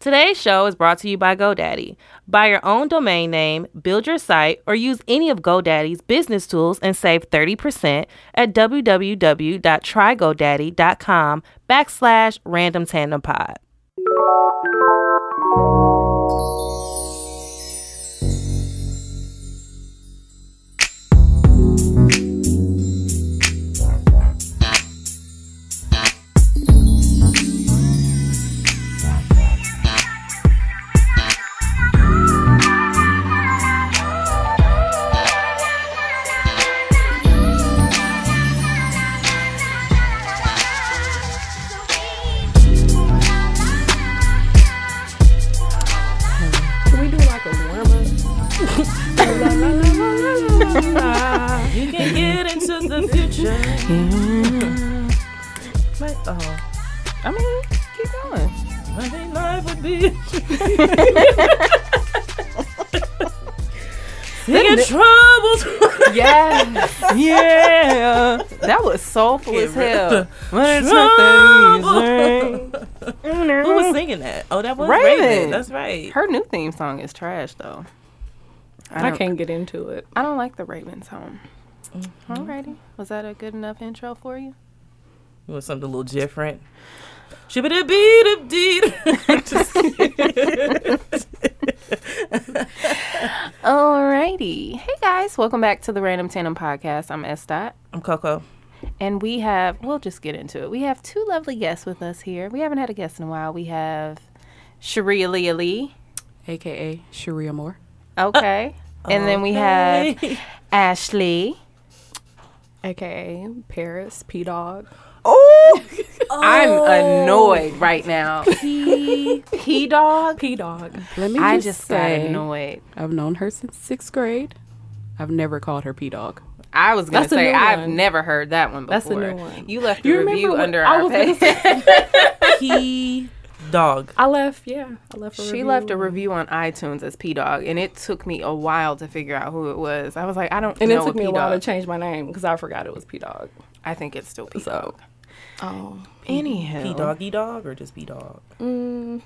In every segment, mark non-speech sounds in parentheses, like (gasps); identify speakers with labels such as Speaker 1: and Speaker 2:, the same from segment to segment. Speaker 1: Today's show is brought to you by GoDaddy. Buy your own domain name, build your site, or use any of GoDaddy's business tools and save 30% at www.trygodaddy.com backslash random tandem pod.
Speaker 2: Can we do like a warm up?
Speaker 1: You can get into the future. But, oh,
Speaker 2: I mean, keep going.
Speaker 1: I think life would be. Singing troubles.
Speaker 2: Yes. yeah. That was soulful as hell.
Speaker 1: Trouble. Who was singing that? Oh, that was Raven.
Speaker 2: Raven.
Speaker 1: That's right.
Speaker 2: Her new theme song is trash though.
Speaker 3: I
Speaker 2: don't-
Speaker 3: can't get into it. Mm-hmm.
Speaker 2: I don't like the Raven song. Alrighty. Was that a good enough intro for you?
Speaker 1: It was something a little different. Shibbida beat deed. (laughs) Just kidding.
Speaker 2: Alrighty. Hey guys, welcome back to the Random Tandem Podcast. I'm S Dot.
Speaker 1: I'm Coco.
Speaker 2: And we have, we'll just get into it. We have two lovely guests with us here. We haven't had a guest in a while. We have Sharia Leah Lee.
Speaker 3: AKA Sharia Moore.
Speaker 2: Okay. and then we have Ashley.
Speaker 3: AKA Paris P Dog.
Speaker 2: Oh, I'm annoyed right now. P P dog.
Speaker 3: P Dog. Let me
Speaker 2: I
Speaker 3: just,
Speaker 2: just got
Speaker 3: say,
Speaker 2: annoyed.
Speaker 3: I've known her since sixth grade. I've never called her P Dog.
Speaker 2: I was gonna
Speaker 3: That's a
Speaker 2: say
Speaker 3: new
Speaker 2: I've
Speaker 3: one.
Speaker 2: never heard that one before.
Speaker 3: That's a new one.
Speaker 2: You left the
Speaker 3: You remember
Speaker 2: review
Speaker 3: what-
Speaker 2: under
Speaker 3: I
Speaker 2: our
Speaker 3: was gonna
Speaker 2: page.
Speaker 1: Key dog.
Speaker 3: I left, yeah. I left a
Speaker 2: She left a review on iTunes as P Dog, and it took me a while to figure out who it was. I was like, I don't
Speaker 3: And
Speaker 2: know
Speaker 3: it took
Speaker 2: a
Speaker 3: me a while to
Speaker 2: P-Dog.
Speaker 3: change my name because I forgot it was P Dog.
Speaker 2: I think it's still P Dog.
Speaker 3: So, oh,
Speaker 2: Anyhow,
Speaker 1: P doggy dog or just P dog?
Speaker 3: mm,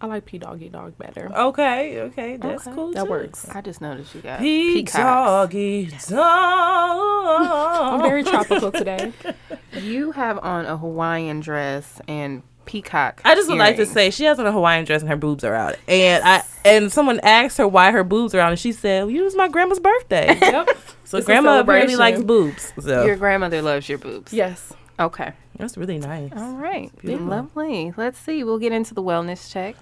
Speaker 3: I like P Doggy Dog better.
Speaker 1: Okay, okay, that's cool.
Speaker 3: That
Speaker 1: too.
Speaker 3: works.
Speaker 2: I just noticed you got
Speaker 1: P
Speaker 2: peacocks.
Speaker 1: doggy
Speaker 3: I'm
Speaker 1: dog.
Speaker 3: very tropical today.
Speaker 2: You have on a Hawaiian dress and peacock.
Speaker 1: I just would like to
Speaker 2: earrings.
Speaker 1: say she has on a Hawaiian dress and her boobs are out. And I and someone asked her why her boobs are out and she said, well, "It was my grandma's birthday."
Speaker 3: (laughs) Yep.
Speaker 1: So
Speaker 3: (laughs) It's a
Speaker 1: grandma apparently
Speaker 3: celebration.
Speaker 1: likes boobs. So
Speaker 2: Your grandmother loves your boobs.
Speaker 3: Yes.
Speaker 2: Okay.
Speaker 1: that's really nice.
Speaker 3: Oh.
Speaker 2: All right.
Speaker 1: beautiful.
Speaker 2: Lovely. Let's see. We'll get into the wellness check.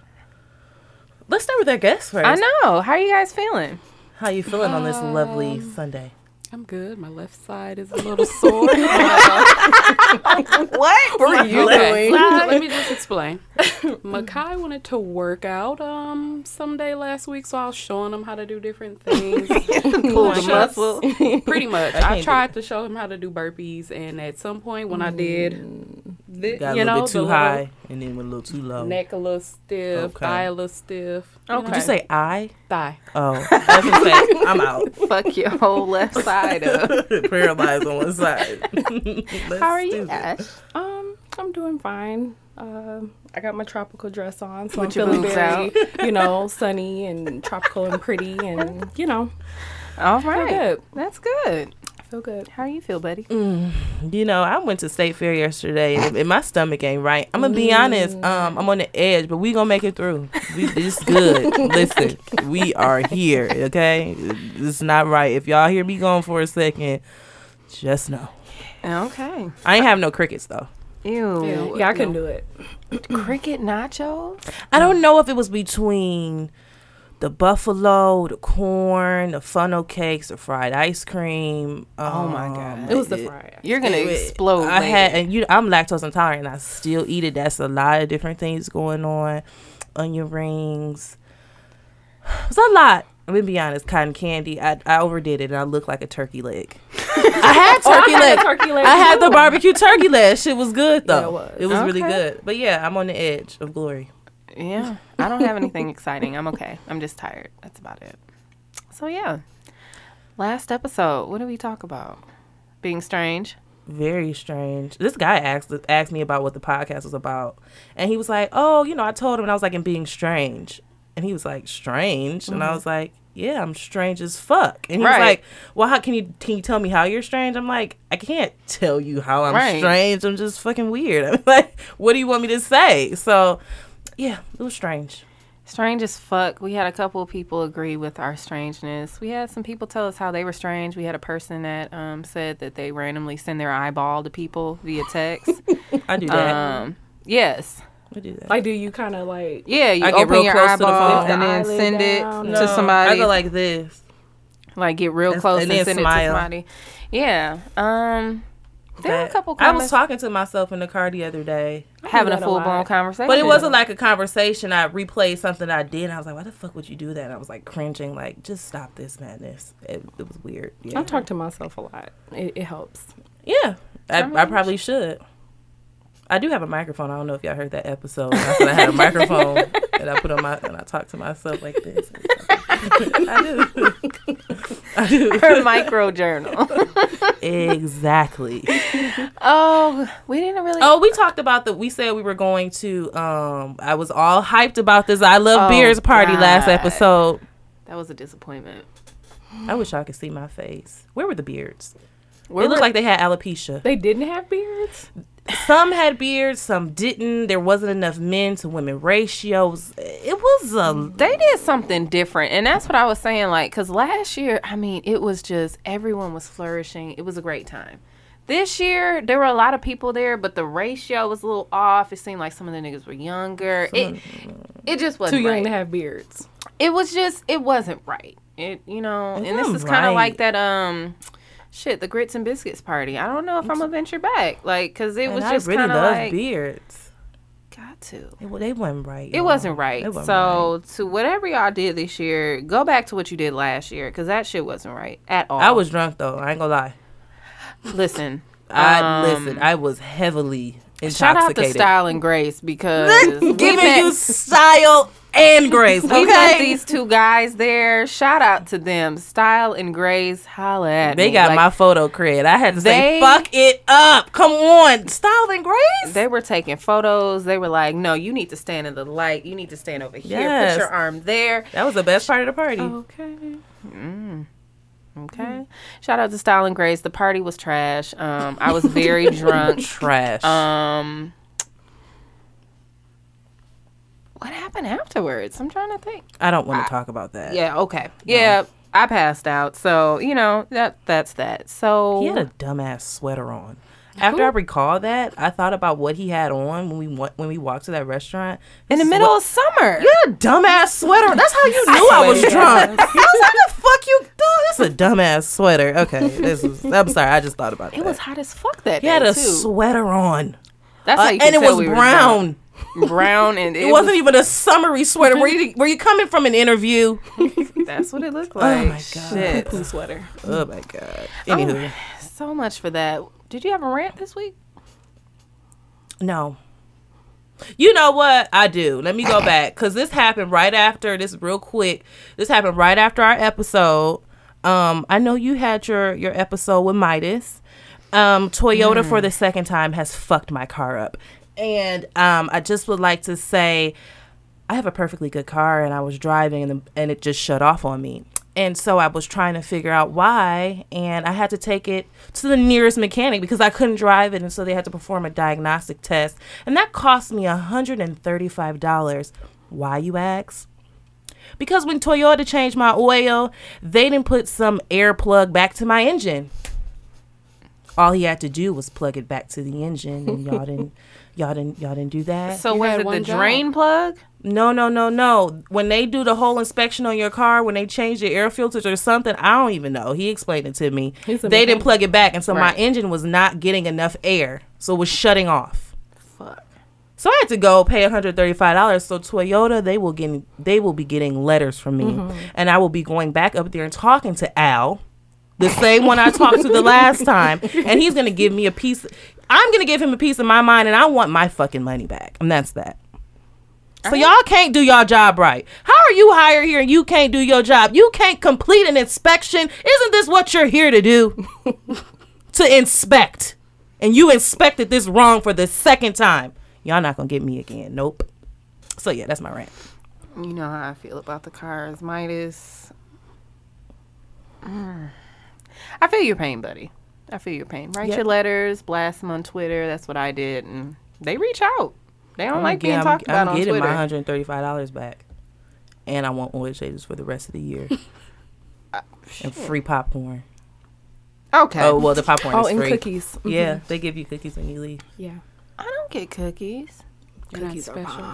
Speaker 1: Let's start with our guest first.
Speaker 2: I know. How are you guys feeling?
Speaker 1: How you feeling on this lovely
Speaker 3: Um,
Speaker 1: Sunday?
Speaker 3: I'm good. My left side is a little sore.
Speaker 2: (laughs) What?
Speaker 3: Were you
Speaker 2: doing?
Speaker 3: Let (laughs) me just explain. Makai wanted to work out um someday last week, so I was showing him how to do different (laughs) things.
Speaker 2: Pull the
Speaker 3: Push-ups.
Speaker 2: muscle.
Speaker 4: (laughs)
Speaker 3: Pretty much,
Speaker 1: can't
Speaker 3: I,
Speaker 1: do
Speaker 3: tried to show him how to do burpees, and at some point when I did,
Speaker 4: Mm.
Speaker 3: thi-
Speaker 1: Got a little
Speaker 3: you know,
Speaker 1: bit
Speaker 3: the
Speaker 1: too
Speaker 3: little
Speaker 1: high and then went a little too low.
Speaker 3: neck a little stiff,
Speaker 1: Okay.
Speaker 3: thigh a little stiff.
Speaker 2: Okay.
Speaker 1: Did you say I?
Speaker 3: thigh? (laughs)
Speaker 1: Oh, that's what I'm saying. I'm out.
Speaker 2: (laughs) Fuck your whole (laughs) left side up.
Speaker 1: (laughs) Paralyzed on one side. (laughs)
Speaker 2: How are you, Ash?
Speaker 4: Um, I'm doing fine. Um, I got my tropical dress on, so
Speaker 2: With your
Speaker 4: I'm feeling
Speaker 2: boobs
Speaker 4: very, (laughs) you know, sunny and tropical and pretty, and you know,
Speaker 2: All right.
Speaker 4: good.
Speaker 2: That's good.
Speaker 4: I feel good.
Speaker 2: How you feel, buddy?
Speaker 1: Mm. You know, I went to State Fair yesterday and, and my stomach ain't right. I'm gonna be honest.
Speaker 3: Mm.
Speaker 1: Um, I'm on the edge, but we gonna make it through. We, this is
Speaker 3: (laughs)
Speaker 1: good. Listen, we are here. Okay, it's not right. If y'all hear me going for a second, just know
Speaker 2: Okay.
Speaker 1: I ain't have no crickets though.
Speaker 2: Ew.
Speaker 3: Ew.
Speaker 4: Yeah, I couldn't do it.
Speaker 2: Cricket nachos?
Speaker 1: I don't know if it was between the buffalo, the corn, the funnel cakes, the fried ice cream.
Speaker 2: Oh, my
Speaker 1: um,
Speaker 2: God.
Speaker 4: It was the fry.
Speaker 2: You're gonna
Speaker 1: it- it-
Speaker 2: explode.
Speaker 1: I had,
Speaker 2: later.
Speaker 1: and you, I'm lactose intolerant, and I still eat it. That's a lot of different things going on. Onion rings. It's a lot. I'm gonna be honest. Cotton candy. I, I overdid it, and I looked like a turkey
Speaker 4: (laughs)
Speaker 1: leg. I had turkey
Speaker 4: Oh, had
Speaker 1: leg.
Speaker 4: a turkey leg
Speaker 1: I had the barbecue turkey leg. Shit was good though.
Speaker 4: Yeah, it was.
Speaker 1: it was really
Speaker 2: Okay.
Speaker 1: good. But yeah, I'm on the edge of glory.
Speaker 2: Yeah. I don't have
Speaker 4: (laughs)
Speaker 2: anything exciting. I'm okay. I'm just tired. That's about it. So yeah. Last episode, what did we talk about? Being strange.
Speaker 1: very strange. This guy asked asked me about what the podcast was about, and he was like, "Oh, you know, I told him," and I was like, "And being strange," and he was like, "Strange," and I was like, "Yeah, I'm strange as fuck," and he was
Speaker 2: Mm-hmm. Right.
Speaker 1: like, "Well, how can you can you tell me how you're strange?" I'm like, "I can't tell you how I'm
Speaker 2: Right.
Speaker 1: strange. I'm just fucking weird. (laughs) I'm like, what do you want me to say?" So, yeah, it was strange.
Speaker 2: Strange as fuck. We had a couple of people agree with our strangeness. We had some people tell us how they were strange. We had a person that um, said that they randomly send their eyeball to people via
Speaker 4: (laughs)
Speaker 2: text.
Speaker 1: I do that.
Speaker 2: um, yes.
Speaker 1: I do that.
Speaker 4: Like, do you kind of like?
Speaker 2: Yeah, you
Speaker 1: I get
Speaker 2: open
Speaker 1: real
Speaker 2: your
Speaker 1: close to the
Speaker 2: eyeball
Speaker 1: phone.
Speaker 2: and then
Speaker 4: Lift the eyelid
Speaker 2: send it
Speaker 4: down.
Speaker 2: to somebody.
Speaker 1: I go like this.
Speaker 2: like get real
Speaker 1: That's-
Speaker 2: close
Speaker 1: and
Speaker 2: and,
Speaker 1: then
Speaker 2: send it
Speaker 1: smile.
Speaker 2: to somebody. Yeah. Um there were a
Speaker 1: That-
Speaker 2: couple
Speaker 1: I was
Speaker 2: comments
Speaker 1: talking to myself in the car the other day.
Speaker 2: having a
Speaker 4: that a
Speaker 2: full blown
Speaker 4: lot.
Speaker 2: conversation.
Speaker 1: But it wasn't like a conversation. I replayed something I did. And I was like, why the fuck would you do that? And I was like cringing, like, just stop this madness. It, it was weird. Yeah.
Speaker 4: I talk to myself a lot. It, it helps.
Speaker 1: yeah. I, I probably should. I do have a microphone. I don't know if y'all heard that episode. I said I
Speaker 2: (laughs)
Speaker 1: had a microphone and I put on my, and I talk to myself like this. I do. (laughs) I do.
Speaker 2: (laughs) her micro journal.
Speaker 1: Exactly.
Speaker 2: (laughs) oh, we didn't really
Speaker 1: Oh, we talked about the. We said we were going to. Um, I was all hyped about this. I love
Speaker 2: Oh,
Speaker 1: beers party last
Speaker 2: God.
Speaker 1: episode.
Speaker 2: That was a disappointment.
Speaker 1: I wish y'all could see my face. Where were the beards?
Speaker 2: Where
Speaker 1: it looked
Speaker 2: were-
Speaker 1: like they had alopecia.
Speaker 4: They didn't have beards.
Speaker 1: Some had beards, some didn't. There wasn't enough men to women ratios. It was a.
Speaker 2: they did something different and that's what i was saying like because last year i mean it was just everyone was flourishing it was a great time this year there were a lot of people there but the ratio was a little off it seemed like some of the niggas were younger it, it just
Speaker 4: Too
Speaker 2: wasn't
Speaker 4: young
Speaker 2: right.
Speaker 4: to have beards.
Speaker 2: it was just it wasn't right it you know and this
Speaker 1: wasn't
Speaker 2: is kind of
Speaker 1: right.
Speaker 2: like that um shit the grits and biscuits party i don't know if i'm gonna venture back like because it
Speaker 1: And
Speaker 2: was
Speaker 1: I
Speaker 2: just
Speaker 1: really
Speaker 2: kind of
Speaker 1: love
Speaker 2: like
Speaker 1: beards.
Speaker 2: got to
Speaker 1: It, wa- they wasn't right.
Speaker 2: it wasn't right.
Speaker 1: It wasn't
Speaker 2: so to whatever y'all did this year, go back to what you did last year because that shit wasn't right at all.
Speaker 1: I was drunk though. I ain't gonna lie.
Speaker 2: listen.
Speaker 1: (laughs) I
Speaker 2: um,
Speaker 1: listen. I was heavily
Speaker 2: Shout out to
Speaker 1: intoxicated.
Speaker 2: Style and Grace because we
Speaker 1: (laughs) Giving
Speaker 2: met-
Speaker 1: you style and
Speaker 2: (laughs)
Speaker 1: grace.
Speaker 2: we met
Speaker 1: Okay.
Speaker 2: these two guys there. Shout out to them, Style and Grace. Holla at
Speaker 1: They
Speaker 2: me.
Speaker 1: got
Speaker 2: Like,
Speaker 1: my photo cred. I had to say,
Speaker 2: They-
Speaker 1: fuck it up. Come on. Style and grace.
Speaker 2: They were taking photos. They were like, "No, you need to stand in the light. You need to stand over here.
Speaker 1: Yes.
Speaker 2: Put your arm there."
Speaker 1: that was the best part of the party.
Speaker 2: Oh.
Speaker 4: Okay.
Speaker 2: Okay. Mm. Shout out to Style and Grace. The party was trash. Um, I was
Speaker 1: (laughs)
Speaker 2: very drunk.
Speaker 1: Trash.
Speaker 2: Um, what happened afterwards? I'm trying to think.
Speaker 1: I don't want to talk about that.
Speaker 2: Yeah. Okay. Yeah. I passed out, so you know that that's that. So
Speaker 1: He had a dumbass sweater on. After I recall that, I thought about what he had on when we wa- when we walked to that restaurant.
Speaker 2: in the middle of summer.
Speaker 1: a dumbass sweater. That's how
Speaker 2: (laughs)
Speaker 1: you knew I was drunk. I was like, the fuck you do? That's a dumbass sweater. Okay, this is. I'm sorry. I just thought about
Speaker 2: It
Speaker 1: that.
Speaker 2: was hot as fuck that
Speaker 1: he
Speaker 2: day
Speaker 1: had a
Speaker 2: too.
Speaker 1: sweater on,
Speaker 2: That's
Speaker 1: Uh,
Speaker 2: how you could
Speaker 1: and it
Speaker 2: tell
Speaker 1: was
Speaker 2: we were
Speaker 1: brown.
Speaker 2: drunk. brown, and it,
Speaker 1: (laughs) It wasn't even a summery
Speaker 2: (laughs)
Speaker 1: sweater. Were you were you coming from an interview?
Speaker 2: even. That's what it looked like.
Speaker 1: Oh my God.
Speaker 2: Shit.
Speaker 4: Blue sweater.
Speaker 1: Oh my god. Anywho,
Speaker 2: So much for that. Did you have a rant this week?
Speaker 1: no. You know what I do? Let me go back because this happened right after this. Real quick, this happened right after our episode. Um, I know you had your your episode with Midas. Um, Toyota for the second time has fucked my car up, and um, I just would like to say I have a perfectly good car and I was driving and, and it just shut off on me. And so I was trying to figure out why and I had to take it to the nearest mechanic because I couldn't drive it and so they had to perform a diagnostic test and that cost me $135. Why you ask? Because when Toyota changed my oil, they didn't put some air plug back to my engine. All he had to do was plug it back to the engine and y'all didn't y'all didn't y'all didn't do that.
Speaker 2: So
Speaker 3: You
Speaker 2: was
Speaker 3: had
Speaker 2: it the
Speaker 3: one job.
Speaker 2: drain plug?
Speaker 1: No, no, no, no. When they do the whole inspection on your car, when they change your air filters or something, I don't even know. He explained it to me. They
Speaker 4: He's a
Speaker 1: didn't
Speaker 4: mechanic.
Speaker 1: plug it back, and so my
Speaker 2: Right.
Speaker 1: engine was not getting enough air, so it was shutting off.
Speaker 2: Fuck.
Speaker 1: So I had to go pay $135. So Toyota, they will get they will be getting letters from me,
Speaker 4: Mm-hmm.
Speaker 1: and I will be going back up there and talking to Al, the same one I talked to the
Speaker 4: (laughs)
Speaker 1: last time, and he's gonna give me a piece. I'm gonna give him a piece of my mind, and I want my fucking money back, and that's that. So y'all can't do y'all job right. How are you hired here and you can't do your job? You can't (laughs) complete an inspection. Isn't this what you're here to do? to inspect. and you inspected this wrong for the second time. Y'all not gonna get me again. Nope. So yeah, that's my rant.
Speaker 2: You know how I feel about the cars, Midas. Mm. I feel your pain, buddy. I feel your pain. Write
Speaker 1: Yep.
Speaker 2: your letters, blast them on Twitter. That's what I did, and they reach out. They don't like being
Speaker 1: I'm,
Speaker 2: talked
Speaker 1: I'm
Speaker 2: about on
Speaker 1: getting
Speaker 2: Twitter.
Speaker 1: my hundred and thirty five dollars back. And I want oil changes for the rest of the
Speaker 2: (laughs)
Speaker 1: year. and free popcorn.
Speaker 2: Ah, Okay.
Speaker 1: Oh well the popcorn
Speaker 4: Oh,
Speaker 1: is
Speaker 4: and
Speaker 1: free.
Speaker 4: cookies.
Speaker 1: Yeah,
Speaker 2: Mm-hmm.
Speaker 1: they give you cookies when you leave.
Speaker 4: Yeah.
Speaker 2: I don't get cookies.
Speaker 3: You're not special.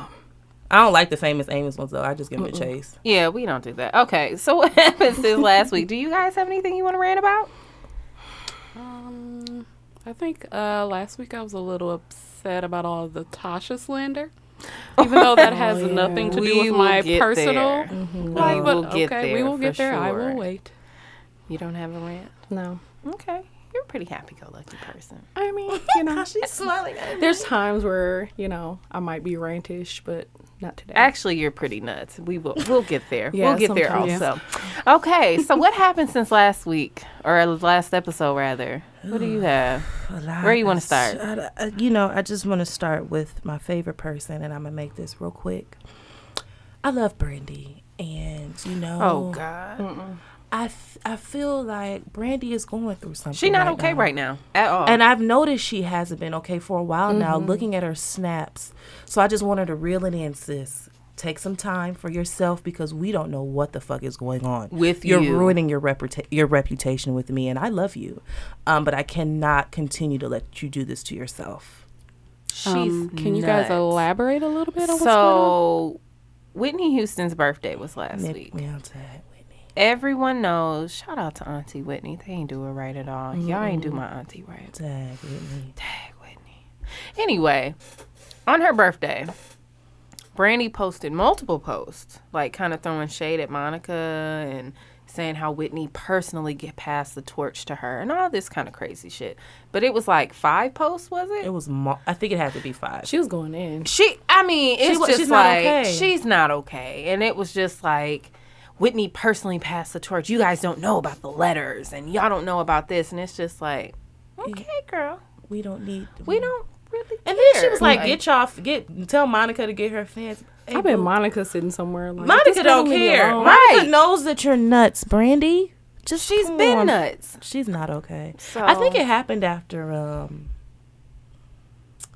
Speaker 1: I don't like the famous Amos ones though. I just give them a chase.
Speaker 2: Yeah, we don't do that. Okay, so (laughs) what happened since last week? Do you guys have anything you want to rant about?
Speaker 3: Um, I think uh, last week I was a little upset about all the
Speaker 2: (laughs)
Speaker 3: Tasha slander, even though that has
Speaker 4: yeah.
Speaker 3: nothing to
Speaker 2: We
Speaker 3: do with
Speaker 2: will
Speaker 3: my
Speaker 2: get
Speaker 3: personal
Speaker 2: there. Mm-hmm.
Speaker 3: life.
Speaker 2: We
Speaker 3: but
Speaker 2: will get
Speaker 3: okay, we
Speaker 2: there
Speaker 3: will
Speaker 2: for
Speaker 3: get there. I
Speaker 2: sure.
Speaker 3: will wait.
Speaker 2: You don't have a rant?
Speaker 4: No.
Speaker 2: Okay. You're a pretty happy go lucky person.
Speaker 4: I
Speaker 1: (laughs)
Speaker 4: mean, you know, (laughs) she's smiling. There's times where you know I might be rantish, but not today.
Speaker 2: Actually, you're pretty nuts. We will we'll get
Speaker 3: (laughs)
Speaker 2: there.
Speaker 4: Yeah,
Speaker 2: we'll get there
Speaker 4: sometimes.
Speaker 2: also. Okay, so what happened since last week or last episode rather? What do
Speaker 3: (sighs)
Speaker 2: you have? Where you wanna start?
Speaker 1: I- I- Uh, you know, I just want to start with my favorite person, and I'm gonna make this real quick. I love Brandy, and you know,
Speaker 2: Oh God,
Speaker 1: I f- I feel like Brandy is going through something.
Speaker 2: she not
Speaker 1: right
Speaker 2: okay
Speaker 1: now.
Speaker 2: right now at all.
Speaker 1: And I've noticed she hasn't been okay for a while now,
Speaker 2: Mm-hmm.
Speaker 1: looking at her snaps. So I just want her to reel it in, sis. Take some time for yourself because we don't know what the fuck is going on.
Speaker 2: With
Speaker 1: You're
Speaker 2: you.
Speaker 1: ruining your reputa- your reputation with me, and I love you, um, but I cannot continue to let you do this to yourself.
Speaker 2: She's
Speaker 3: Um, can you guys
Speaker 2: nuts.
Speaker 3: elaborate a little bit on what's going
Speaker 2: So,
Speaker 3: on?
Speaker 2: um, Whitney Houston's birthday was last
Speaker 1: Nick
Speaker 2: week.
Speaker 1: Mountain, Whitney.
Speaker 2: Everyone knows. Shout out to Auntie Whitney. They ain't do it right at all. Y'all ain't do my auntie right.
Speaker 1: Tag Whitney.
Speaker 2: Dang, Whitney. Anyway, on her birthday, Brandy posted multiple posts, like kind of throwing shade at Monica and saying how Whitney personally get passed the torch to her and all this kind of crazy shit. But it was like five posts, was it?
Speaker 1: It was. Mo- I think it had to be five.
Speaker 4: she was going in.
Speaker 2: She, I mean, it's
Speaker 1: wa-
Speaker 2: just
Speaker 1: she's not
Speaker 2: like
Speaker 1: okay.
Speaker 2: she's not okay, and it was just like Whitney personally passed the torch. You guys don't know about the letters, and y'all don't know about this, and it's just like, okay, girl,
Speaker 1: we don't need.
Speaker 2: we don't really.
Speaker 1: Mm. And then she
Speaker 2: care.
Speaker 1: was like, "Get y'all, f- get tell Monica to get her fans."
Speaker 4: I bet Monica sitting somewhere. Like, "This
Speaker 1: Monica
Speaker 4: girl
Speaker 1: don't
Speaker 4: leave me
Speaker 1: care.
Speaker 4: alone."
Speaker 2: Right.
Speaker 1: Monica knows that you're nuts, Brandy. Just
Speaker 2: she's
Speaker 1: come
Speaker 2: been
Speaker 1: on.
Speaker 2: nuts.
Speaker 1: She's not okay. I think it happened after um,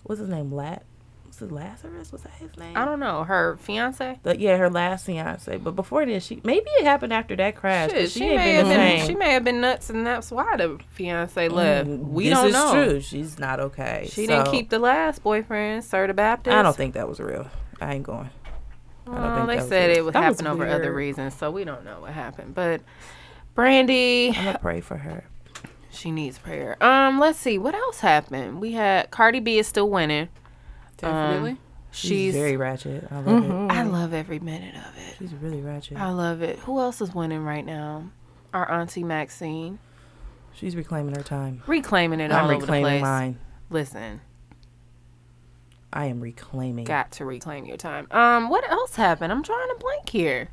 Speaker 1: what's his name? Lat. Was it Lazarus? Was that his name?
Speaker 2: I don't know her fiance.
Speaker 1: But yeah, her last fiance. But before then, she maybe it happened after that crash. 'cause
Speaker 2: Shit,
Speaker 1: she,
Speaker 2: she,
Speaker 1: ain't
Speaker 2: may
Speaker 1: been
Speaker 2: have
Speaker 1: the
Speaker 2: been.
Speaker 1: same. Mm,
Speaker 2: She may have been nuts, and that's why the fiance left. we
Speaker 1: this
Speaker 2: don't
Speaker 1: is
Speaker 2: know.
Speaker 1: True, she's not okay.
Speaker 2: She
Speaker 1: So,
Speaker 2: didn't keep the last boyfriend, Sir the Baptist.
Speaker 1: I don't think that was real. I ain't going. I don't
Speaker 2: Well,
Speaker 1: think
Speaker 2: Oh, they
Speaker 1: that was
Speaker 2: said
Speaker 1: it.
Speaker 2: it would
Speaker 4: That was
Speaker 2: happen over other
Speaker 4: weird.
Speaker 2: reasons, so we don't know what happened. But Brandy, (sighs)
Speaker 1: I'm gonna pray for her.
Speaker 2: she needs prayer. Um, let's see what else happened. We had Cardi B is still winning.
Speaker 3: Definitely.
Speaker 1: She's,
Speaker 2: She's,
Speaker 1: very ratchet. I love it.
Speaker 2: I love every minute of it.
Speaker 1: She's really ratchet.
Speaker 2: I love it. Who else is winning right now? Our auntie Maxine
Speaker 1: She's reclaiming her time.
Speaker 2: reclaiming it all
Speaker 1: I'm
Speaker 2: over the
Speaker 1: reclaiming
Speaker 2: place.
Speaker 1: mine.
Speaker 2: Listen,
Speaker 1: I am reclaiming.
Speaker 2: got to reclaim your time. Um, what else happened? I'm trying to blank here.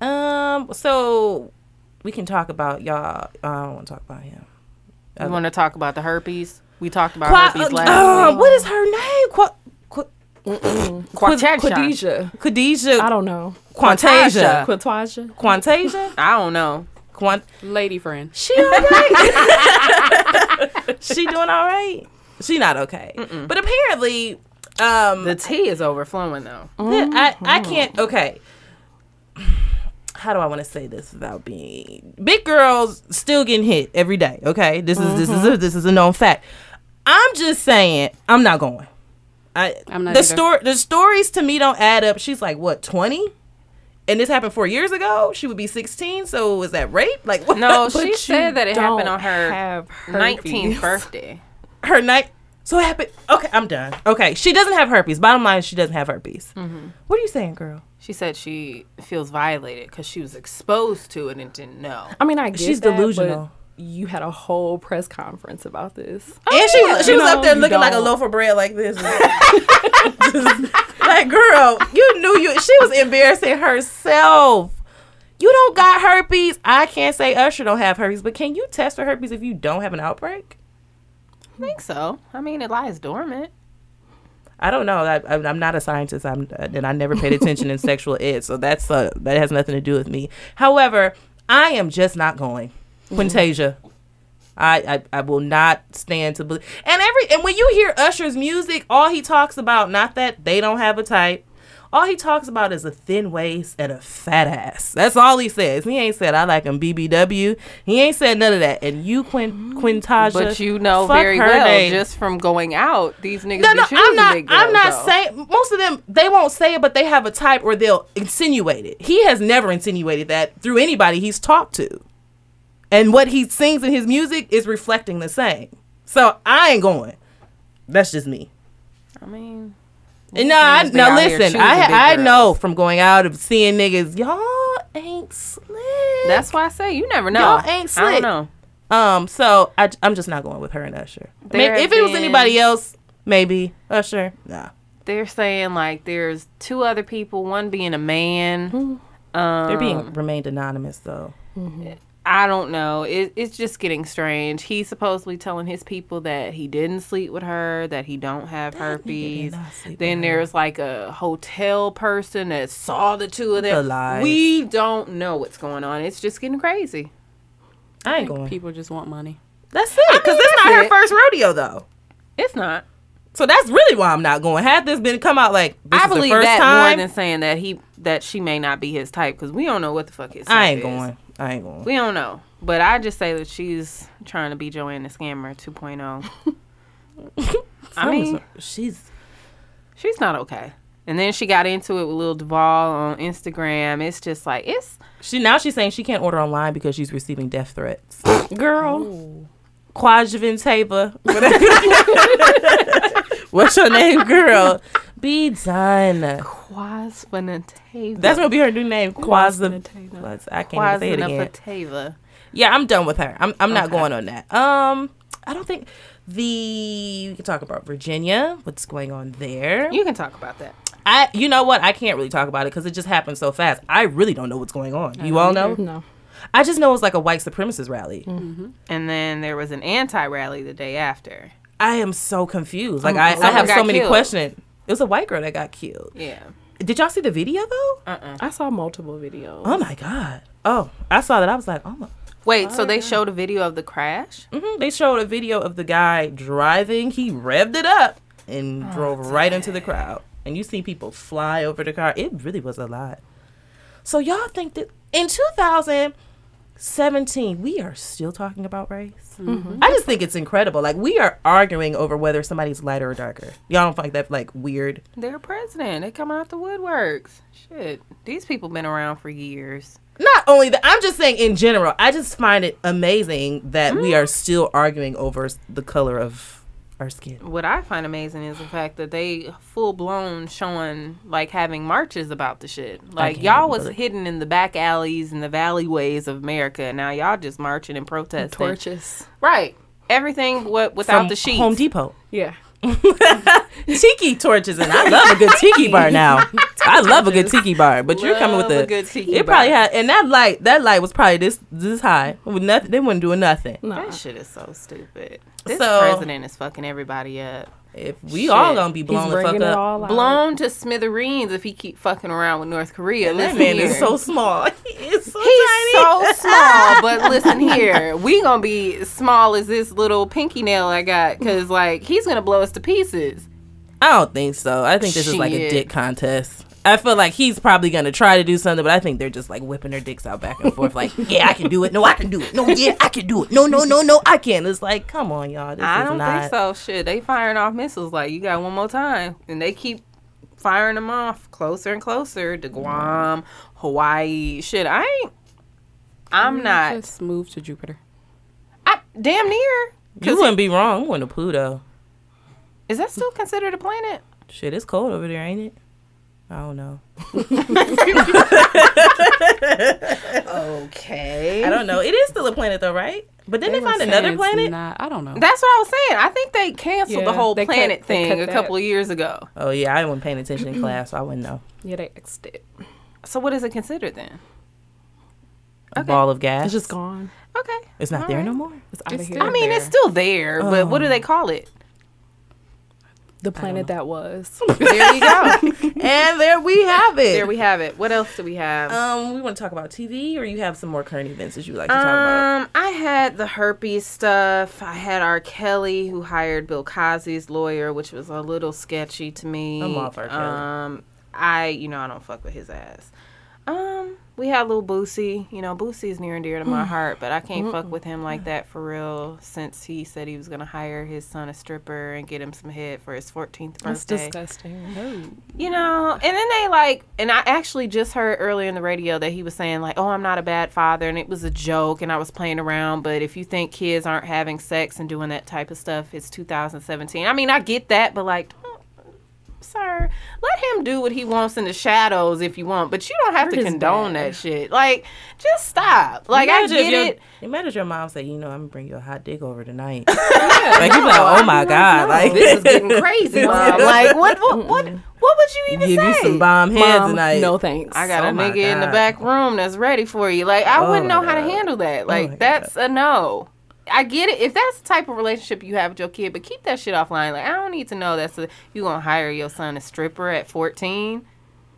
Speaker 1: Um. So we can talk about y'all. I don't want to talk about him.
Speaker 2: You
Speaker 1: Okay.
Speaker 2: want to talk about the herpes? We talked about
Speaker 1: Qua-
Speaker 2: herpes
Speaker 1: uh,
Speaker 4: Oh.
Speaker 2: last
Speaker 1: uh, what is her name? Qua- Qua-
Speaker 2: Quatantia.
Speaker 4: Khadijah. I
Speaker 1: Khadijah
Speaker 4: don't know.
Speaker 1: Quantasia.
Speaker 4: Quatasia.
Speaker 1: Quantasia.
Speaker 2: I don't know.
Speaker 1: Quant.
Speaker 3: Lady friend.
Speaker 1: (laughs) She all right? she doing all right? She not okay. But apparently, um,
Speaker 2: The tea is overflowing though.
Speaker 1: Yeah, I, I
Speaker 3: Mm-hmm.
Speaker 1: can't. Okay. How do I want to say this without being big girls still getting hit every day? Okay, this is this
Speaker 3: Mm-hmm.
Speaker 1: is a, this is a known fact. I'm just saying I'm not going. I
Speaker 3: I'm not
Speaker 1: the
Speaker 3: either.
Speaker 1: story the stories to me don't add up. She's like what twenty, and this happened four years ago. She would be sixteen. So was that rape? Like what?
Speaker 2: No,
Speaker 1: (laughs) But
Speaker 2: she said that it happened
Speaker 4: don't
Speaker 2: on her
Speaker 4: have herpes.
Speaker 2: nineteenth birthday.
Speaker 1: her night. So it happened. Okay, I'm done. Okay, she doesn't have herpes. Bottom line, is she doesn't have herpes.
Speaker 3: Mm-hmm.
Speaker 1: What are you saying, girl?
Speaker 2: She said she feels violated because she was exposed to it and didn't know.
Speaker 4: I mean, I get
Speaker 1: She's
Speaker 4: that, but
Speaker 1: delusional.
Speaker 4: you had a whole press conference about this.
Speaker 1: and she was, she was
Speaker 4: No,
Speaker 1: up there
Speaker 4: Oh, you
Speaker 1: looking like a
Speaker 4: don't.
Speaker 1: loaf of bread like this. (laughs) Just- like girl, you knew you. She was embarrassing herself. You don't got herpes. I can't say Usher don't have herpes, but can you test for herpes if you don't have an outbreak?
Speaker 2: I think so. I mean, it lies dormant.
Speaker 1: I don't know. I, I'm I'm not a scientist. I'm and I never paid attention
Speaker 2: (laughs)
Speaker 1: in sexual ed, so that's uh, that has nothing to do with me. However, I am just not going.
Speaker 2: Mm-hmm.
Speaker 1: Quintasia. I, I, I will not stand to believe. And every and when you hear Usher's music, all he talks about not that they don't have a type. All he talks about is a thin waist and a fat ass. That's all he says. He ain't said I like him BBW. He ain't said none of that. And you, Quin Quintaja,
Speaker 2: Mm-hmm. But you know
Speaker 1: fuck
Speaker 2: very
Speaker 1: her
Speaker 2: well,
Speaker 1: name.
Speaker 2: just from going out, these niggas
Speaker 1: No,
Speaker 2: be
Speaker 1: no,
Speaker 2: choosing
Speaker 1: I'm not.
Speaker 2: big girls,
Speaker 1: I'm not
Speaker 2: though.
Speaker 1: saying most of them. They won't say it, but they have a type, or they'll insinuate it. He has never insinuated that through anybody he's talked to, and what he sings in his music is reflecting the same. So I ain't going. That's just me.
Speaker 2: I mean,
Speaker 1: And no, I,
Speaker 2: niggas be
Speaker 1: now
Speaker 2: out here
Speaker 1: listen.
Speaker 2: choosing
Speaker 1: I
Speaker 2: big
Speaker 1: I
Speaker 2: girls.
Speaker 1: know from going out and seeing niggas, y'all ain't slick.
Speaker 2: that's why I say you never know.
Speaker 1: Y'all ain't
Speaker 2: I
Speaker 1: slick.
Speaker 2: don't know.
Speaker 1: um. So I I'm just not going with her and Usher. Ma-
Speaker 2: There
Speaker 1: if it was
Speaker 2: have been-
Speaker 1: anybody else, maybe Usher. Nah.
Speaker 2: They're saying like there's two other people, one being a man. Um,
Speaker 1: They're being remained anonymous though.
Speaker 2: I don't know. It, it's just getting strange. He's supposedly telling his people that he didn't sleep with her, that he don't have herpes.
Speaker 1: not sleep
Speaker 2: Then there's like a hotel person that saw the two of them.
Speaker 1: The lies.
Speaker 2: We don't know what's going on. It's just getting crazy.
Speaker 1: I ain't going.
Speaker 3: People just want money.
Speaker 1: That's it. Because that's,
Speaker 2: that's
Speaker 1: not her
Speaker 2: it.
Speaker 1: first rodeo, though.
Speaker 2: It's not.
Speaker 1: So that's really why I'm not going. Had this been come out like this
Speaker 2: I
Speaker 1: is
Speaker 2: believe
Speaker 1: the first
Speaker 2: that
Speaker 1: time,
Speaker 2: more than saying that he that she may not be his type because we don't know what the fuck his.
Speaker 1: I
Speaker 2: type
Speaker 1: ain't
Speaker 2: is.
Speaker 1: going. I ain't going.
Speaker 2: We don't know, but I just say that she's trying to be Joanne the
Speaker 1: (laughs)
Speaker 2: Scammer 2.0. I mean,
Speaker 1: she's
Speaker 2: she's not okay. And then she got into it with Lil Duval on Instagram. It's just like it's
Speaker 1: she now she's saying she can't order online because she's receiving death threats.
Speaker 4: Girl,
Speaker 1: Quajvin Tabor. (laughs) What's your name, girl? Be done.
Speaker 2: Quasvanateva.
Speaker 1: That's gonna be her new name, Quaza.
Speaker 4: Quasinatava.
Speaker 1: Quaz- I can't even say it again.
Speaker 2: Quasvanateva.
Speaker 1: Yeah, I'm done with her. I'm I'm not
Speaker 2: Okay.
Speaker 1: going on that. Um, I don't think the we can talk about Virginia. What's going on there?
Speaker 2: You can talk about that.
Speaker 1: I you know what? I can't really talk about it because it just happened so fast. I really don't know what's going on. you all know?
Speaker 2: Mm-hmm.
Speaker 4: no.
Speaker 1: I just know it's like a white supremacist rally.
Speaker 2: And then there was an anti rally the day after.
Speaker 1: I am so confused. Like I, I have
Speaker 2: got
Speaker 1: so many
Speaker 2: killed.
Speaker 1: questions. It was a white girl that got killed.
Speaker 2: Yeah. Uh-uh.
Speaker 1: Did y'all see the video though?
Speaker 4: I saw multiple videos.
Speaker 1: Mm. Oh my god. Oh, I saw that. I was like, oh my.
Speaker 2: Wait, so they showed a video of the crash?
Speaker 1: hmm They showed a video of the guy driving. He revved it up
Speaker 2: Oh,
Speaker 1: and drove right into the crowd. And you see people fly over the car. It really was a lot. So y'all think that in 2017 we are still talking about race?
Speaker 2: Mm-hmm.
Speaker 1: I just think it's incredible. Like we are arguing over whether somebody's lighter or darker. Y'all don't find that like weird?
Speaker 2: Their president. They coming out the woodworks. Shit. These people been around for years.
Speaker 1: Not only that, I'm just saying in general. I just find it amazing that
Speaker 2: Mm-hmm.
Speaker 1: we are still arguing over s- the color of our skin.
Speaker 2: What I find amazing is the fact that they full blown showing like having marches about the shit. Like
Speaker 1: can't
Speaker 2: y'all
Speaker 1: even
Speaker 2: was
Speaker 1: believe-
Speaker 2: hidden in the back alleys and the valleyways of America, and now y'all just marching and protesting.
Speaker 4: Torches.
Speaker 2: Right. Everything what without
Speaker 1: From
Speaker 2: the sheets.
Speaker 1: Home Depot.
Speaker 4: Yeah.
Speaker 1: (laughs) tiki torches, and I love a good tiki bar
Speaker 2: (laughs)
Speaker 1: now. I love a good tiki bar, but you're coming with
Speaker 2: Love
Speaker 1: a,
Speaker 2: a good tiki
Speaker 1: It
Speaker 2: bar.
Speaker 1: probably had, and that light, that light was probably this this high. With nothing, they weren't doing nothing.
Speaker 4: No.
Speaker 2: That shit is so stupid. This
Speaker 1: So-
Speaker 2: president is fucking everybody up.
Speaker 1: If we all
Speaker 2: Shit.
Speaker 1: gonna be blown
Speaker 4: He's
Speaker 1: the fuck
Speaker 4: bringing it
Speaker 1: up.
Speaker 4: all out.
Speaker 2: Blown to smithereens if he keep fucking around with North Korea.
Speaker 1: That
Speaker 2: Listen
Speaker 1: man
Speaker 2: here.
Speaker 1: is so small. (laughs) He is so
Speaker 2: He's
Speaker 1: tiny.
Speaker 2: so small, but
Speaker 4: (laughs)
Speaker 2: listen here, we gonna be small as this little pinky nail I got, cause like he's gonna blow us to pieces.
Speaker 1: I don't think so. I think this is like a
Speaker 2: Shit.
Speaker 1: dick contest. I feel like he's probably gonna try to do something, but I think they're just like whipping their dicks out back and forth.
Speaker 2: (laughs)
Speaker 1: Like, yeah, I can do it. No, I can do it. No, yeah, I can do it. No, no, no, no, I can. It's like, come on, y'all. This
Speaker 2: I
Speaker 1: is
Speaker 2: don't
Speaker 1: not.
Speaker 2: think so. Shit, they firing off missiles like you got one more time, and they keep firing them off closer and closer to Guam, Hawaii. Shit, I ain't. I'm
Speaker 4: Mm,
Speaker 2: not.
Speaker 3: Just move to Jupiter.
Speaker 2: I, damn near.
Speaker 1: You wouldn't be wrong. I'm going to Pluto.
Speaker 2: Is that still considered a planet?
Speaker 1: Shit, it's cold over there, ain't it? I don't know.
Speaker 2: Okay.
Speaker 1: I don't know. It is still a planet though, right? But didn't they,
Speaker 3: were
Speaker 1: find
Speaker 3: saying
Speaker 1: another
Speaker 3: it's
Speaker 1: planet?
Speaker 3: not- I don't know.
Speaker 2: That's what I was saying. I think they canceled
Speaker 4: Yeah,
Speaker 2: the whole
Speaker 4: they cut-
Speaker 2: planet
Speaker 4: they
Speaker 2: thing
Speaker 4: cut
Speaker 2: a
Speaker 4: that.
Speaker 2: couple of years ago.
Speaker 1: Oh yeah, I wasn't paying attention in class, so I wouldn't know.
Speaker 4: Yeah, they exed it.
Speaker 2: So what is it considered then?
Speaker 1: a ball of gas.
Speaker 4: It's just gone.
Speaker 2: Okay.
Speaker 1: It's not
Speaker 2: All
Speaker 1: there
Speaker 2: right.
Speaker 1: no
Speaker 2: (laughs)
Speaker 1: more.
Speaker 4: It's out of
Speaker 3: It's
Speaker 4: here.
Speaker 3: still-
Speaker 2: I mean, it's
Speaker 3: There.
Speaker 2: still there, Oh. but what do they call it?
Speaker 4: the planet that
Speaker 1: (laughs)
Speaker 4: was.
Speaker 2: (laughs) There you (laughs) go.
Speaker 1: and there we have it.
Speaker 2: there we have it. What else do we have?
Speaker 1: um, we want to talk about TV, or you have some more current events that you would like to talk about.
Speaker 2: Um, I had the herpes stuff. I had R. Kelly, who hired Bill Cosby's lawyer, which was a little sketchy to me.
Speaker 1: I'm off R. Kelly.
Speaker 2: Um, I, you know, I don't fuck with his ass. Um, we had little Boosie. You know, Boosie is near and dear to (sighs) my heart, but I can't fuck with him like that for real. Since he said he was gonna hire his son a stripper and get him some head for his 14th birthday
Speaker 4: That's disgusting. No.
Speaker 2: you know and then they like and i actually just heard earlier in the radio that he was saying like oh i'm not a bad father and it was a joke and i was playing around but if you think kids aren't having sex and doing that type of stuff it's 2017 i mean i get that but like sir let him do what he wants in the shadows if you want but you don't have to
Speaker 4: is
Speaker 2: condone
Speaker 4: bad.
Speaker 2: that shit like just stop like i
Speaker 1: if
Speaker 2: get
Speaker 1: your,
Speaker 2: it
Speaker 1: Imagine if your mom said, "You know, I'm gonna bring you a hot dick over
Speaker 2: (laughs)
Speaker 1: tonight." like you'd be like, "Oh my god!" Like
Speaker 2: this is
Speaker 1: (laughs)
Speaker 2: getting crazy mom like what what what, what would you even
Speaker 1: give
Speaker 2: say
Speaker 1: you some bomb head
Speaker 4: Mom,
Speaker 1: tonight.
Speaker 4: no thanks.
Speaker 2: I got
Speaker 1: Oh
Speaker 2: a
Speaker 1: my
Speaker 2: nigga in the
Speaker 1: God.
Speaker 2: back room that's ready for you. Like I
Speaker 1: Oh
Speaker 2: wouldn't
Speaker 1: my
Speaker 2: know how to
Speaker 1: God. Oh
Speaker 2: handle that. Like
Speaker 1: my
Speaker 2: that's a no. I get it if that's the type of relationship you have with your kid, but keep that shit offline. Like I don't need to know that's a, you gonna hire your son a stripper at fourteen.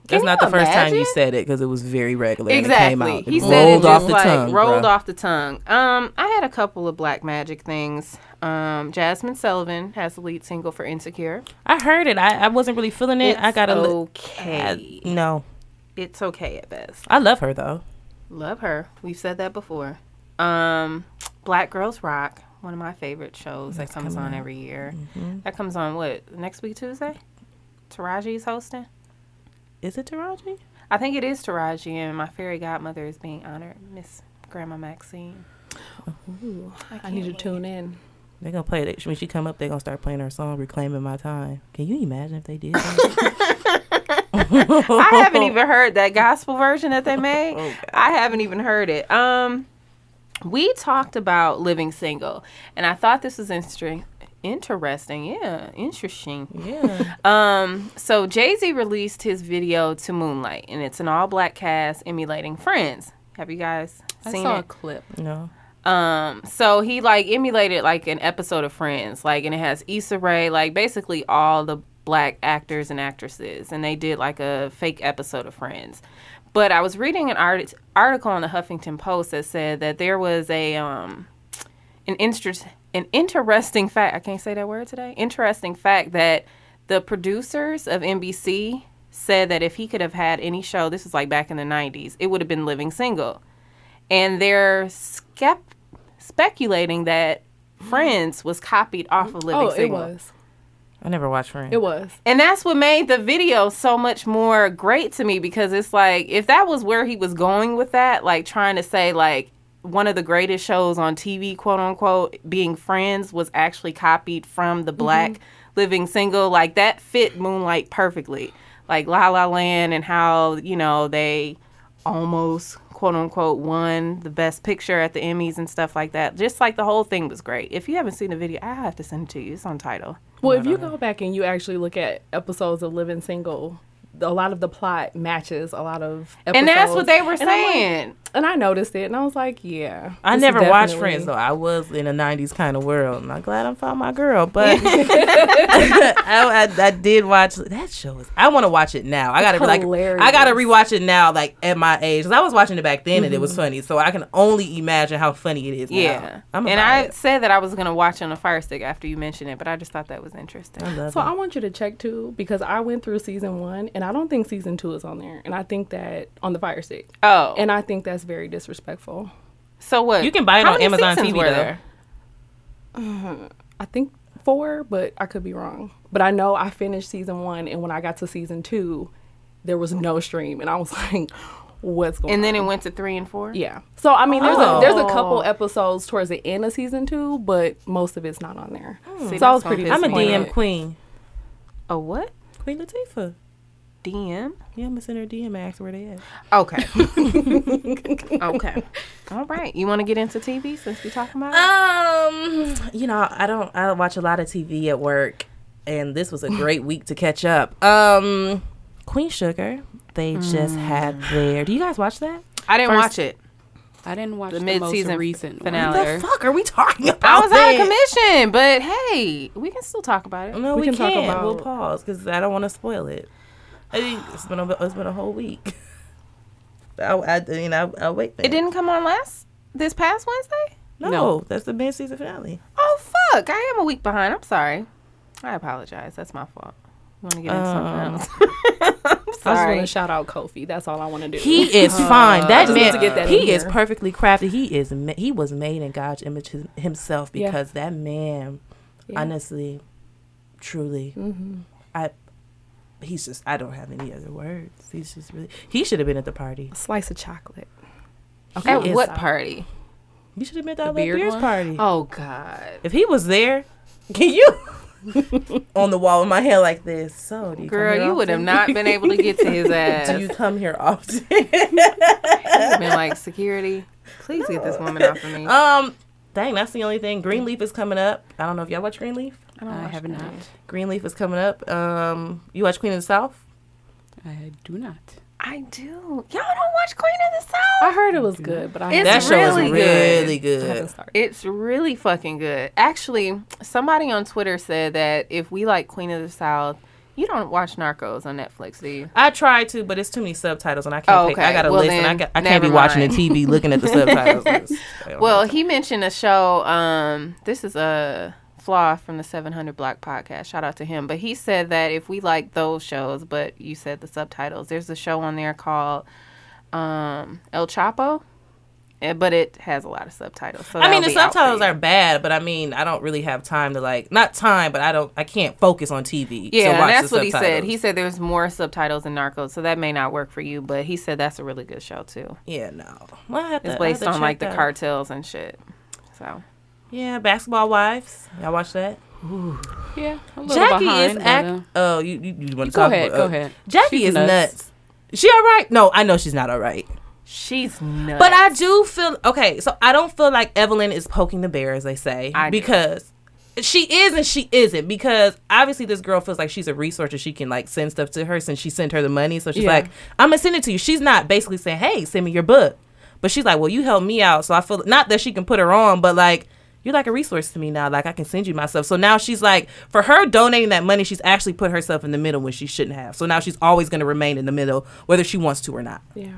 Speaker 1: That's
Speaker 2: Can
Speaker 1: not the
Speaker 2: you
Speaker 1: first time you
Speaker 2: imagine?
Speaker 1: said it because it was very regular. and It came
Speaker 2: Exactly.
Speaker 1: out.
Speaker 2: He
Speaker 1: It
Speaker 2: said
Speaker 1: rolled
Speaker 2: it
Speaker 1: off
Speaker 2: just
Speaker 1: the
Speaker 2: like
Speaker 1: tongue.
Speaker 2: rolled
Speaker 1: bruh.
Speaker 2: off the tongue. Um, I had a couple of black magic things. Um, Jasmine Sullivan has the lead single for Insecure.
Speaker 1: I heard it. I, I wasn't really feeling it.
Speaker 2: It's
Speaker 1: I got a li-
Speaker 2: okay.
Speaker 1: I- no.
Speaker 2: It's okay at best.
Speaker 1: I love her though.
Speaker 2: Love her. We've said that before. Um, Black Girls Rock, one of my favorite shows that comes on every year. That comes on what next week Tuesday. Taraji's hosting.
Speaker 1: Is it Taraji?
Speaker 2: I think it is Taraji, and my fairy godmother is being honored, Miss Grandma Maxine.
Speaker 4: I need to tune in.
Speaker 1: They're gonna play it. When she come up, they're gonna start playing her song "Reclaiming My Time." Can you imagine if they did? (laughs) That?
Speaker 2: I haven't even heard that gospel version that they made. I haven't even heard it. Um, we talked about living single, and I thought this was interesting. Interesting, yeah, interesting.
Speaker 1: yeah.
Speaker 2: Um, so Jay Z released his video to Moonlight, and it's an all black cast emulating Friends. Have you guys
Speaker 3: I
Speaker 2: seen
Speaker 3: saw a
Speaker 2: it?
Speaker 3: clip.
Speaker 1: No.
Speaker 2: Um, so he like emulated like an episode of Friends, like, and it has Issa Rae, like basically all the black actors and actresses, and they did like a fake episode of Friends. But I was reading an art- article on the Huffington Post that said that there was a um, an interest an interesting fact. I can't say that word today. Interesting fact that the producers of NBC said that if he could have had any show, this was like back in the '90s, it would have been Living Single and they're skep- speculating that Friends was copied off of Living
Speaker 4: Oh, it
Speaker 2: Single.
Speaker 4: was.
Speaker 1: I never watched Friends.
Speaker 4: It was.
Speaker 2: And that's what made the video so much more great to me because it's like if that was where he was going with that, like trying to say like one of the greatest shows on TV, quote unquote, being Friends was actually copied from
Speaker 4: Mm-hmm.
Speaker 2: the Black Living Single, like that fit Moonlight perfectly. Like La La Land and how, you know, they almost quote unquote won the best picture at the Emmys and stuff like that. Just like the whole thing was great. If you haven't seen the video, I have to send it to you. It's on title.
Speaker 4: Well, if you go back and you actually look at episodes of Living Single, a lot of the plot matches a lot of episodes.
Speaker 2: And that's what they were
Speaker 4: And I'm like-
Speaker 2: saying.
Speaker 4: And I noticed it, and I was like, yeah.
Speaker 1: I
Speaker 4: this is
Speaker 1: never watched
Speaker 4: definitely-
Speaker 1: Friends though. I was in a '90s kind of world, and I'm glad I found my girl. But (laughs) I, I, I did watch that show. Is, I want to watch it now. I gotta
Speaker 4: It's
Speaker 1: be like, I gotta rewatch it now, like at my age, because I was watching it back then and it was funny. So I can only imagine how funny it is. now.
Speaker 2: Yeah.
Speaker 1: I'm
Speaker 2: and
Speaker 1: about
Speaker 2: I
Speaker 1: it.
Speaker 2: said that I was going to watch on a fire stick after you mentioned it, but I just thought that was interesting.
Speaker 1: I love
Speaker 4: So
Speaker 1: it.
Speaker 4: I want you to check too, because I went through season one, and I don't think season two is on there. And I think that on the fire stick,
Speaker 2: Oh. And
Speaker 4: and I think that's very disrespectful.
Speaker 2: so what?
Speaker 1: You can buy it on
Speaker 2: How many
Speaker 1: Amazon
Speaker 2: seasons
Speaker 1: TV
Speaker 2: were
Speaker 1: though.
Speaker 2: there?
Speaker 4: I think four, but I could be wrong. But I know I finished season one, and when I got to season two, there was no stream, and I was (laughs) like, what's going on?
Speaker 2: And then it went to 3 and 4.
Speaker 4: Yeah. So I mean, there's a, there's a couple
Speaker 2: Oh.
Speaker 4: episodes towards the end of season two, but most of it's not on there.
Speaker 2: Hmm. See,
Speaker 4: so I
Speaker 2: that's
Speaker 4: was
Speaker 2: gonna
Speaker 4: pretty.
Speaker 2: piss
Speaker 1: I'm a
Speaker 2: me off.
Speaker 4: disappointed.
Speaker 1: DM queen.
Speaker 2: A Oh, what?
Speaker 1: Queen Latifah.
Speaker 2: DM?
Speaker 1: Yeah, I'm gonna send her a DM. Ask where they at.
Speaker 2: Okay. (laughs) okay. All right. You want to get into TV since we're talking about
Speaker 1: Uh,
Speaker 2: it?
Speaker 1: Um, you know, I don't. I watch a lot of TV at work, and this
Speaker 2: (sighs)
Speaker 1: was a great week to catch up. Um,
Speaker 2: Mm.
Speaker 1: Queen Sugar. They just had their. Do you guys watch that?
Speaker 2: I didn't
Speaker 1: first-
Speaker 2: watch it.
Speaker 3: I didn't watch
Speaker 2: The
Speaker 3: the,
Speaker 2: mid-season
Speaker 3: most recent
Speaker 2: finale.
Speaker 3: One.
Speaker 1: What the fuck are we talking about?
Speaker 2: I was out of
Speaker 1: that?
Speaker 2: commission, but hey, we can still talk about it.
Speaker 1: No, we,
Speaker 4: We
Speaker 1: can
Speaker 4: can talk
Speaker 1: not
Speaker 4: about-
Speaker 1: We'll pause because I don't want to spoil it. I think it's been a, it's been a whole week. (laughs) I, I, I mean, I, I wait.
Speaker 2: It didn't come on last this past Wednesday.
Speaker 1: No,
Speaker 3: No.
Speaker 1: that's the mid season finale.
Speaker 2: Oh fuck! I am a week behind. I'm sorry. I apologize. That's my fault. Want to get into
Speaker 1: Um,
Speaker 2: something else? (laughs) I'm
Speaker 4: I just want
Speaker 2: sorry.
Speaker 4: to shout out Kofi. That's all I want to do.
Speaker 1: He is fine. That
Speaker 4: just need
Speaker 1: man,
Speaker 4: to get that in
Speaker 1: he is
Speaker 4: here.
Speaker 1: perfectly crafted. He is. ma- He was made in God's image his- himself
Speaker 4: Yeah.
Speaker 1: because that man,
Speaker 4: Yeah.
Speaker 1: honestly, truly,
Speaker 4: Mhm.
Speaker 1: I. He's just. I don't have any other words. He's just really. He should have been at the party.
Speaker 4: a (laughs) slice of chocolate.
Speaker 2: At
Speaker 1: He is-
Speaker 2: what party?
Speaker 1: He should have been at that
Speaker 3: The
Speaker 1: little
Speaker 3: beard
Speaker 1: beers
Speaker 3: one?
Speaker 1: party.
Speaker 2: Oh God,
Speaker 1: If he was there, (laughs) can you? (laughs) on the wall with my hair like this. So, do you come
Speaker 2: girl,
Speaker 1: here
Speaker 2: you would have
Speaker 1: often?
Speaker 2: not been able to get to his ass.
Speaker 1: Do you come here often? (laughs)
Speaker 2: You've been like security. Please get this woman off of me.
Speaker 1: um, dang, that's the only thing. Greenleaf is coming up. I don't know if y'all watch Greenleaf.
Speaker 2: don't
Speaker 3: I
Speaker 2: watch
Speaker 3: have
Speaker 2: that.
Speaker 3: not.
Speaker 1: Greenleaf is coming up. Um, you watch Queen of the South?
Speaker 3: I do not.
Speaker 2: I do. Y'all don't watch Queen of the South.
Speaker 4: I heard it was good, but I
Speaker 2: It's
Speaker 1: that
Speaker 4: haven't-
Speaker 1: show
Speaker 2: really
Speaker 1: is
Speaker 2: good.
Speaker 1: really
Speaker 4: I haven't
Speaker 1: good.
Speaker 4: started.
Speaker 2: It's really fucking good. Actually, somebody on Twitter said that if we like Queen of the South, you don't watch Narcos on Netflix, do you?
Speaker 1: I try to, but it's too many subtitles, and I can't.
Speaker 2: Oh,
Speaker 1: pick-
Speaker 2: okay.
Speaker 1: I gotta
Speaker 2: Well,
Speaker 1: listen. I,
Speaker 2: then,
Speaker 1: got, I can't
Speaker 2: never
Speaker 1: be watching the
Speaker 2: mind.
Speaker 1: TV looking at the
Speaker 2: (laughs)
Speaker 1: subtitles. It's- I don't
Speaker 2: Well,
Speaker 1: know.
Speaker 2: he mentioned a show. Um, this is a flaw from the 700 Block podcast. Shout out to him. But he said that if we like those shows, but you said the subtitles, there's a show on there called um, El Chapo, eh, but it has a lot of subtitles. So
Speaker 1: I mean,
Speaker 2: that'll
Speaker 1: the
Speaker 2: be out for
Speaker 1: subtitles
Speaker 2: you.
Speaker 1: are bad, but I mean, I don't really have time to like. Not time, but I don't. I can't focus on TV. to
Speaker 2: Yeah,
Speaker 1: watch
Speaker 2: and that's
Speaker 1: the
Speaker 2: what he said.
Speaker 1: subtitles.
Speaker 2: He said there's more subtitles in Narcos, so that may not work for you, but he said that's a really good show too.
Speaker 1: Yeah, no. Well, I have to,
Speaker 2: It's
Speaker 1: I
Speaker 2: based
Speaker 1: have to
Speaker 2: on like the
Speaker 1: check that.
Speaker 2: cartels and shit. So
Speaker 1: Yeah, Basketball Wives. Y'all watch that?
Speaker 3: Yeah, a little
Speaker 1: Jackie
Speaker 3: behind,
Speaker 1: is
Speaker 3: but,
Speaker 1: act.
Speaker 3: uh,
Speaker 1: oh, you you, want
Speaker 3: you
Speaker 1: to
Speaker 3: go
Speaker 1: talk
Speaker 3: ahead,
Speaker 1: about?
Speaker 3: go
Speaker 1: uh,
Speaker 3: ahead.
Speaker 1: Jackie
Speaker 3: She's
Speaker 1: is nuts. She all right? No, I know she's not all right.
Speaker 2: she's nuts.
Speaker 1: But I do feel okay. So I don't feel like Evelyn is poking the bear, as they say,
Speaker 2: I do.
Speaker 1: because she is and she isn't. Because obviously, this girl feels like she's a resource and she can like send stuff to her since she sent her the money. So she's
Speaker 3: Yeah.
Speaker 1: like, "I'm gonna send it to you." She's not basically saying, "Hey, send me your book," but she's like, "Well, you helped me out, so I feel not that she can put her on, but like." You're like a resource to me now. Like I can send you myself. So now she's like, for her donating that money, she's actually put herself in the middle when she shouldn't have. So now she's always going to remain in the middle, whether she wants to or not.
Speaker 4: Yeah.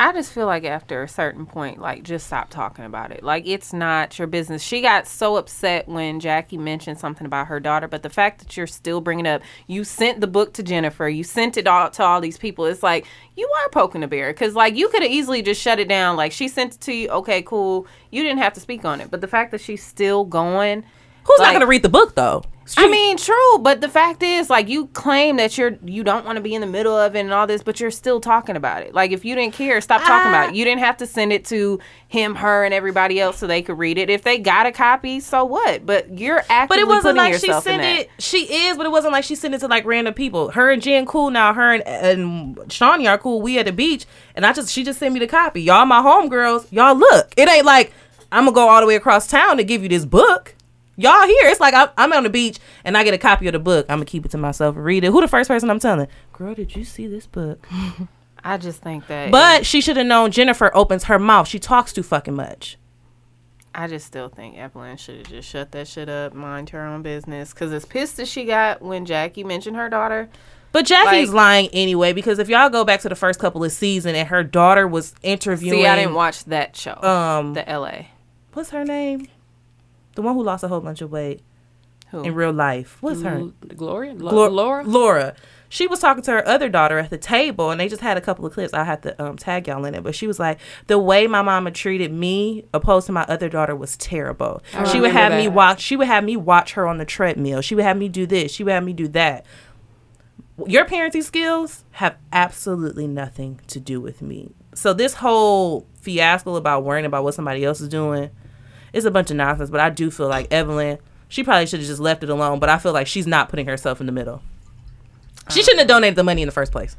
Speaker 2: I just feel like after a certain point, like just stop talking about it. Like it's not your business. She got so upset when Jackie mentioned something about her daughter, but the fact that you're still bringing it up, you sent the book to Jennifer, you sent it all to all these people. It's like you are poking a bear because like you could have easily just shut it down. Like she sent it to you, okay, cool. You didn't have to speak on it, but the fact that she's still going.
Speaker 1: Who's not
Speaker 2: Like-
Speaker 1: going to read the book though?
Speaker 2: I mean, true, but the fact is, like, you claim that you're you don't want to be in the middle of it and all this, but you're still talking about it. Like, if you didn't care, stop talking
Speaker 1: Uh,
Speaker 2: about it. You didn't have to send it to him, her, and everybody else so they could read it. If they got a copy, so what? But you're actively
Speaker 1: But it
Speaker 2: putting
Speaker 1: wasn't like she
Speaker 2: yourself in
Speaker 1: sent
Speaker 2: that.
Speaker 1: it. She is, but it wasn't like she sent it to like random people. Her and Jen cool now. Her and, and Shawnee are cool. We at the beach, and I just she just sent me the copy. Y'all my homegirls. Y'all look. It ain't like I'm gonna go all the way across town to give you this book. Y'all here? It's like I'm, I'm on the beach and I get a copy of the book. I'm gonna keep it to myself and read it. Who the first person I'm telling? Girl, did you see this book?
Speaker 2: (gasps) I just think that,
Speaker 1: But she should have known. Jennifer opens her mouth. She talks too fucking much.
Speaker 2: I just still think Evelyn should have just shut that shit up, mind her own business. Because as pissed as she got when Jackie mentioned her daughter,
Speaker 1: But Jackie's
Speaker 2: Like-
Speaker 1: lying anyway because if y'all go back to the first couple of season and her daughter was interviewing,
Speaker 2: see, I didn't watch that show,
Speaker 1: um,
Speaker 2: the L.A.
Speaker 1: what's her name? The one who lost a whole bunch of weight
Speaker 2: Who?
Speaker 1: in real life. What's her?
Speaker 3: L- Gloria, Lo-
Speaker 1: Glor-
Speaker 3: Laura.
Speaker 1: Laura. She was talking to her other daughter at the table, and they just had a couple of clips. I have to um, tag y'all in it, but she was like, "The way my mama treated me, opposed to my other daughter, was terrible.
Speaker 2: Oh,
Speaker 3: I
Speaker 1: she would
Speaker 3: remember
Speaker 1: have me
Speaker 3: that.
Speaker 1: watch. She would have me watch her on the treadmill. She would have me do this. She would have me do that. Your parenting skills have absolutely nothing to do with me. So this whole fiasco about worrying about what somebody else is doing, it's a bunch of nonsense. But I do feel like Evelyn, she probably should have just left it alone. But I feel like she's not putting herself in the middle. She shouldn't have donated the money in the first place.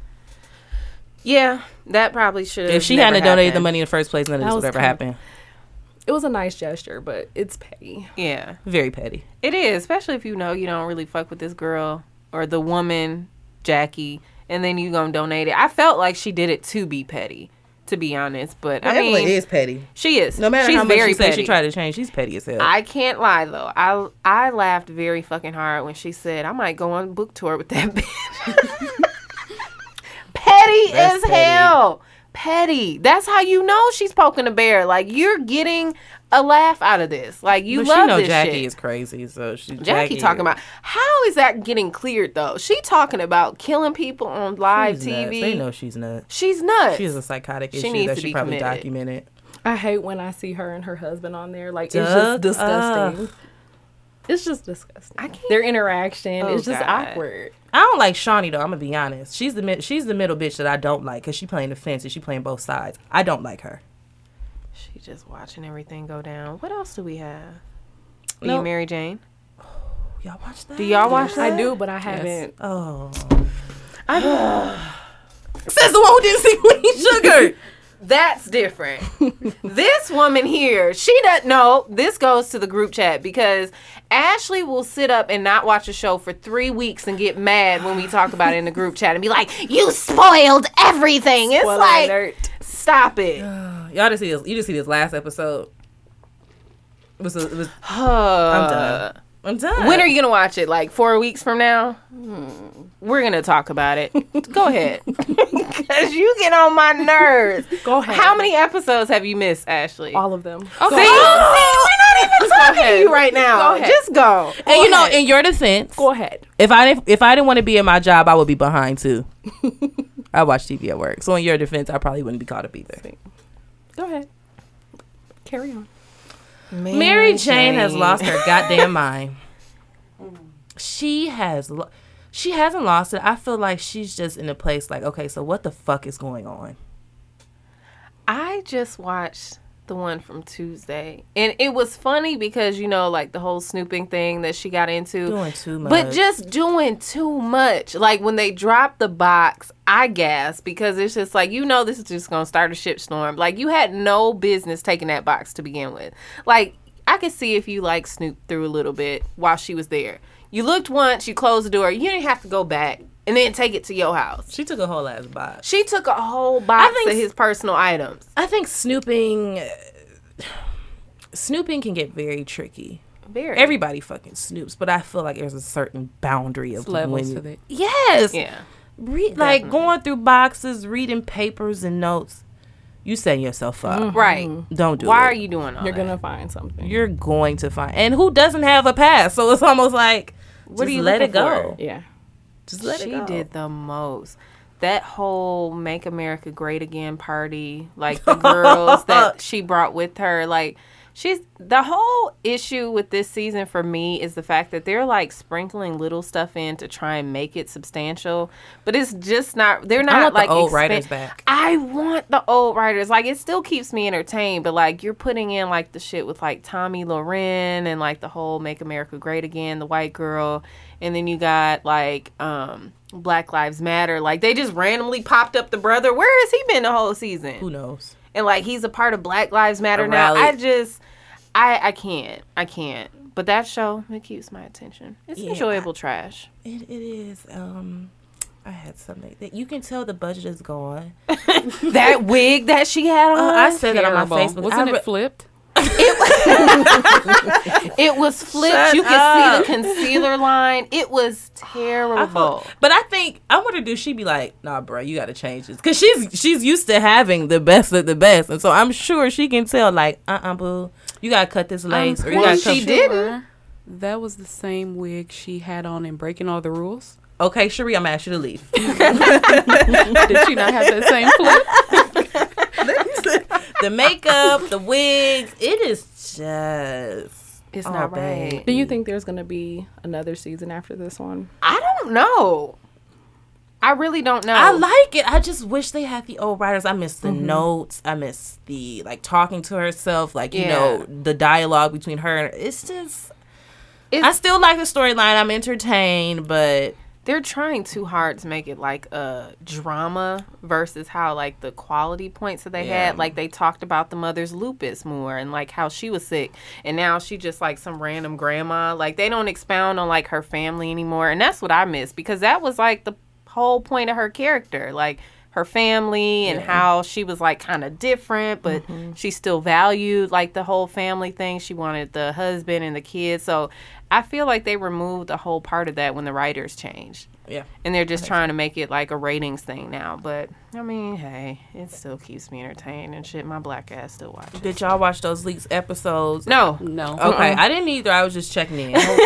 Speaker 2: Yeah, that probably should have.
Speaker 1: If she
Speaker 2: never
Speaker 1: hadn't donated the
Speaker 2: happened.
Speaker 1: money in the first place, none of
Speaker 4: That
Speaker 1: this
Speaker 4: was
Speaker 1: would ever
Speaker 4: kind of-
Speaker 1: happen.
Speaker 4: It was a nice gesture, but it's petty.
Speaker 2: yeah.
Speaker 1: Very petty.
Speaker 2: It is, especially if you know you don't really fuck with this girl or the woman, Jackie, and then you gonna donate it. I felt like she did it to be petty, to be honest. But I
Speaker 1: Evelyn
Speaker 2: mean,
Speaker 1: is petty.
Speaker 2: she is.
Speaker 1: No matter
Speaker 2: she's
Speaker 1: how much
Speaker 2: very
Speaker 1: you say
Speaker 2: petty.
Speaker 1: she tried to change, she's petty as hell.
Speaker 2: I can't lie though. I I laughed very fucking hard when she said I might go on book tour with
Speaker 1: (laughs)
Speaker 2: that (laughs) bitch. petty
Speaker 1: That's
Speaker 2: as
Speaker 1: petty.
Speaker 2: hell. Petty. That's how you know she's poking a bear. Like you're getting a laugh out of this. Like you
Speaker 1: but
Speaker 2: love
Speaker 1: she know
Speaker 2: this
Speaker 1: Jackie
Speaker 2: shit.
Speaker 1: is crazy, so she
Speaker 2: Jackie, talking about how is that getting cleared though? She talking about killing people on live
Speaker 1: she's nuts.
Speaker 2: TV.
Speaker 1: They know she's nuts.
Speaker 2: She's nuts.
Speaker 1: She has a psychotic
Speaker 2: She
Speaker 1: issue
Speaker 2: needs
Speaker 1: that
Speaker 2: to
Speaker 1: she
Speaker 2: be
Speaker 1: probably
Speaker 2: committed.
Speaker 1: documented.
Speaker 4: I hate when I see her and her husband on there. Like it's
Speaker 1: Duck
Speaker 4: just disgusting. It's just disgusting.
Speaker 2: I can't-
Speaker 4: Their interaction
Speaker 2: Oh,
Speaker 4: is just
Speaker 2: God.
Speaker 4: awkward.
Speaker 1: I don't like Shawnee though. I'm gonna be honest. She's the mid- she's the middle bitch that I don't like because she playing the fence and she playing both sides. I don't like her.
Speaker 2: She just watching everything go down. What else do we have? Are
Speaker 1: Nope.
Speaker 2: you Mary Jane?
Speaker 1: Y'all watch that?
Speaker 2: Do y'all watch that?
Speaker 4: I do, but I haven't.
Speaker 1: Oh. (sighs) Says the one who didn't see (laughs) Queen
Speaker 2: (laughs)
Speaker 1: Sugar. (laughs)
Speaker 2: That's different. this woman here, she doesn't know. This goes to the group chat because Ashley will sit up and not watch a show for three weeks and get mad when we talk about it in the group chat and be like, "You spoiled everything." It's
Speaker 4: Spoiler
Speaker 2: like,
Speaker 4: alert.
Speaker 2: stop it.
Speaker 1: y'all just see this. You just see this last episode. It was, it was, I'm
Speaker 2: Uh,
Speaker 1: done. I'm done.
Speaker 2: When are you gonna watch it? Like four weeks from now? Hmm, We're gonna talk about it. Go (laughs) ahead, because you get on my nerves.
Speaker 4: Go ahead.
Speaker 2: How many episodes have you missed, Ashley?
Speaker 4: All of them.
Speaker 2: See,
Speaker 1: (gasps)
Speaker 2: see, we're not even talking to you right now.
Speaker 4: Go ahead.
Speaker 2: Just go.
Speaker 1: And you know, in your defense,
Speaker 4: Go ahead.
Speaker 1: if I didn't, if I didn't want to be in my job, I would be behind too. I watch TV at work, so in your defense, I probably wouldn't be caught up either.
Speaker 4: Go ahead. Carry on.
Speaker 2: Mary,
Speaker 1: Mary Jane has lost her goddamn mind. She has lo- she hasn't lost it. I feel like she's just in a place like, okay, so what the fuck is going on?
Speaker 2: I just watched the one from Tuesday, and it was funny because you know, like the whole snooping thing that she got into,
Speaker 1: Doing too much.
Speaker 2: but just doing too much. Like when they dropped the box, I gasped because it's just like you know, this is just gonna start a shit storm. Like you had no business taking that box to begin with. Like I could see if you like snooped through a little bit while she was there. You looked once, you closed the door, you didn't have to go back and then take it to your house.
Speaker 1: she took a whole ass box.
Speaker 2: She took a whole box
Speaker 1: think
Speaker 2: of
Speaker 1: s-
Speaker 2: his personal items.
Speaker 1: I think snooping snooping can get very tricky.
Speaker 2: Very.
Speaker 1: Everybody fucking snoops, but I feel like there's a certain boundary of
Speaker 3: Levels
Speaker 1: when
Speaker 3: to
Speaker 1: you-
Speaker 3: that.
Speaker 1: Yes.
Speaker 2: Yeah.
Speaker 1: Re- like going through boxes, reading papers and notes. You setting yourself up.
Speaker 2: Right.
Speaker 1: Don't do
Speaker 2: Why
Speaker 1: it.
Speaker 2: are you doing all
Speaker 4: You're
Speaker 2: that?
Speaker 4: gonna find something.
Speaker 1: you're going to find and who doesn't have a past so it's almost like what
Speaker 2: are
Speaker 1: do
Speaker 2: you
Speaker 1: you let it
Speaker 2: looking
Speaker 1: go
Speaker 4: yeah.
Speaker 1: just let
Speaker 2: she
Speaker 1: it go
Speaker 2: did the most. That whole "Make America Great Again" party, like
Speaker 1: (laughs)
Speaker 2: the girls that she brought with her, like she's the whole issue with this season for me is the fact that they're like sprinkling little stuff in to try and make it substantial, but it's just not. They're not
Speaker 1: want the
Speaker 2: like
Speaker 1: old writers back.
Speaker 2: I want the old writers. Like it still keeps me entertained, but like you're putting in like the shit with like Tommy Loren and like the whole Make America Great Again, the white girl, and then you got like um Black Lives Matter. Like they just randomly popped up the brother. Where has he been the whole season?
Speaker 1: who knows
Speaker 2: and like he's a part of Black Lives Matter
Speaker 1: A
Speaker 2: now.
Speaker 1: rally.
Speaker 2: I just, I I can't, I can't. But that show it keeps my attention. It's
Speaker 1: Yeah.
Speaker 2: enjoyable trash.
Speaker 1: (laughs) it, it is um i had something that you can tell the budget is gone
Speaker 2: That wig that she had on,
Speaker 1: Uh, Uh-huh. i said that on my
Speaker 3: Terrible.
Speaker 1: facebook
Speaker 3: Wasn't
Speaker 1: I re-
Speaker 3: it flipped?
Speaker 2: it was flipped.
Speaker 1: Shut
Speaker 2: you could
Speaker 1: up.
Speaker 2: see the concealer line. It was
Speaker 1: (gasps) I
Speaker 2: terrible.
Speaker 1: thought- but I think I wonder do she be like, nah, bro, you gotta change this because she's she's used to having the best of the best, and so I'm sure she can tell like, uh, uh boo, you gotta cut this lace or you
Speaker 2: pretty
Speaker 1: gotta
Speaker 2: sure-
Speaker 1: cut.
Speaker 2: she didn't.
Speaker 3: That was the same wig she had on in Breaking All the Rules.
Speaker 1: Okay, Cherie, I'm gonna ask you to leave.
Speaker 3: (laughs) Did she not have that same flip?
Speaker 1: the makeup, the wigs, it is just
Speaker 2: It's
Speaker 1: Oh,
Speaker 2: not right.
Speaker 1: babe.
Speaker 4: Do you think there's gonna be another season after this one?
Speaker 2: I don't know. I really don't know.
Speaker 1: I like it. I just wish they had the old writers. I miss the
Speaker 2: Mm-hmm.
Speaker 1: notes. I miss the like talking to herself, like you
Speaker 2: Yeah.
Speaker 1: know the dialogue between her. and It's just.
Speaker 2: It's-
Speaker 1: I still like the storyline. I'm entertained, but
Speaker 2: they're trying too hard to make it like a drama versus how like the quality points that they had like they talked about the mother's lupus more and like how she was sick and now she just like some random grandma like they don't expound on like her family anymore and that's what i miss because that was like the whole point of her character like her family and how she was like kind of different, but she still valued like the whole family thing. She wanted the husband and the kids. So I feel like they removed a whole part of that when the writers changed.
Speaker 1: Yeah.
Speaker 2: And they're just trying to make it like a ratings thing now. But I mean, hey, it still keeps me entertained and shit. My black ass still watches.
Speaker 1: Did y'all watch those leaks episodes?
Speaker 2: (laughs) No.
Speaker 3: Oh, No.
Speaker 1: Okay, I didn't either. I was just checking in. Okay.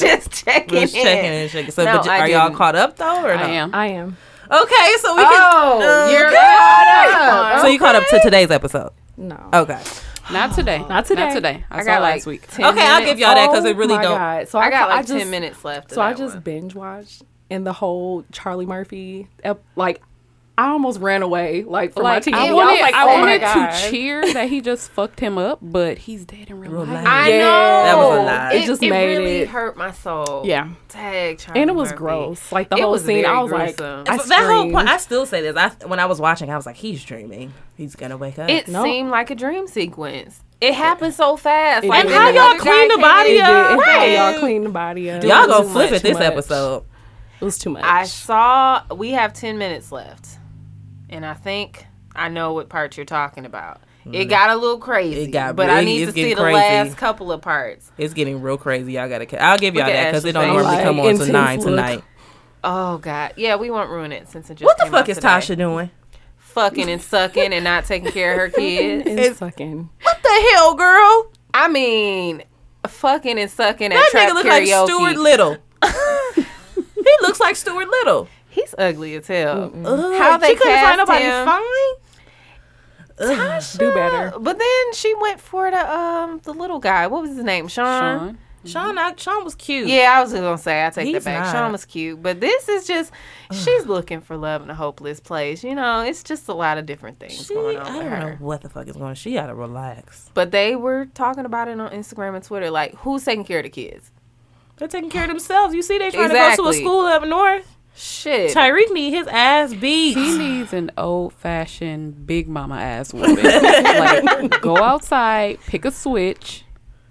Speaker 2: Just checking.
Speaker 1: just checking in. Checking. So,
Speaker 2: No,
Speaker 1: but
Speaker 2: I
Speaker 1: are y'all
Speaker 2: didn't.
Speaker 1: caught up though, or no?
Speaker 3: I am.
Speaker 4: I am.
Speaker 1: Okay, so we
Speaker 2: Oh,
Speaker 1: can.
Speaker 2: you're
Speaker 1: Okay.
Speaker 2: caught up.
Speaker 1: So you caught up to today's episode.
Speaker 4: No.
Speaker 2: Oh.
Speaker 1: Okay.
Speaker 3: Not today. Not
Speaker 4: today.
Speaker 3: Not today. I,
Speaker 2: I
Speaker 3: saw
Speaker 2: got like
Speaker 3: last week.
Speaker 2: 10
Speaker 1: Okay, I'll
Speaker 2: minutes.
Speaker 1: give y'all that because
Speaker 4: Oh
Speaker 1: it really
Speaker 4: my
Speaker 1: don't.
Speaker 4: God. So
Speaker 2: I got like
Speaker 4: I just,
Speaker 2: ten minutes left. of
Speaker 4: So I
Speaker 2: that
Speaker 4: just
Speaker 2: one.
Speaker 4: binge watched and the whole Charlie Murphy, ep- like I almost ran away like from
Speaker 3: Like
Speaker 4: my TV.
Speaker 3: I
Speaker 4: was
Speaker 3: wanted,
Speaker 4: like,
Speaker 3: I
Speaker 4: oh my
Speaker 3: wanted
Speaker 4: God.
Speaker 3: to cheer that he just fucked him up, but he's dead in real,
Speaker 1: Real
Speaker 3: life.
Speaker 1: life.
Speaker 2: I
Speaker 4: Yeah.
Speaker 2: know
Speaker 4: That
Speaker 1: was a lie.
Speaker 4: It just made
Speaker 2: really
Speaker 4: it-
Speaker 2: hurt my soul.
Speaker 4: Yeah.
Speaker 2: Tag Charlie
Speaker 4: And it was
Speaker 2: Murphy.
Speaker 4: gross. Like the
Speaker 2: It
Speaker 4: whole
Speaker 2: was
Speaker 4: scene,
Speaker 2: very
Speaker 4: I was
Speaker 2: gruesome.
Speaker 4: like, I
Speaker 1: But that whole
Speaker 4: screamed.
Speaker 1: point, I still say this. I when I was watching, I was like, he's dreaming. He's gonna wake up.
Speaker 2: It
Speaker 4: No.
Speaker 2: seemed like a dream sequence. It happened so fast.
Speaker 4: It
Speaker 2: like
Speaker 4: did.
Speaker 2: then
Speaker 4: And how
Speaker 2: another
Speaker 1: y'all
Speaker 2: guy
Speaker 1: clean the
Speaker 2: came
Speaker 1: body
Speaker 2: in.
Speaker 4: It did. And how
Speaker 1: Right.
Speaker 4: y'all cleaned the body up.
Speaker 1: y'all
Speaker 4: It was
Speaker 1: gonna
Speaker 4: too
Speaker 1: flip
Speaker 4: much,
Speaker 1: at this
Speaker 4: too much.
Speaker 1: episode.
Speaker 4: It was too much.
Speaker 2: I saw we have 10 minutes left. And I think I know what part you're talking about. It got a little crazy.
Speaker 1: Mm. It got
Speaker 2: but I
Speaker 1: big.
Speaker 2: need
Speaker 1: It's
Speaker 2: to see
Speaker 1: getting
Speaker 2: the
Speaker 1: crazy.
Speaker 2: last couple of parts.
Speaker 1: It's getting real crazy. Y'all gotta. ca- I'll give y'all
Speaker 2: Look at
Speaker 1: that because it don't
Speaker 2: Ashley's face.
Speaker 1: normally come
Speaker 4: Like,
Speaker 1: on
Speaker 4: intense
Speaker 1: to nine
Speaker 4: look.
Speaker 1: tonight.
Speaker 2: Oh god. Yeah, we won't ruin it since it just
Speaker 1: What the
Speaker 2: came out
Speaker 1: fuck is
Speaker 2: today.
Speaker 1: Tasha doing?
Speaker 2: Fucking and sucking and not taking
Speaker 1: (laughs)
Speaker 2: care of her kids.
Speaker 4: it's fucking.
Speaker 1: What the hell, girl?
Speaker 2: I mean, fucking and sucking at
Speaker 1: That
Speaker 2: trap
Speaker 1: nigga look like
Speaker 2: karaoke.
Speaker 1: Stuart (laughs) Little. he looks like Stuart Little.
Speaker 2: He's ugly as hell.
Speaker 1: Ugh,
Speaker 2: How they
Speaker 1: she couldn't
Speaker 2: cast
Speaker 1: find nobody
Speaker 2: him.
Speaker 1: fine. Ugh.
Speaker 2: Tasha.
Speaker 4: Do better.
Speaker 2: Uh, But then she went for the um the little guy. What was his name? Sean.
Speaker 3: Sean.
Speaker 1: Sean, I, Sean was cute.
Speaker 2: Yeah, I was gonna say I take
Speaker 1: He's
Speaker 2: that back.
Speaker 1: not.
Speaker 2: Sean was cute, but this is just she's looking for love in a hopeless place. You know, it's just a lot of different things
Speaker 1: She,
Speaker 2: going on
Speaker 1: I
Speaker 2: with
Speaker 1: don't
Speaker 2: her.
Speaker 1: know what the fuck is going on. She gotta relax.
Speaker 2: But they were talking about it on Instagram and Twitter. Like, who's taking care of the kids?
Speaker 1: They're taking care of themselves. You see, they trying to go to a
Speaker 2: Exactly.
Speaker 1: school up north.
Speaker 2: Shit.
Speaker 1: Tyreek need his ass beat.
Speaker 3: (sighs) He needs an old fashioned big mama ass whooping. like, (laughs) go outside, pick a switch,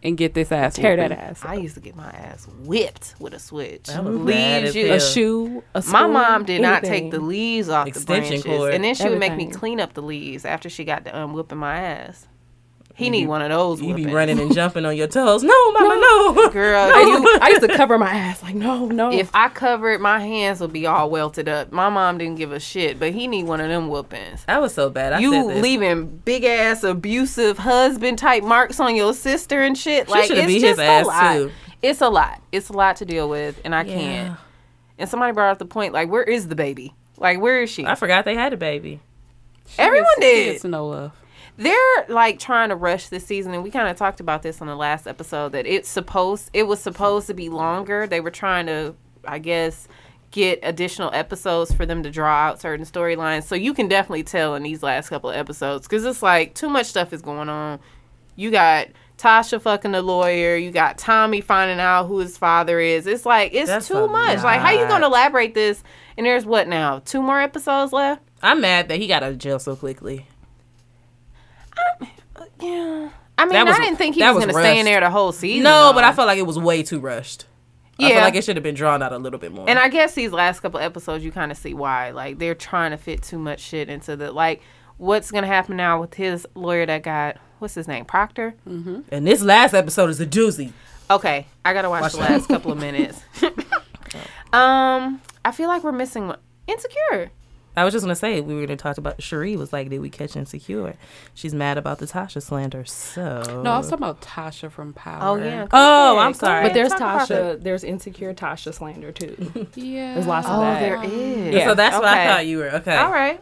Speaker 3: and get this ass
Speaker 4: Tear that
Speaker 3: whooping.
Speaker 4: ass.
Speaker 2: I used to get my ass whipped with a switch.
Speaker 1: That was bad as
Speaker 2: Leaves you
Speaker 1: hell.
Speaker 4: A shoe, a
Speaker 2: My
Speaker 4: spoon,
Speaker 2: mom did not take the
Speaker 4: anything.
Speaker 2: leaves off
Speaker 1: Extension
Speaker 2: the branches,
Speaker 1: cord.
Speaker 2: and then she would make me
Speaker 4: Everything.
Speaker 2: clean up the leaves after she got done whipping my ass. He need one of those.
Speaker 1: You be
Speaker 2: whippings.
Speaker 1: running (laughs) and jumping on your toes. No, mama, (laughs) no.
Speaker 2: (laughs) girl.
Speaker 4: I
Speaker 2: if
Speaker 4: used,
Speaker 2: you-
Speaker 4: to, I used to cover my ass like no, no.
Speaker 2: if I covered, my hands would be all welted up. My mom didn't give a shit, but he need one of them whoopings.
Speaker 1: That was so bad. I
Speaker 2: You
Speaker 1: said this.
Speaker 2: leaving big ass abusive husband type marks on your sister and shit. like
Speaker 1: shoulda
Speaker 2: it's
Speaker 1: beat his
Speaker 2: just a
Speaker 1: ass,
Speaker 2: lot.
Speaker 1: too.
Speaker 2: It's a lot. It's a lot to deal with, and I
Speaker 1: Yeah.
Speaker 2: can't. And somebody brought up the point, like, where is the baby? Like, where is she?
Speaker 1: I forgot they had a baby.
Speaker 3: She
Speaker 2: Everyone
Speaker 3: gets- she
Speaker 2: did.
Speaker 3: gets no love.
Speaker 2: they're like trying to rush this season and we kind of talked about this on the last episode that it's supposed it was supposed to be longer they were trying to i guess get additional episodes for them to draw out certain storylines so you can definitely tell in these last couple of episodes because it's like too much stuff is going on you got tasha fucking the lawyer you got tommy finding out who his father is it's like it's
Speaker 1: That's
Speaker 2: too
Speaker 1: a
Speaker 2: much like how you
Speaker 1: lot.
Speaker 2: gonna elaborate this and there's what now two more episodes left
Speaker 1: I'm mad that he got out of jail so quickly.
Speaker 2: yeah I mean,
Speaker 1: That was-
Speaker 2: I didn't think he
Speaker 1: that
Speaker 2: was,
Speaker 1: was
Speaker 2: going to stay in
Speaker 1: rushed.
Speaker 2: there the whole season.
Speaker 1: No,
Speaker 2: though.
Speaker 1: but I felt like it was way too rushed. I feel
Speaker 2: Yeah.
Speaker 1: like it should have been drawn out a little bit more.
Speaker 2: And I guess these last couple episodes, you kind of see why. Like they're trying to fit too much shit into the like. What's gonna happen now with his lawyer that got what's his name Proctor?
Speaker 1: Mm. and this last episode is a doozy.
Speaker 2: Okay, I gotta watch, the
Speaker 1: that.
Speaker 2: last couple of
Speaker 1: (laughs)
Speaker 2: minutes. um, I feel like we're missing one. Insecure.
Speaker 1: I was just gonna say we were gonna talk about Cherie was like, did we catch insecure? She's mad about the Tasha slander. So
Speaker 3: No, I was talking about Tasha from Power.
Speaker 2: Oh yeah.
Speaker 1: Oh, I'm
Speaker 2: Go
Speaker 1: sorry.
Speaker 2: ahead,
Speaker 4: but there's
Speaker 2: talk about it.
Speaker 4: Tasha, there's insecure Tasha slander too.
Speaker 3: Yeah.
Speaker 4: There's lots of
Speaker 2: Oh,
Speaker 4: that.
Speaker 2: there is.
Speaker 1: So that's what I
Speaker 2: Okay.
Speaker 1: thought you were. Okay.
Speaker 2: All right.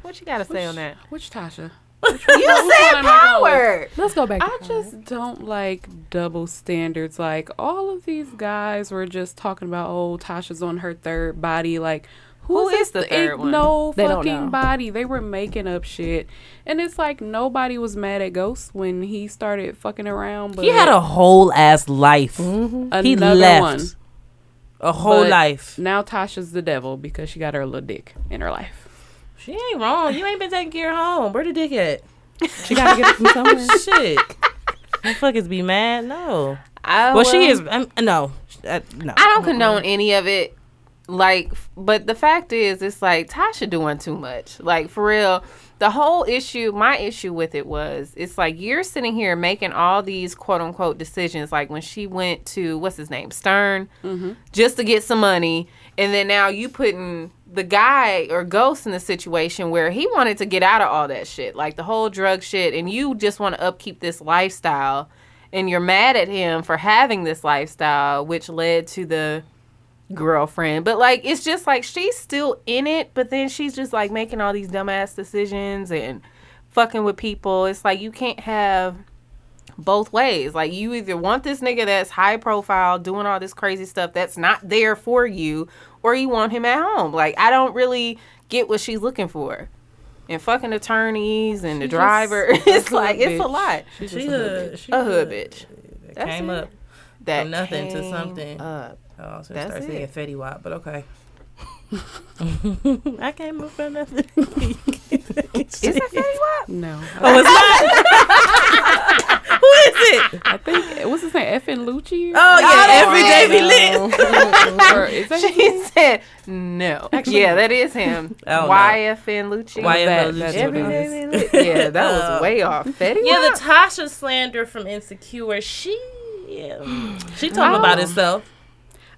Speaker 2: What you gotta say on that?
Speaker 3: Which Tasha?
Speaker 2: You said
Speaker 3: one am I
Speaker 2: power.
Speaker 4: Let's go back. To
Speaker 3: I just don't like double standards. Like all of these guys were just talking about, oh, Tasha's on her third body. Like
Speaker 2: Who is the third
Speaker 3: ain't
Speaker 2: one?
Speaker 3: No
Speaker 4: They don't know.
Speaker 3: fucking body. They were making up shit, and it's like nobody was mad at Ghost when he started fucking around. But
Speaker 1: He had a whole ass life.
Speaker 2: Mm-hmm.
Speaker 1: He
Speaker 3: another
Speaker 1: left.
Speaker 3: one.
Speaker 1: A whole
Speaker 3: But
Speaker 1: life.
Speaker 3: Now Tasha's the devil because she got her little dick in her life.
Speaker 1: She ain't wrong. You ain't been taking care of home. Where the dick at?
Speaker 4: she gotta get
Speaker 2: (laughs)
Speaker 4: it from somewhere.
Speaker 1: Shit. The fuckers be mad? No.
Speaker 2: I Oh,
Speaker 1: Well, she
Speaker 2: will-
Speaker 1: is. Um, no. Uh, no.
Speaker 2: I don't condone any of it. Like, f- but the fact is, it's like Tasha doing too much. Like, for real, the whole issue, my issue with it was, it's like you're sitting here making all these quote unquote decisions. Like, when she went to, what's his name, Stern, just to get some money. And then now you putting the guy or Ghost in the situation where he wanted to get out of all that shit, like the whole drug shit. And you just want to upkeep this lifestyle. And you're mad at him for having this lifestyle, which led to the girlfriend. But like it's just like she's still in it, but then she's just like making all these dumbass decisions and fucking with people. It's like you can't have both ways. Like you either want this nigga that's high profile doing all this crazy stuff that's not there for you, or you want him at home. Like I don't really get what she's looking for. And fucking attornees and the
Speaker 3: just
Speaker 2: driver. (laughs) It's like it's a
Speaker 3: bitch.
Speaker 2: lot.
Speaker 3: She's
Speaker 1: She
Speaker 3: just a hood
Speaker 1: a, she
Speaker 2: A hood bitch.
Speaker 1: It
Speaker 2: That's
Speaker 1: came
Speaker 2: it.
Speaker 1: up. Oh,
Speaker 2: That
Speaker 1: From nothing to
Speaker 2: came
Speaker 1: something. (laughs)
Speaker 2: Up.
Speaker 1: Oh, I was gonna
Speaker 2: That's
Speaker 1: start singing
Speaker 2: it.
Speaker 1: Fetty Wap, but okay. (laughs) I came up from (laughs) nothing.
Speaker 2: Is it Fetty Wap?
Speaker 3: No,
Speaker 1: Oh, it's not. Who is it?
Speaker 3: I think what's his name? Effing Lucci.
Speaker 1: Oh yeah, every day we live.
Speaker 3: lit. (laughs) or is that his
Speaker 2: She said, "No, yeah, that is (laughs) him."
Speaker 1: I don't know.
Speaker 2: YFN Lucci.
Speaker 1: YFN
Speaker 3: That-
Speaker 1: Lucci.
Speaker 3: that's what
Speaker 2: Every
Speaker 3: it
Speaker 2: day
Speaker 3: is.
Speaker 2: they lit. (laughs) Yeah, that was
Speaker 1: Oh.
Speaker 2: way off. Fetty
Speaker 1: Yeah,
Speaker 2: Wap?
Speaker 1: the Tasha slander from Insecure. She, yeah, she talking
Speaker 3: Oh.
Speaker 1: about herself.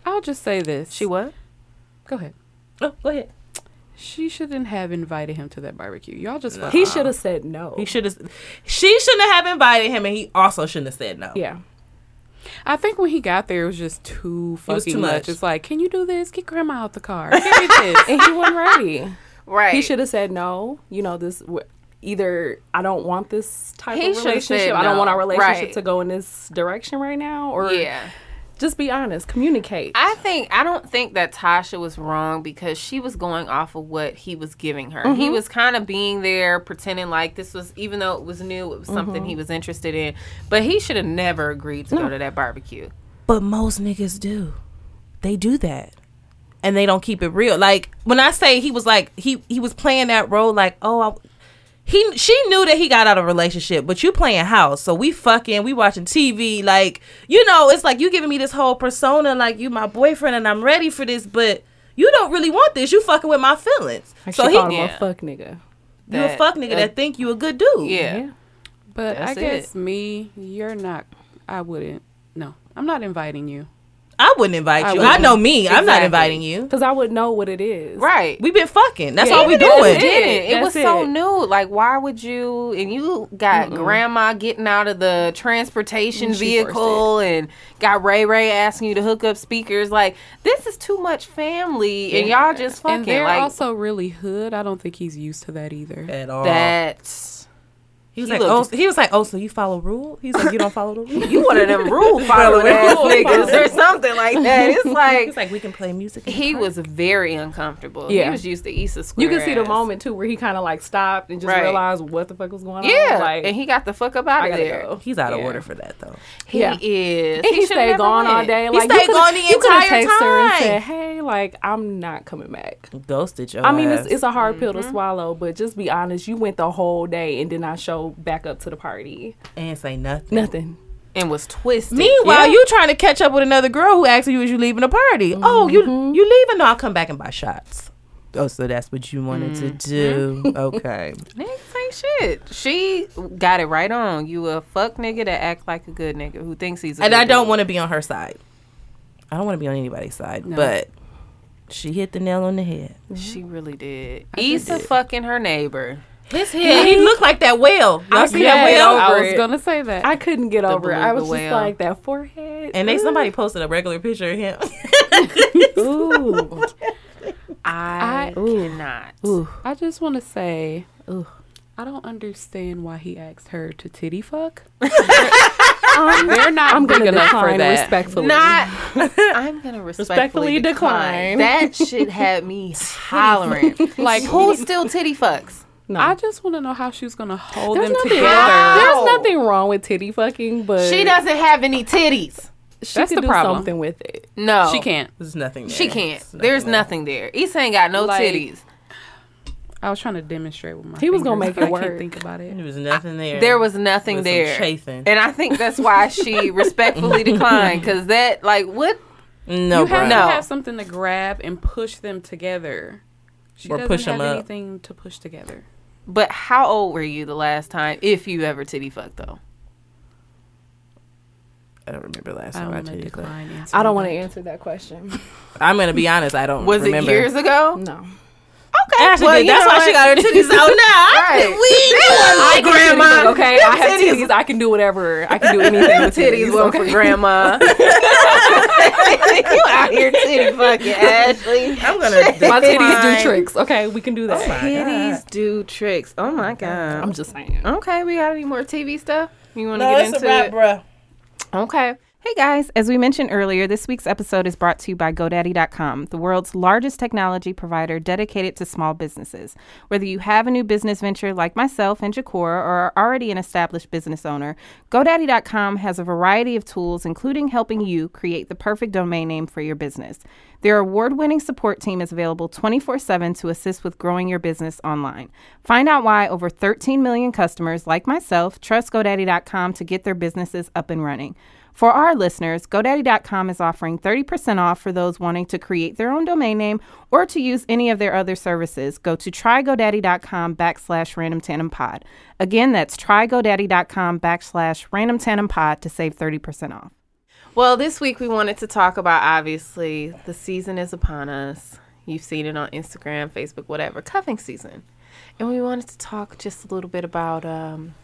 Speaker 3: I'll just say this.
Speaker 2: she what?
Speaker 3: Go ahead.
Speaker 1: Oh, go ahead.
Speaker 3: She shouldn't have invited him to that barbecue. Y'all just
Speaker 4: (laughs) He should have said no.
Speaker 1: He should have. She shouldn't have invited him, and he also shouldn't have said no.
Speaker 4: yeah.
Speaker 3: I think when he got there, it was just too fucking
Speaker 1: was too
Speaker 3: much.
Speaker 1: much.
Speaker 3: It's like, can you do this? Get grandma out the car. Carry (laughs) this.
Speaker 4: And he wasn't ready.
Speaker 2: Right.
Speaker 4: He should have said no. You know this. W- either I don't want this type
Speaker 2: He
Speaker 4: of
Speaker 2: should have said
Speaker 4: relationship. I don't
Speaker 2: no.
Speaker 4: want our relationship
Speaker 2: Right.
Speaker 4: to go in this direction right now. Or
Speaker 2: Yeah.
Speaker 4: just be honest. Communicate.
Speaker 2: I think I don't think that Tasha was wrong because she was going off of what he was giving her. He was kind of being there, pretending like this was, even though it was new, it was something he was interested in. But he should have never agreed to go to that barbecue.
Speaker 1: But most niggas do. They do that. And they don't keep it real. Like when I say he was like he he was playing that role like, "Oh, I he she knew that he got out of a relationship, but you playing house. So we fucking, we watching TV like, you know, it's like you giving me this whole persona like you my boyfriend and I'm ready for this, but you don't really want this. You fucking with my feelings.
Speaker 4: Like
Speaker 1: so
Speaker 4: she
Speaker 1: he
Speaker 4: called him
Speaker 2: yeah.
Speaker 4: a fuck nigga.
Speaker 1: you a
Speaker 2: That-
Speaker 1: fuck nigga
Speaker 2: uh,
Speaker 1: that think you a good dude.
Speaker 2: Yeah.
Speaker 3: But I
Speaker 2: That's
Speaker 3: guess me, you're not. I wouldn't. No, I'm not inviting you.
Speaker 1: I wouldn't invite
Speaker 3: I
Speaker 1: you. I
Speaker 3: wouldn't.
Speaker 1: know me. I'm not
Speaker 2: Exactly.
Speaker 1: inviting you.
Speaker 4: Because I would know what it is.
Speaker 2: Right.
Speaker 1: We've been fucking. That's
Speaker 4: Yeah,
Speaker 1: all we
Speaker 4: even if
Speaker 1: doing.
Speaker 2: It didn't. It
Speaker 4: That's
Speaker 2: was so
Speaker 4: it.
Speaker 2: new. Like, why would you? And you got grandma getting out of the transportation
Speaker 3: she forced
Speaker 2: vehicle, and got Ray Ray asking you to hook up speakers. Like, this is too much family, and y'all just fucking
Speaker 3: and they're
Speaker 2: like
Speaker 3: also really hood. I don't think he's used to that either.
Speaker 1: At
Speaker 4: Uh,
Speaker 1: all.
Speaker 2: that.
Speaker 1: He was
Speaker 2: He
Speaker 1: like, oh,
Speaker 2: looked-
Speaker 1: he was like, oh, so you follow rule? He's like, you don't follow the (laughs) rule.
Speaker 2: You one of them
Speaker 4: (laughs)
Speaker 2: rule following ass niggas or something like that. It's like
Speaker 1: He's like, we can play music. in the
Speaker 2: he
Speaker 1: park."
Speaker 2: was very uncomfortable. He
Speaker 4: Yeah.
Speaker 2: was used to Issa Square.
Speaker 4: You can see the
Speaker 2: ass.
Speaker 4: moment too where he kind of like stopped and just
Speaker 2: Right.
Speaker 4: realized what the fuck was going on.
Speaker 2: Yeah,
Speaker 4: um, Like,
Speaker 2: and he got the fuck up out
Speaker 4: I
Speaker 2: of
Speaker 4: gotta
Speaker 2: there.
Speaker 4: go.
Speaker 1: He's out of
Speaker 4: Yeah.
Speaker 1: order for that though.
Speaker 2: He
Speaker 4: Yeah.
Speaker 2: is.
Speaker 4: And he,
Speaker 2: should've
Speaker 4: stayed
Speaker 2: never
Speaker 4: gone all
Speaker 2: went.
Speaker 4: day.
Speaker 1: He
Speaker 4: like,
Speaker 1: stayed
Speaker 4: you could've-
Speaker 1: gone the
Speaker 4: you could've
Speaker 1: entire
Speaker 4: texted her and
Speaker 1: time.
Speaker 4: said, "Hey, like I'm not coming back."
Speaker 1: Ghosted your.
Speaker 4: I mean, it's,
Speaker 1: ass.
Speaker 4: it's a hard pill
Speaker 3: Mm-hmm.
Speaker 4: to swallow, but just be honest. You went the whole day and did not show back up to the party.
Speaker 1: and say nothing.
Speaker 4: Nothing.
Speaker 2: and was twisted.
Speaker 1: Meanwhile, you trying to catch up with another girl who asked you, "Is you leaving the party?" Oh, you you leaving? No, I'll come back and buy shots. Mm-hmm. Oh, so that's what you wanted to (laughs) do? Okay.
Speaker 2: Niggas ain't shit. She got it right on. You a fuck nigga that act like a good nigga who thinks he's a
Speaker 1: and
Speaker 2: good
Speaker 1: I don't
Speaker 2: dude.
Speaker 1: want to be on her side. I don't want to be on anybody's side, but she hit the nail on the head.
Speaker 2: She really did. Issa fucking her neighbor.
Speaker 1: His head. He looked like that whale. Y'all see that
Speaker 4: can't
Speaker 1: whale?
Speaker 4: over
Speaker 3: I was
Speaker 4: it.
Speaker 3: gonna say that.
Speaker 4: I couldn't get over it. I was
Speaker 2: beluga
Speaker 4: just
Speaker 2: whale.
Speaker 4: like that forehead.
Speaker 1: And they somebody posted a regular picture of him. (laughs)
Speaker 4: Ooh.
Speaker 2: I, cannot.
Speaker 3: I just want to say, I don't understand why he asked her to titty fuck. um,
Speaker 4: (laughs)
Speaker 3: They're not
Speaker 4: I'm
Speaker 3: big
Speaker 4: gonna
Speaker 3: enough
Speaker 4: decline
Speaker 3: for that.
Speaker 4: respectfully.
Speaker 2: Not. (laughs) I'm gonna respectfully,
Speaker 4: Respectfully
Speaker 2: decline.
Speaker 4: decline.
Speaker 2: That shit had (laughs) me hollering. like who still titty fucks?
Speaker 4: No.
Speaker 3: I just want to know how she was gonna hold
Speaker 4: there's,
Speaker 3: them
Speaker 4: nothing,
Speaker 3: together.
Speaker 2: Wow.
Speaker 4: there's nothing wrong with titty fucking, but
Speaker 2: She doesn't have any titties.
Speaker 4: She
Speaker 3: That's
Speaker 4: could
Speaker 3: the
Speaker 4: do
Speaker 3: problem.
Speaker 4: something with it.
Speaker 2: No,
Speaker 3: She can't.
Speaker 1: There's nothing. There.
Speaker 2: She can't.
Speaker 1: There's
Speaker 2: There's nothing there. Issa ain't got no
Speaker 3: Like-
Speaker 2: titties.
Speaker 3: I was trying to demonstrate with my.
Speaker 4: He was gonna
Speaker 3: fingers.
Speaker 4: make it
Speaker 3: I can't
Speaker 4: work.
Speaker 3: think about it.
Speaker 1: There was nothing there.
Speaker 2: There was nothing
Speaker 1: With some
Speaker 2: there.
Speaker 1: chafing. (laughs)
Speaker 2: And I think that's why she respectfully declined because that, like, what
Speaker 1: No,
Speaker 3: you have
Speaker 1: bruh.
Speaker 3: to
Speaker 2: No.
Speaker 3: have something to grab and push them together. She
Speaker 1: Or
Speaker 3: doesn't
Speaker 1: push
Speaker 3: have
Speaker 1: 'em up.
Speaker 3: anything to push together.
Speaker 2: But how old were you the last time, if you ever titty fucked though?
Speaker 1: I don't remember last
Speaker 3: I
Speaker 1: time I
Speaker 3: want to
Speaker 1: did that.
Speaker 3: decline.
Speaker 4: I don't want to
Speaker 3: answering
Speaker 4: answer that question.
Speaker 1: I'm gonna be honest. I don't
Speaker 2: Was
Speaker 1: remember.
Speaker 2: it years ago?
Speaker 4: No.
Speaker 2: Okay,
Speaker 1: Ashley did.
Speaker 2: you
Speaker 1: That's
Speaker 2: know
Speaker 1: why she
Speaker 2: what?
Speaker 1: got her titties
Speaker 2: (laughs)
Speaker 1: out now.
Speaker 2: Right.
Speaker 1: We doing like grandma.
Speaker 4: Okay, I have titties. I can do whatever. I can do anything
Speaker 3: (laughs)
Speaker 4: with
Speaker 2: titties
Speaker 4: titties.
Speaker 2: were for grandma. (laughs) you out here titty fucking Ashley.
Speaker 1: I'm gonna.
Speaker 4: My titties
Speaker 2: Fine.
Speaker 4: do tricks. Okay, we can do that.
Speaker 2: Titties do tricks. Oh my god.
Speaker 4: I'm just saying.
Speaker 2: Okay, we got any more TV stuff? You want to
Speaker 1: No,
Speaker 2: get
Speaker 1: it's
Speaker 2: into
Speaker 1: a wrap,
Speaker 2: it?
Speaker 1: bruh.
Speaker 2: Okay. Hey guys, as we mentioned earlier, this week's episode is brought to you by GoDaddy.com, the world's largest technology provider dedicated to small businesses. Whether you have a new business venture like myself and Jakora or are already an established business owner, GoDaddy.com has a variety of tools, including helping you create the perfect domain name for your business. Their award winning support team is available 24 7 to assist with growing your business online. Find out why over 13 million customers, like myself, trust GoDaddy.com to get their businesses up and running. For our listeners, GoDaddy.com is offering 30% off for those wanting to create their own domain name or to use any of their other services. Go to trygodaddy.com backslash random tandem pod. Again, that's trygodaddy.com backslash random tandem pod to save 30% off. Well, this week we wanted to talk about obviously the season is upon us. You've seen it on Instagram, Facebook, whatever, cuffing season. And we wanted to talk just a little bit about um,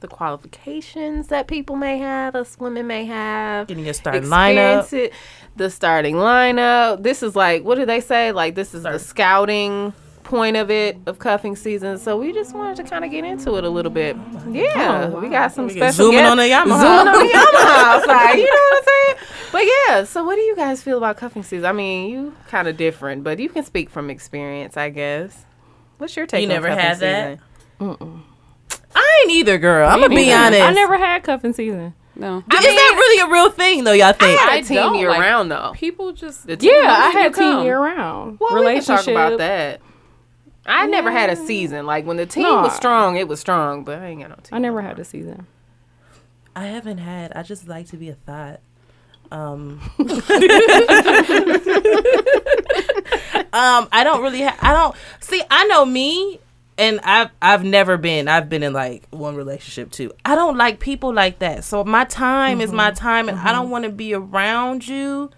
Speaker 2: the qualifications that people may have, us women may have.
Speaker 1: Getting your starting lineup.
Speaker 2: experience it- The starting lineup. This is like, what do they say? Like, this is the scouting point of it, of cuffing season. So we just wanted to kind of get into it a little bit. Yeah, we got some
Speaker 1: can
Speaker 2: special
Speaker 1: zoom in
Speaker 2: guests-
Speaker 1: on the Yamaha.
Speaker 2: Zoom in on the Yamaha. like, you know what I'm saying? But yeah, so what do you guys feel about cuffing season? I mean, you kind of different, but you can speak from experience, I guess. What's your take?
Speaker 1: You
Speaker 2: on
Speaker 1: never
Speaker 2: cuffing
Speaker 1: had that?
Speaker 2: season?
Speaker 1: I ain't either, girl. I'm gonna be
Speaker 4: Yeah.
Speaker 1: honest.
Speaker 4: I never had cuffing season.
Speaker 3: No.
Speaker 1: Is that really a real thing though? Y'all think?
Speaker 2: I
Speaker 3: I
Speaker 2: had a team
Speaker 3: don't
Speaker 2: year
Speaker 3: like-
Speaker 2: round though.
Speaker 3: People just
Speaker 4: Yeah, I had
Speaker 3: come.
Speaker 4: teen year round.
Speaker 2: Well, we can
Speaker 4: relationship.
Speaker 2: talk about that. I never had a season. Like when the team
Speaker 4: No,
Speaker 2: was
Speaker 4: I-
Speaker 2: strong, it was strong. But I ain't got no team.
Speaker 4: I never had a season.
Speaker 1: I haven't had. I just like to be a thought. Um, um, I don't really. Ha- I don't see. I know me, and I've I've never been. I've been in like one relationship too. I don't like people like that. So my time is my time, and I don't want to be around you.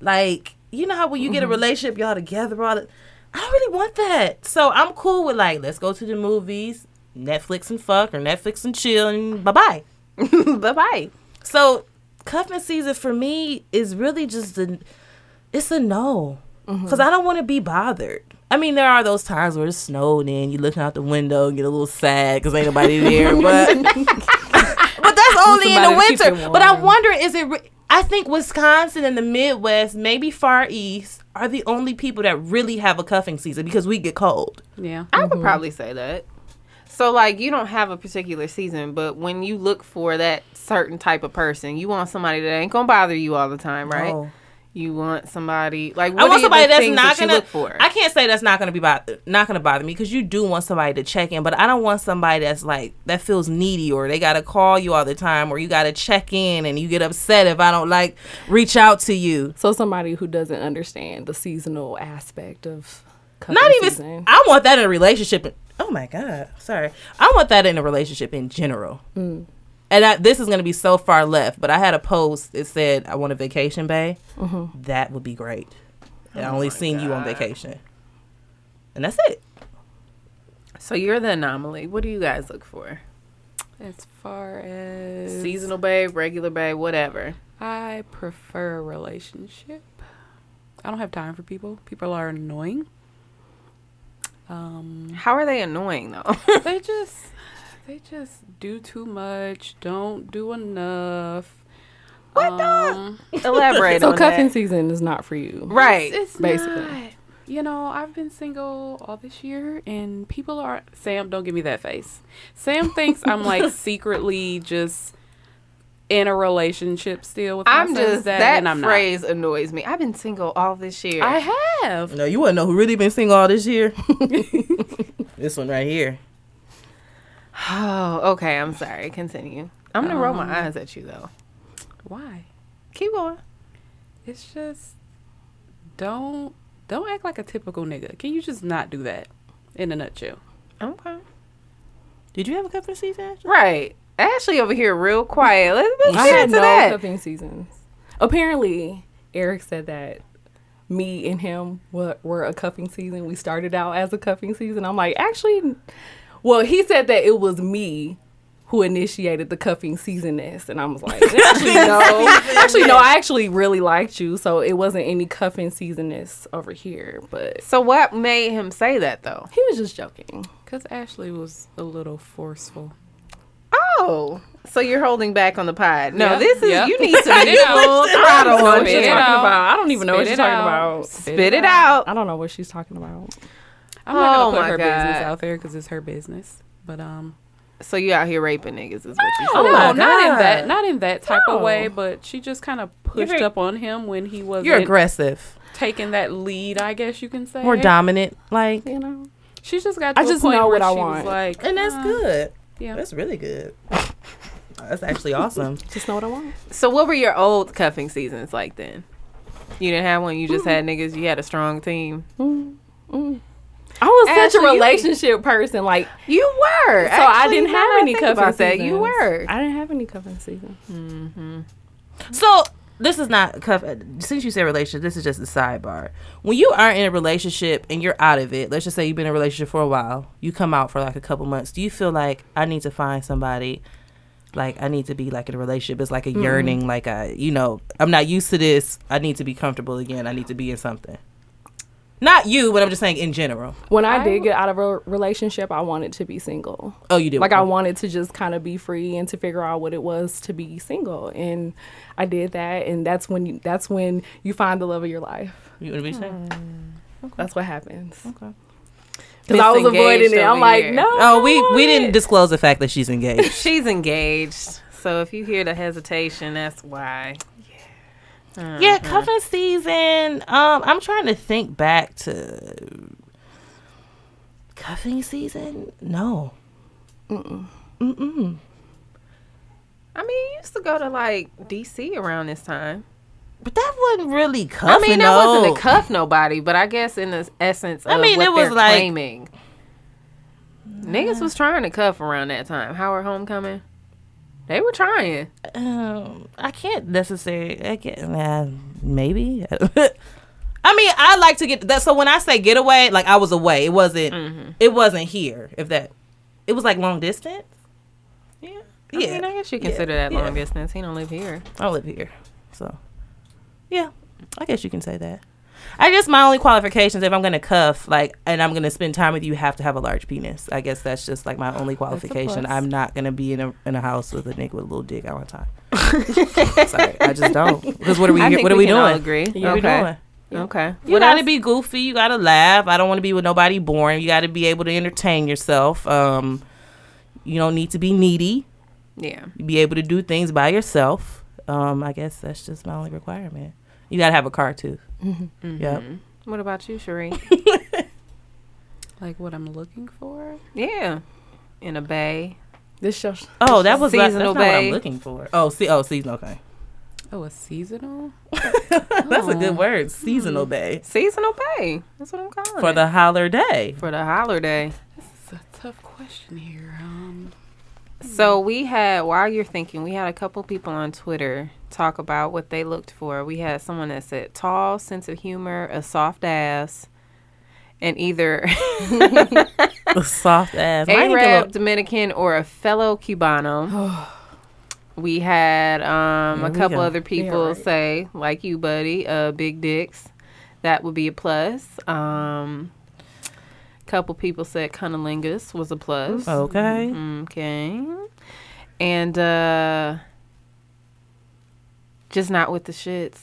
Speaker 1: Like you know how when you get a relationship, y'all together. All the- I don't really want that. So I'm cool with like let's go to the movies, Netflix and fuck, or Netflix and chill, and bye bye.
Speaker 2: bye bye.
Speaker 1: So cuffing season for me is really just a, it's a no,
Speaker 4: Mm-hmm.
Speaker 1: because I don't want to be bothered. I mean, there are those times where it's snowed and you looking out the window and get a little sad because ain't
Speaker 4: (laughs)
Speaker 1: nobody there, but but that's only in the
Speaker 4: somebody to keep
Speaker 1: winter.
Speaker 4: you
Speaker 1: But I'm
Speaker 4: warm.
Speaker 1: wondering, is it? Re- I think Wisconsin and the Midwest, maybe Far East, are the only people that really have a cuffing season because we get cold.
Speaker 3: Yeah.
Speaker 2: I would probably say that. So like you don't have a particular season, but when you look for that certain type of person, you want somebody that ain't gonna bother you all the time, right?
Speaker 1: No.
Speaker 2: You want somebody like what
Speaker 1: I want somebody that's not
Speaker 2: that you
Speaker 1: gonna.
Speaker 2: look for.
Speaker 1: I can't say that's not gonna be bother, not gonna bother me because you do want somebody to check in, but I don't want somebody that's like that feels needy or they gotta call you all the time or you gotta check in and you get upset if I don't like reach out to you.
Speaker 4: So somebody who doesn't understand the seasonal aspect of cuffing
Speaker 1: Not even.
Speaker 4: season.
Speaker 1: I want that in a relationship. Oh my god, sorry. I want that in a relationship in general.
Speaker 2: Mm.
Speaker 1: And I, this is gonna be so far left, but I had a post that said I want a vacation bay.
Speaker 2: Mm-hmm.
Speaker 1: That would be great. And
Speaker 2: Oh
Speaker 1: I only seen you on vacation, and that's it.
Speaker 2: so you're the anomaly. What do you guys look for?
Speaker 3: As far as
Speaker 2: Seasonal babe, regular babe, whatever.
Speaker 3: I prefer a relationship. I don't have time for people. People are annoying.
Speaker 5: (laughs)
Speaker 3: Um,
Speaker 2: How are they annoying though?
Speaker 3: they just they just do too much. Don't do enough.
Speaker 2: What the-
Speaker 3: um,
Speaker 2: (laughs) Elaborate
Speaker 4: So
Speaker 2: on
Speaker 4: cuffing
Speaker 2: that.
Speaker 4: season is not for you.
Speaker 2: Right.
Speaker 3: It's, it's
Speaker 4: basically.
Speaker 3: not. You know, I've been single all this year, and people are Sam. Don't give me that face. Sam thinks I'm like secretly just in a relationship still with
Speaker 2: I'm
Speaker 3: myself,
Speaker 2: just that,
Speaker 3: and I'm not.
Speaker 2: phrase annoys me. I've been single all this year.
Speaker 3: I have.
Speaker 1: No, you wanna know who really been single all this (laughs) year? this one right here.
Speaker 2: oh, okay. I'm sorry.
Speaker 5: Um,
Speaker 2: Continue. I'm gonna roll my eyes at you though.
Speaker 3: Why?
Speaker 2: Keep going.
Speaker 3: It's just don't don't act like a typical nigga. Can you just not do that? In a nutshell.
Speaker 5: Okay.
Speaker 1: Did you have a cup of season? Ashley?
Speaker 5: Right. Ashley over here real quiet. Let's, (laughs) let's
Speaker 4: I
Speaker 5: get
Speaker 4: had
Speaker 5: into
Speaker 4: no
Speaker 5: that.
Speaker 4: cupping seasons. Apparently, Eric said that me and him were, were a cuffing season. We started out as a cuffing season. I'm like, actually, well, he said that it was me who initiated the cuffing seasonness, and I was
Speaker 5: (laughs)
Speaker 4: like, actually no, actually no, I actually really liked you, so it wasn't any cuffing seasonness over here. But
Speaker 5: So what made him say that though?
Speaker 4: he was just joking.
Speaker 3: Cause Ashley was a little forceful.
Speaker 5: Oh, so you're holding back on the pod? No,
Speaker 3: Yeah.
Speaker 5: this is
Speaker 3: Yeah.
Speaker 5: you
Speaker 3: (laughs)
Speaker 5: need
Speaker 2: (laughs)
Speaker 5: to
Speaker 3: Spit
Speaker 5: be
Speaker 3: it out.
Speaker 5: full
Speaker 3: I don't know
Speaker 5: throttle on
Speaker 3: what
Speaker 4: She's
Speaker 3: you're
Speaker 5: it.
Speaker 4: talking about. I don't even know what
Speaker 3: Spit
Speaker 4: she're
Speaker 3: it
Speaker 4: talking
Speaker 3: out.
Speaker 4: about.
Speaker 5: Spit it out.
Speaker 4: I don't know what she's talking about.
Speaker 3: I'm not
Speaker 5: Oh
Speaker 3: gonna put
Speaker 5: my
Speaker 3: her
Speaker 5: God.
Speaker 3: business out there because it's her business. But um,
Speaker 5: So you out here raping niggas is what you
Speaker 3: no,
Speaker 1: my
Speaker 5: saying.
Speaker 3: not in
Speaker 1: God.
Speaker 3: that, not in that type of
Speaker 4: No.
Speaker 3: way. But she just kind of pushed
Speaker 5: very-
Speaker 3: up on him when he wasn't
Speaker 1: You're aggressive.
Speaker 3: taking that lead. I guess you can say.
Speaker 1: More dominant. Like
Speaker 4: You know,
Speaker 3: She just got. To
Speaker 4: I
Speaker 3: a
Speaker 4: just
Speaker 3: point
Speaker 4: know
Speaker 3: where
Speaker 4: what I
Speaker 3: she was
Speaker 4: want.
Speaker 3: like,
Speaker 1: And that's
Speaker 3: uh,
Speaker 1: good.
Speaker 3: Yeah.
Speaker 1: That's really good. That's actually (laughs) awesome.
Speaker 4: just know what I want.
Speaker 5: So what were your old cuffing seasons like then? You didn't have one. You just had niggas. You had a strong team.
Speaker 4: I was such
Speaker 5: Ashley,
Speaker 4: a
Speaker 5: you-
Speaker 4: relationship person. Like,
Speaker 5: You were.
Speaker 4: so I didn't
Speaker 5: now that
Speaker 4: have
Speaker 5: I
Speaker 4: any
Speaker 5: think
Speaker 4: cuffing
Speaker 5: about
Speaker 4: seasons.
Speaker 5: that. You were.
Speaker 4: I didn't have any cuffing season.
Speaker 1: So this is not cuff. uh, Since you said relationship, this is just a sidebar. When you are in a relationship and you're out of it, let's just say you've been in a relationship for a while. You come out for like a couple months. Do you feel like I need to find somebody? Like I need to be like in a relationship. It's like a yearning. Like I, you know, I'm not used to this. I need to be comfortable again. I need to be in something. Not you, but I'm just saying in general.
Speaker 4: When I, did
Speaker 3: I w-
Speaker 4: get out of a relationship, I wanted to be single.
Speaker 1: Oh, you did.
Speaker 4: Like I wanted to just kind of be free and to figure out what it was to be single, and I did that, and that's when you, that's when you find the love of your life.
Speaker 1: You want to be saying?
Speaker 4: That's what happens.
Speaker 1: Okay.
Speaker 4: Because I was avoiding
Speaker 5: Disengaged
Speaker 4: it. I'm
Speaker 5: over
Speaker 4: like,
Speaker 5: here.
Speaker 4: no.
Speaker 1: Oh, we we
Speaker 4: it.
Speaker 1: didn't disclose the fact that she's engaged.
Speaker 5: She's engaged. So if you hear the hesitation, that's why.
Speaker 1: Yeah, cuffing season. Um, I'm trying to think back to cuffing season. No,
Speaker 5: I mean, you used to go to like DC around this time.
Speaker 1: but that wasn't really cuffing.
Speaker 5: I mean, that
Speaker 1: though.
Speaker 5: wasn't to cuff nobody, but I guess in the essence, of
Speaker 1: I mean,
Speaker 5: what
Speaker 1: it was
Speaker 5: they're
Speaker 1: like-
Speaker 5: claiming. Niggas was trying to cuff around that time. Howard Homecoming, they were trying.
Speaker 1: Um, I can't necessarily. I can't. Nah, maybe. (laughs) I mean, I like to get that. So when I say getaway, like I was away. It wasn't.
Speaker 5: Mm-hmm.
Speaker 1: It wasn't here. If that, it was like long distance.
Speaker 5: Yeah, I
Speaker 1: Yeah.
Speaker 5: mean, I guess you
Speaker 1: Yeah.
Speaker 5: consider that
Speaker 1: Yeah.
Speaker 5: long distance. He don't live here.
Speaker 1: I live here. So, yeah, I guess you can say that. I guess my only qualifications, if I'm going to cuff, like, and I'm going to spend time with you, you have to have a large penis. I guess that's just like my only qualification.
Speaker 3: plus.
Speaker 1: I'm not going to be in a, in a house with a nigga with a little dick all the time. Sorry, I just don't. Because what are we,
Speaker 5: I
Speaker 1: here-
Speaker 5: think
Speaker 1: what are we,
Speaker 5: can
Speaker 1: doing?
Speaker 5: All agree.
Speaker 1: What are we
Speaker 5: okay.
Speaker 1: doing?
Speaker 5: Okay.
Speaker 1: You gotta be goofy. You gotta laugh. I don't want to be with nobody boring. You gotta be able to entertain yourself. Um, you don't need to be needy
Speaker 5: Yeah.
Speaker 1: be able to do things by yourself. Um, I guess that's just my only requirement. You gotta have a car too.
Speaker 5: Mm-hmm.
Speaker 1: Yep.
Speaker 5: What about you, Cherie?
Speaker 3: like what I'm looking for.
Speaker 5: (laughs) yeah. In a bay.
Speaker 4: This show.
Speaker 1: Oh, that was seasonal.
Speaker 5: Seasonal
Speaker 1: that's not what
Speaker 5: bae.
Speaker 1: I'm looking for. Oh, see, oh, seasonal. Okay, (laughs)
Speaker 3: Oh, a seasonal.
Speaker 1: that's a
Speaker 5: Oh.
Speaker 1: good word. Seasonal bay
Speaker 5: Seasonal bay. That's what I'm calling
Speaker 1: for
Speaker 5: Mm-hmm. it.
Speaker 1: the
Speaker 5: (laughs)
Speaker 1: holiday.
Speaker 5: for the holiday.
Speaker 3: It's a tough question here. Um,
Speaker 1: Mm-hmm.
Speaker 5: So we had while you're thinking, we had a couple people on Twitter talk about what they looked for. We had someone that said tall, sense of humor, a soft ass, and either (laughs)
Speaker 1: The soft ass. Mine get a
Speaker 5: Arab,
Speaker 1: little-
Speaker 5: Dominican, or a fellow Cubano.
Speaker 1: (sighs)
Speaker 5: we had um,
Speaker 1: There
Speaker 5: a
Speaker 1: we
Speaker 5: couple
Speaker 1: go.
Speaker 5: other people
Speaker 4: right.
Speaker 5: say, like you, buddy, uh, big dicks. That would be a plus. Um, couple people said cunnilingus was a plus.
Speaker 1: Okay.
Speaker 5: Okay. And uh, just not with the shits.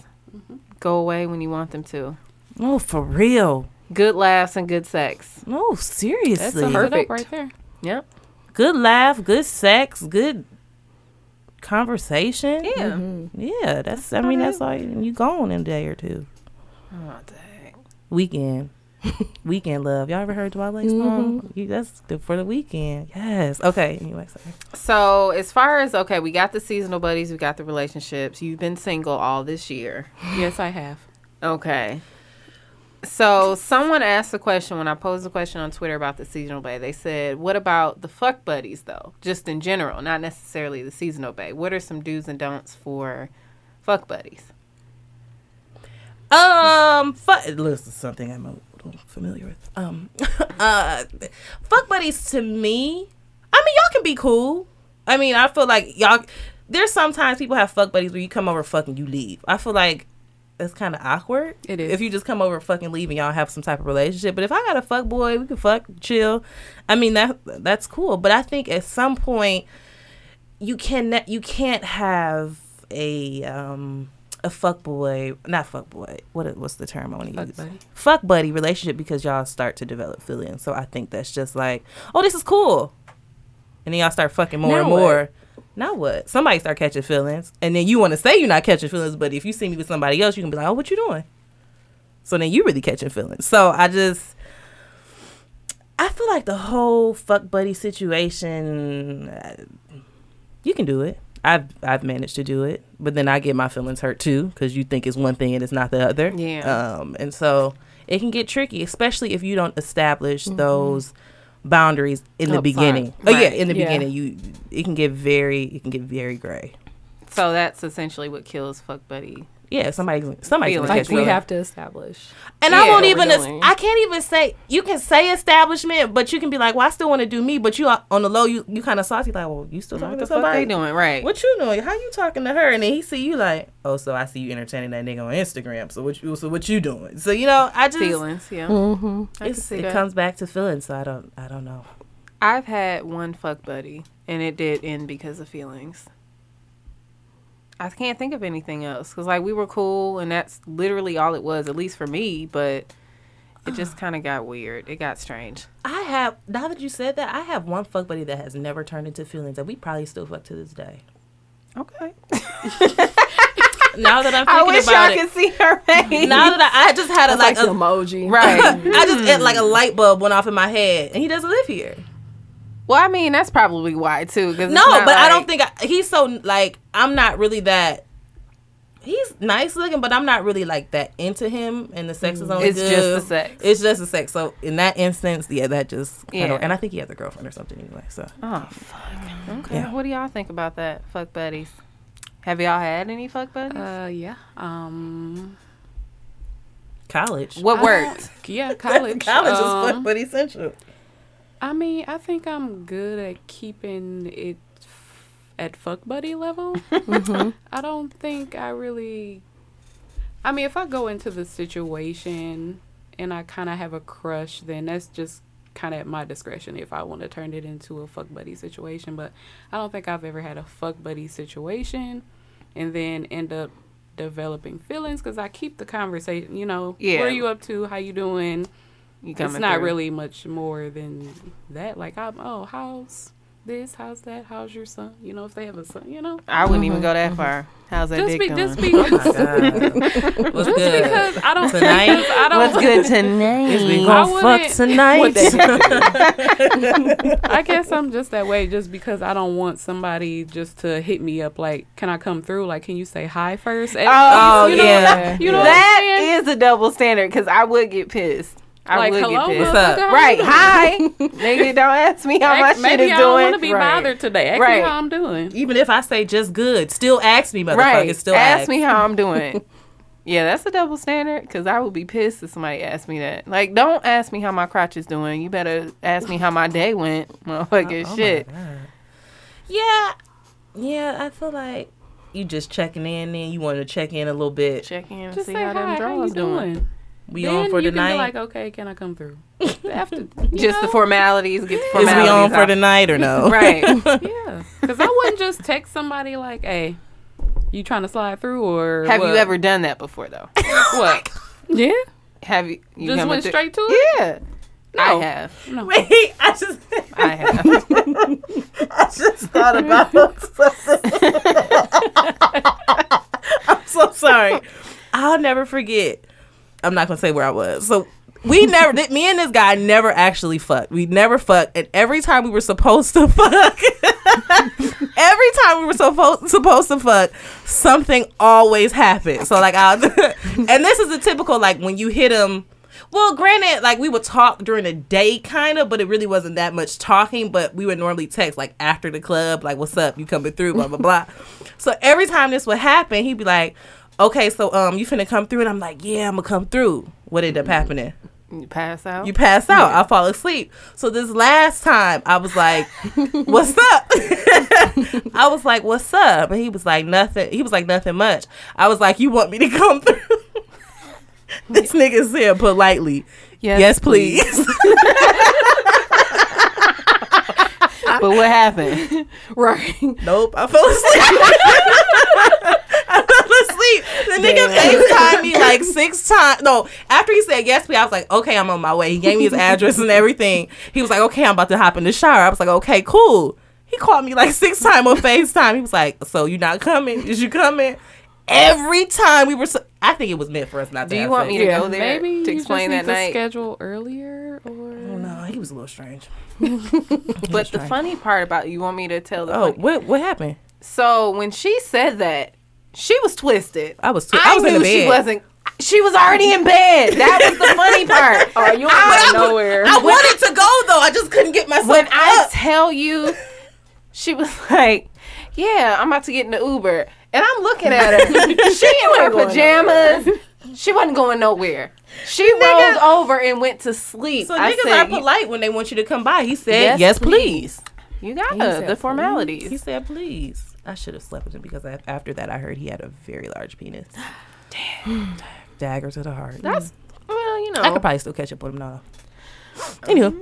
Speaker 5: Go away when you want them to.
Speaker 1: Oh, for real.
Speaker 5: Good laughs and good sex.
Speaker 1: No,
Speaker 3: that
Speaker 1: seriously.
Speaker 3: sums it up
Speaker 4: Perfect.
Speaker 3: right there.
Speaker 5: Yep.
Speaker 1: Good laugh. Good sex. Good conversation. Mm-hmm.
Speaker 5: Yeah.
Speaker 1: Yeah, That's. I mean, that's all. You gone in a day or two.
Speaker 5: Oh, dang. (laughs)
Speaker 1: Weekend. Weekend Love. Y'all ever heard Dwale's
Speaker 5: Mm-hmm.
Speaker 1: song? You- That's the, for the weekend. Yes. Okay. Anyway, sorry.
Speaker 5: So as far as okay, we got the seasonal buddies, we got the relationships. You've been single all this year.
Speaker 3: Yes, I have.
Speaker 5: Okay. So someone asked the question when I posed the question on Twitter about the seasonal bay. They said, "What about the fuck buddies though? Just in general, not necessarily the seasonal bay. What are some do's and don'ts for fuck buddies?"
Speaker 1: Um, fuck. This is something I'm a little familiar with. Um, (laughs) uh, fuck buddies to me. I mean, y'all can be cool. I mean, I feel like y'all. There's sometimes people have fuck buddies where you come over fucking you leave. I feel like that's kind of awkward.
Speaker 3: It is.
Speaker 1: If you just come over fucking leave and y'all have some type of relationship. But if I got a fuck boy, we can fuck chill. I mean that that's cool. But I think at some point you can ne- you can't have a um a fuck boy not fuck boy what it- what's the term I want to
Speaker 3: Fuck
Speaker 1: use
Speaker 3: buddy.
Speaker 1: fuck buddy relationship because y'all start to develop feelings so I think that's just like oh this is cool and then y'all start fucking more
Speaker 4: Now
Speaker 1: and
Speaker 4: what?
Speaker 1: more now what somebody start catching feelings and then you want to say you're not catching feelings but if you see me with somebody else you can be like oh what you doing so then you really catching feelings so I just I feel like the whole fuck buddy situation. uh, You can do it. I've I've managed to do it, but then I get my feelings hurt too because you think it's one thing and it's not the other.
Speaker 5: Yeah.
Speaker 1: Um, and so it can get tricky, especially if you don't establish
Speaker 4: Mm-hmm.
Speaker 1: those boundaries in the
Speaker 5: Upfront.
Speaker 1: beginning. Oh yeah,
Speaker 5: Right.
Speaker 1: in the
Speaker 4: Yeah.
Speaker 1: beginning, you it can get very it can get very gray.
Speaker 5: So that's essentially what kills fuck buddy.
Speaker 1: Yeah, somebody somebody's gonna catch
Speaker 5: Feelings.
Speaker 4: Like we
Speaker 1: feelings.
Speaker 4: have to establish.
Speaker 1: And I
Speaker 5: Yeah.
Speaker 1: won't
Speaker 5: What
Speaker 1: even.
Speaker 4: we're
Speaker 1: es-
Speaker 4: doing.
Speaker 1: I can't even say. You can say establishment, but you can be like, "Well, I still want to do me." But you are- on the low, you you kind of saucy. Like, well, you still talking to
Speaker 5: What the fuck
Speaker 1: somebody?
Speaker 5: they doing? Right.
Speaker 1: What you doing? How you talking to her? And then he see you like, "Oh, so I see you entertaining that nigga on Instagram. So what? You, so what you doing? So you know, I just
Speaker 5: feelings? Yeah.
Speaker 4: Mm-hmm.
Speaker 5: I can
Speaker 1: it's-
Speaker 5: see
Speaker 1: it
Speaker 5: that.
Speaker 1: comes back to feelings. So I don't. I don't know.
Speaker 5: I've had one fuck buddy, and it did end because of feelings. I can't think of anything else because like we were cool, and that's literally all it was, at least for me. But
Speaker 1: (sighs)
Speaker 5: it just kind of got weird. It got strange.
Speaker 1: I have. Now that you said that, I have one fuck buddy that has never turned into feelings, and we probably still fuck to this day.
Speaker 5: Okay.
Speaker 1: (laughs) Now that I'm
Speaker 5: I
Speaker 1: thinking
Speaker 5: wish
Speaker 1: about
Speaker 5: y'all
Speaker 1: it.
Speaker 5: could see her face.
Speaker 1: Now that I, I just had a
Speaker 4: That's like,
Speaker 1: like,
Speaker 4: the
Speaker 1: a,
Speaker 4: emoji.
Speaker 1: (laughs)
Speaker 5: right.
Speaker 1: I just it, like a light bulb went off in my head, and he doesn't live here.
Speaker 5: Well, I mean that's probably why too. Cause it's
Speaker 1: No,
Speaker 5: not
Speaker 1: but I don't
Speaker 5: like-
Speaker 1: think I, he's so like I'm not really that. He's nice looking, but I'm not really like that into him, and the sex is only
Speaker 5: It's
Speaker 1: good.
Speaker 5: just the sex.
Speaker 1: It's just the sex. So in that instance, yeah, that just yeah.
Speaker 5: Yeah.
Speaker 1: and I think he has a girlfriend or something anyway. So
Speaker 5: Oh fuck. Okay.
Speaker 1: Yeah.
Speaker 5: What do y'all think about that? Fuck buddies. Have y'all had any fuck buddies?
Speaker 3: Uh, yeah. Um,
Speaker 1: college, (laughs)
Speaker 5: what
Speaker 3: I
Speaker 5: worked?
Speaker 3: don't- Yeah, college.
Speaker 1: college
Speaker 3: Um,
Speaker 1: is fun, but essential.
Speaker 3: I mean, I think I'm good at keeping it f- at fuck buddy level. I don't think I really. I mean, if I go into the situation and I kind of have a crush, then that's just kind of at my discretion if I want to turn it into a fuck buddy situation. But I don't think I've ever had a fuck buddy situation and then end up developing feelings because I keep the conversation. You know,
Speaker 5: Yeah.
Speaker 3: what are you up to? How you doing?
Speaker 5: You
Speaker 3: it's
Speaker 5: coming
Speaker 3: not
Speaker 5: through.
Speaker 3: really much more than that. Like, I'm, oh, how's this? How's that? How's your son? You know, if they have a son, you know?
Speaker 5: I wouldn't even go that far. How's that
Speaker 3: Mm-hmm, Just,
Speaker 5: dick
Speaker 3: be,
Speaker 5: doing?
Speaker 3: just, be, just
Speaker 1: Oh my God. What's good?
Speaker 5: (laughs)
Speaker 3: because I don't, (laughs)
Speaker 1: Tonight?
Speaker 3: because I don't,
Speaker 5: What's good tonight?
Speaker 1: Is we
Speaker 3: I
Speaker 1: gonna fuck
Speaker 3: wouldn't-
Speaker 1: tonight?
Speaker 3: (laughs) I guess I'm just that way just because I don't want somebody just to hit me up like, can I come through? Like, can you say hi first? At
Speaker 5: Oh,
Speaker 3: least, you know?
Speaker 1: yeah.
Speaker 3: you know what I'm
Speaker 5: that
Speaker 3: saying?
Speaker 5: is a double standard because I would get pissed. I
Speaker 3: like,
Speaker 5: would
Speaker 3: hello,
Speaker 5: get pissed.
Speaker 1: mother- up?
Speaker 3: motherfucker, how
Speaker 5: Right.
Speaker 3: you doing? (laughs)
Speaker 5: Hi. Nigga, don't ask me how my
Speaker 3: Ask-
Speaker 5: shit
Speaker 3: Maybe
Speaker 5: is
Speaker 3: I
Speaker 5: doing.
Speaker 3: don't want to be
Speaker 5: Right.
Speaker 3: bothered today. Ask
Speaker 5: Right.
Speaker 3: me how I'm doing.
Speaker 1: (laughs) Even if I say just good, still ask me, motherfucker.
Speaker 5: Right.
Speaker 1: Still
Speaker 5: ask, me how
Speaker 1: (laughs)
Speaker 5: I'm doing. yeah, that's a double standard because I would be pissed if somebody asked me that. Like, don't ask me how my crotch is doing. You better ask me how my day went. (laughs) Motherfucking
Speaker 1: Oh my
Speaker 5: shit.
Speaker 1: God. Yeah, yeah. I feel like you just checking in. Then you want to check in a little bit.
Speaker 5: Check in and
Speaker 3: Just
Speaker 5: see
Speaker 3: say hi.
Speaker 5: how them
Speaker 3: How you
Speaker 5: draws doing.
Speaker 3: doing?
Speaker 1: We
Speaker 3: then
Speaker 1: on for
Speaker 3: you
Speaker 1: the
Speaker 3: can be
Speaker 1: night.
Speaker 3: like, okay, can I come
Speaker 5: (laughs)
Speaker 3: through? After,
Speaker 5: Just the formalities. Get the
Speaker 1: Is
Speaker 5: formalities.
Speaker 1: we on for
Speaker 5: "Oh, out.
Speaker 1: the night or no? (laughs)
Speaker 5: Right.
Speaker 3: yeah, because I wouldn't just text somebody like, "Hey, you trying to slide through?" Or
Speaker 5: Have
Speaker 3: what?
Speaker 5: you ever done that before though? what?
Speaker 3: Yeah,
Speaker 5: Have you, you
Speaker 3: just
Speaker 5: come
Speaker 3: went
Speaker 5: with it?
Speaker 3: straight to it.
Speaker 5: Yeah.
Speaker 3: No.
Speaker 5: I have.
Speaker 3: No.
Speaker 1: Wait, I just (laughs)
Speaker 5: I have.
Speaker 1: I just thought about something. (laughs) I'm so sorry. I'll never forget. I'm not gonna say where I was. So we never th- me and this guy never actually fucked. We never fucked, and every time we were supposed to (laughs) fuck, every time we were supposed supposed to fuck, something always happened. So like, I'll, (laughs) and this is a typical like when you hit him. Well, granted, like we would talk during the day, kind of, but it really wasn't that much talking. But we would normally text like after the club, like "What's up? You coming through?" Blah blah blah. so every time this would happen, he'd be like, "Okay, so um, you finna come through?" And I'm like, "Yeah, I'm gonna come through." What ended up happening?
Speaker 5: You pass out.
Speaker 1: You pass out. I fall asleep. So this last time, I was like, "What's up?" (laughs) I was like, "What's up?" And he was like, "Nothing." He was like, "Nothing much." I was like, "You want me to come through?" (laughs) this nigga said politely, "Yes, please."
Speaker 5: but what happened?
Speaker 4: right.
Speaker 1: nope, I fell asleep. (laughs) I fell asleep. The nigga FaceTimed me like six times. No, after he said yes, please, I was like, okay, I'm on my way. He gave me his address and everything. He was like, okay, I'm about to hop in the shower. I was like, okay, cool. He called me like six times on FaceTime. He was like, so you not coming? Is you coming? Every time we were, so- I think it was meant for us not to.
Speaker 5: Do you
Speaker 1: have
Speaker 5: want
Speaker 1: sex.
Speaker 5: me to
Speaker 4: Yeah.
Speaker 5: go there
Speaker 3: Maybe
Speaker 5: to
Speaker 3: you
Speaker 5: explain
Speaker 3: just need to
Speaker 5: that night?
Speaker 3: schedule earlier, or
Speaker 1: Oh, No, he was a little
Speaker 5: (laughs)
Speaker 1: strange.
Speaker 5: But the funny part about you want me to tell the
Speaker 1: Oh,
Speaker 5: funny-
Speaker 1: what what happened?
Speaker 5: So when she said that, she was twisted.
Speaker 1: I was tw-
Speaker 5: I,
Speaker 1: I was
Speaker 5: knew
Speaker 1: in the
Speaker 5: she
Speaker 1: bed.
Speaker 5: wasn't. She was already in bed. That was
Speaker 1: (laughs)
Speaker 5: the funny part.
Speaker 4: Or you ain't going nowhere.
Speaker 1: I wanted to go though. I just couldn't get myself
Speaker 5: when I
Speaker 1: up.
Speaker 5: tell you, she was (laughs) like, "Yeah, I'm about to get in the Uber," and I'm looking
Speaker 1: (laughs)
Speaker 5: at her. she in her pajamas. She wasn't going nowhere. She rolled over and went to sleep.
Speaker 1: so
Speaker 5: I
Speaker 1: niggas
Speaker 5: said,
Speaker 1: are polite when they want you to come by. He said
Speaker 5: Yes,
Speaker 1: yes,
Speaker 5: please."
Speaker 1: please.
Speaker 5: "You got
Speaker 4: said,
Speaker 5: the
Speaker 4: "Please."
Speaker 5: formalities."
Speaker 1: He said please. I should have slept with him because I, after that I heard he had a very large penis. (sighs) Dagger to the heart.
Speaker 5: That's well, you know.
Speaker 1: I could probably still catch up with him now. Anywho,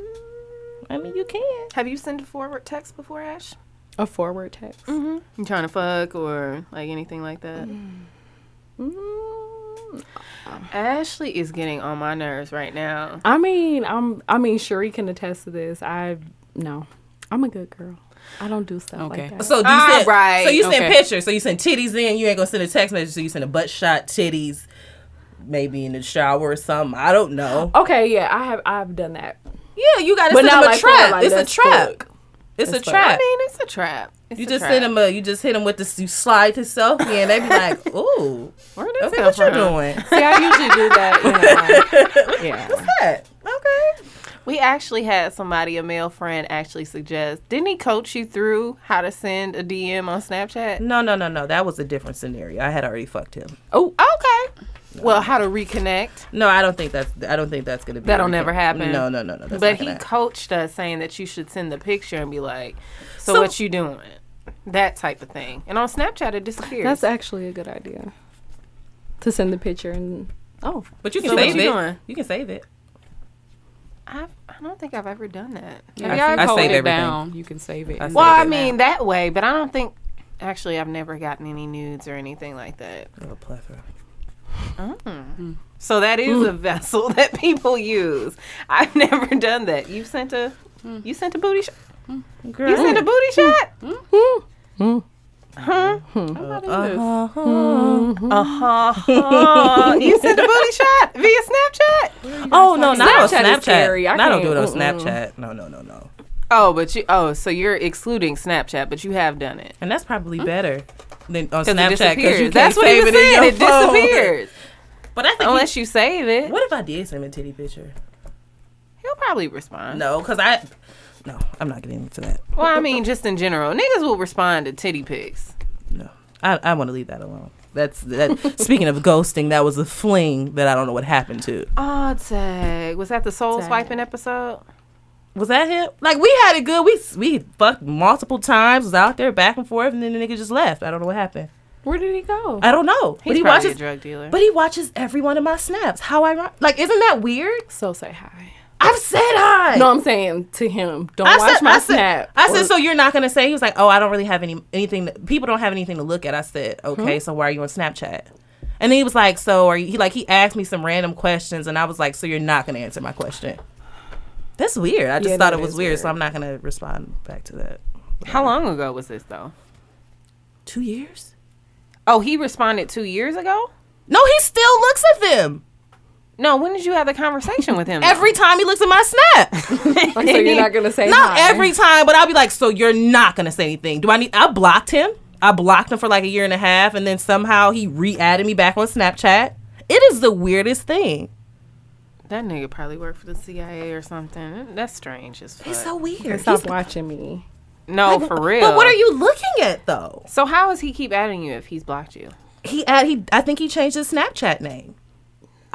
Speaker 1: I mean you can.
Speaker 5: Have you sent a forward text before, Ash?
Speaker 4: A forward text.
Speaker 5: Mm-hmm. You trying to fuck or like anything like that?
Speaker 4: Mm,
Speaker 5: Ashley is getting on my nerves right now.
Speaker 4: I mean, I'm. I mean, Sheree can attest to this. I no, I'm a good girl. I don't do stuff
Speaker 3: Okay.
Speaker 4: like that.
Speaker 1: So do you send,
Speaker 5: Alright,
Speaker 1: so you send
Speaker 3: okay.
Speaker 1: pictures. So you send titties in. You ain't gonna send a text message. So you send a butt shot, titties, maybe in the shower or something. I don't know.
Speaker 4: Okay, yeah, I have. I've done that.
Speaker 1: Yeah, you gotta
Speaker 4: But
Speaker 1: send
Speaker 4: not
Speaker 1: him a
Speaker 4: like
Speaker 1: trap.
Speaker 4: that, like
Speaker 1: it's a
Speaker 4: that's
Speaker 1: trap.
Speaker 4: fuck.
Speaker 1: It's
Speaker 4: That's
Speaker 1: a
Speaker 4: fuck.
Speaker 5: I
Speaker 1: trap.
Speaker 5: mean, it's a trap. It's
Speaker 1: You
Speaker 5: a
Speaker 1: just
Speaker 5: trap.
Speaker 1: send him a. You just hit him with this. You slide yourself in. They be like,
Speaker 5: (laughs)
Speaker 1: "Ooh,
Speaker 5: Where did
Speaker 1: okay,
Speaker 5: come
Speaker 1: what you
Speaker 5: from? (laughs)
Speaker 1: doing?
Speaker 4: See, I usually
Speaker 1: (laughs)
Speaker 4: do that. You know, yeah.
Speaker 1: That okay?
Speaker 5: We actually had somebody, a male friend, actually suggest. Didn't he coach you through how to send a DM on Snapchat?
Speaker 1: No, no, no, no. That was a different scenario. I had already fucked him.
Speaker 4: Oh,
Speaker 5: Okay. Well, how to reconnect.
Speaker 1: No, I don't think that's. I don't think that's gonna be.
Speaker 5: That'll
Speaker 1: working.
Speaker 5: never happen.
Speaker 1: No, no, no, no. That's not
Speaker 5: but he
Speaker 1: gonna happen.
Speaker 5: coached us saying that you should send the picture and be like, so,
Speaker 1: So-
Speaker 5: what you doing? That type of thing. And on Snapchat, it disappears.
Speaker 4: that's actually a good idea. To send the picture and oh,
Speaker 1: But you can
Speaker 5: So what
Speaker 1: save
Speaker 5: you
Speaker 1: it.
Speaker 5: doing?
Speaker 1: You can save it.
Speaker 5: I've, I don't think I've ever done that.
Speaker 3: yeah,
Speaker 1: I
Speaker 3: if y'all
Speaker 1: save- I
Speaker 3: hold
Speaker 1: save
Speaker 3: it
Speaker 1: everything.
Speaker 3: down, you can save it.
Speaker 1: I
Speaker 3: and
Speaker 1: save
Speaker 5: Well, I
Speaker 3: look at it
Speaker 5: mean that way, but I don't think. Actually, I've never gotten any nudes or anything like that.
Speaker 1: A plethora.
Speaker 5: So that is a
Speaker 1: Mm.
Speaker 5: vessel (laughs) that people use. I've never done that. You sent a, you sent a booty. Sh-
Speaker 1: Mm. Girl.
Speaker 5: you sent a booty shot.
Speaker 3: now. I'm not into this.
Speaker 1: Uh-huh.
Speaker 5: Uh huh. you sent a booty
Speaker 1: (laughs)
Speaker 5: shot via Snapchat.
Speaker 1: Oh no, not on
Speaker 4: Snapchat
Speaker 1: Snapchat.
Speaker 4: is scary. I
Speaker 1: No, I don't do it
Speaker 4: can't-
Speaker 1: on
Speaker 4: mm-mm.
Speaker 1: Snapchat. No, no, no, no.
Speaker 5: Oh, but you. Oh, so you're excluding Snapchat, but you have done it.
Speaker 1: And that's probably better than on
Speaker 5: 'Cause it
Speaker 1: Snapchat
Speaker 5: disappears.
Speaker 1: because you can't
Speaker 5: That's what he
Speaker 1: save
Speaker 5: was
Speaker 1: it in
Speaker 5: saying.
Speaker 1: your
Speaker 5: It
Speaker 1: phone. (laughs)
Speaker 5: disappears
Speaker 1: But I think he-
Speaker 5: unless you save it.
Speaker 1: What if I did send him a titty picture?
Speaker 5: He'll probably respond.
Speaker 1: No, because I. No, I'm not getting into that.
Speaker 5: Well, I mean, just in general, niggas will respond to titty pics.
Speaker 1: No, I, I want to leave that alone. That's (laughs) that. speaking of ghosting, that was a fling that I don't know what happened to.
Speaker 5: Oh, tag. Was that the soul
Speaker 4: Tag.
Speaker 5: swiping episode?
Speaker 1: Was that him? Like we had it good. We we fucked multiple times. Was out there back and forth, and then the nigga just left. I don't know what happened.
Speaker 4: where did he go?
Speaker 1: I don't know.
Speaker 5: He's
Speaker 1: but he
Speaker 5: probably
Speaker 1: watches.
Speaker 5: a drug dealer.
Speaker 1: But he watches every one of my snaps. How I like? Isn't that weird?
Speaker 4: so say hi.
Speaker 1: I've said hi.
Speaker 4: No, I'm saying to him, don't
Speaker 1: I
Speaker 4: watch
Speaker 1: said,
Speaker 4: my
Speaker 1: I said,
Speaker 4: snap.
Speaker 1: I
Speaker 4: or-
Speaker 1: said, so you're not gonna say? He was like, oh, I don't really have any anything. that- people don't have anything to look at. I said, okay,
Speaker 4: Hmm?
Speaker 1: so why are you on Snapchat? And he was like, so are you? He like he asked me some random questions, and I was like, so you're not gonna answer my question? That's weird. I just
Speaker 4: Yeah,
Speaker 1: thought
Speaker 4: that
Speaker 1: it was
Speaker 4: is
Speaker 1: weird, so
Speaker 4: weird.
Speaker 1: I'm not gonna respond back to that.
Speaker 5: How long ago was this though?
Speaker 1: Two years?
Speaker 5: Oh, he responded two years ago.
Speaker 1: No, he still looks at them.
Speaker 5: No, when did you have the
Speaker 1: (laughs)
Speaker 5: conversation with him? though?
Speaker 1: Every time he looks at my snap.
Speaker 4: so you're not gonna say
Speaker 1: Not
Speaker 4: hi.
Speaker 1: every time, but I'll be like, so you're not gonna say anything. Do I need? I blocked him. I blocked him for like a year and a half, and then somehow he re-added me back on Snapchat. It is the weirdest thing.
Speaker 5: that nigga probably worked for the CIA or something. That's strange as fuck.
Speaker 1: It's so weird.
Speaker 4: Stop
Speaker 1: He's-
Speaker 4: watching me.
Speaker 5: no, for real.
Speaker 1: But what are you looking at though?
Speaker 5: So how is he keep adding you if he's blocked you?
Speaker 1: He add, he. I think he changed his Snapchat name.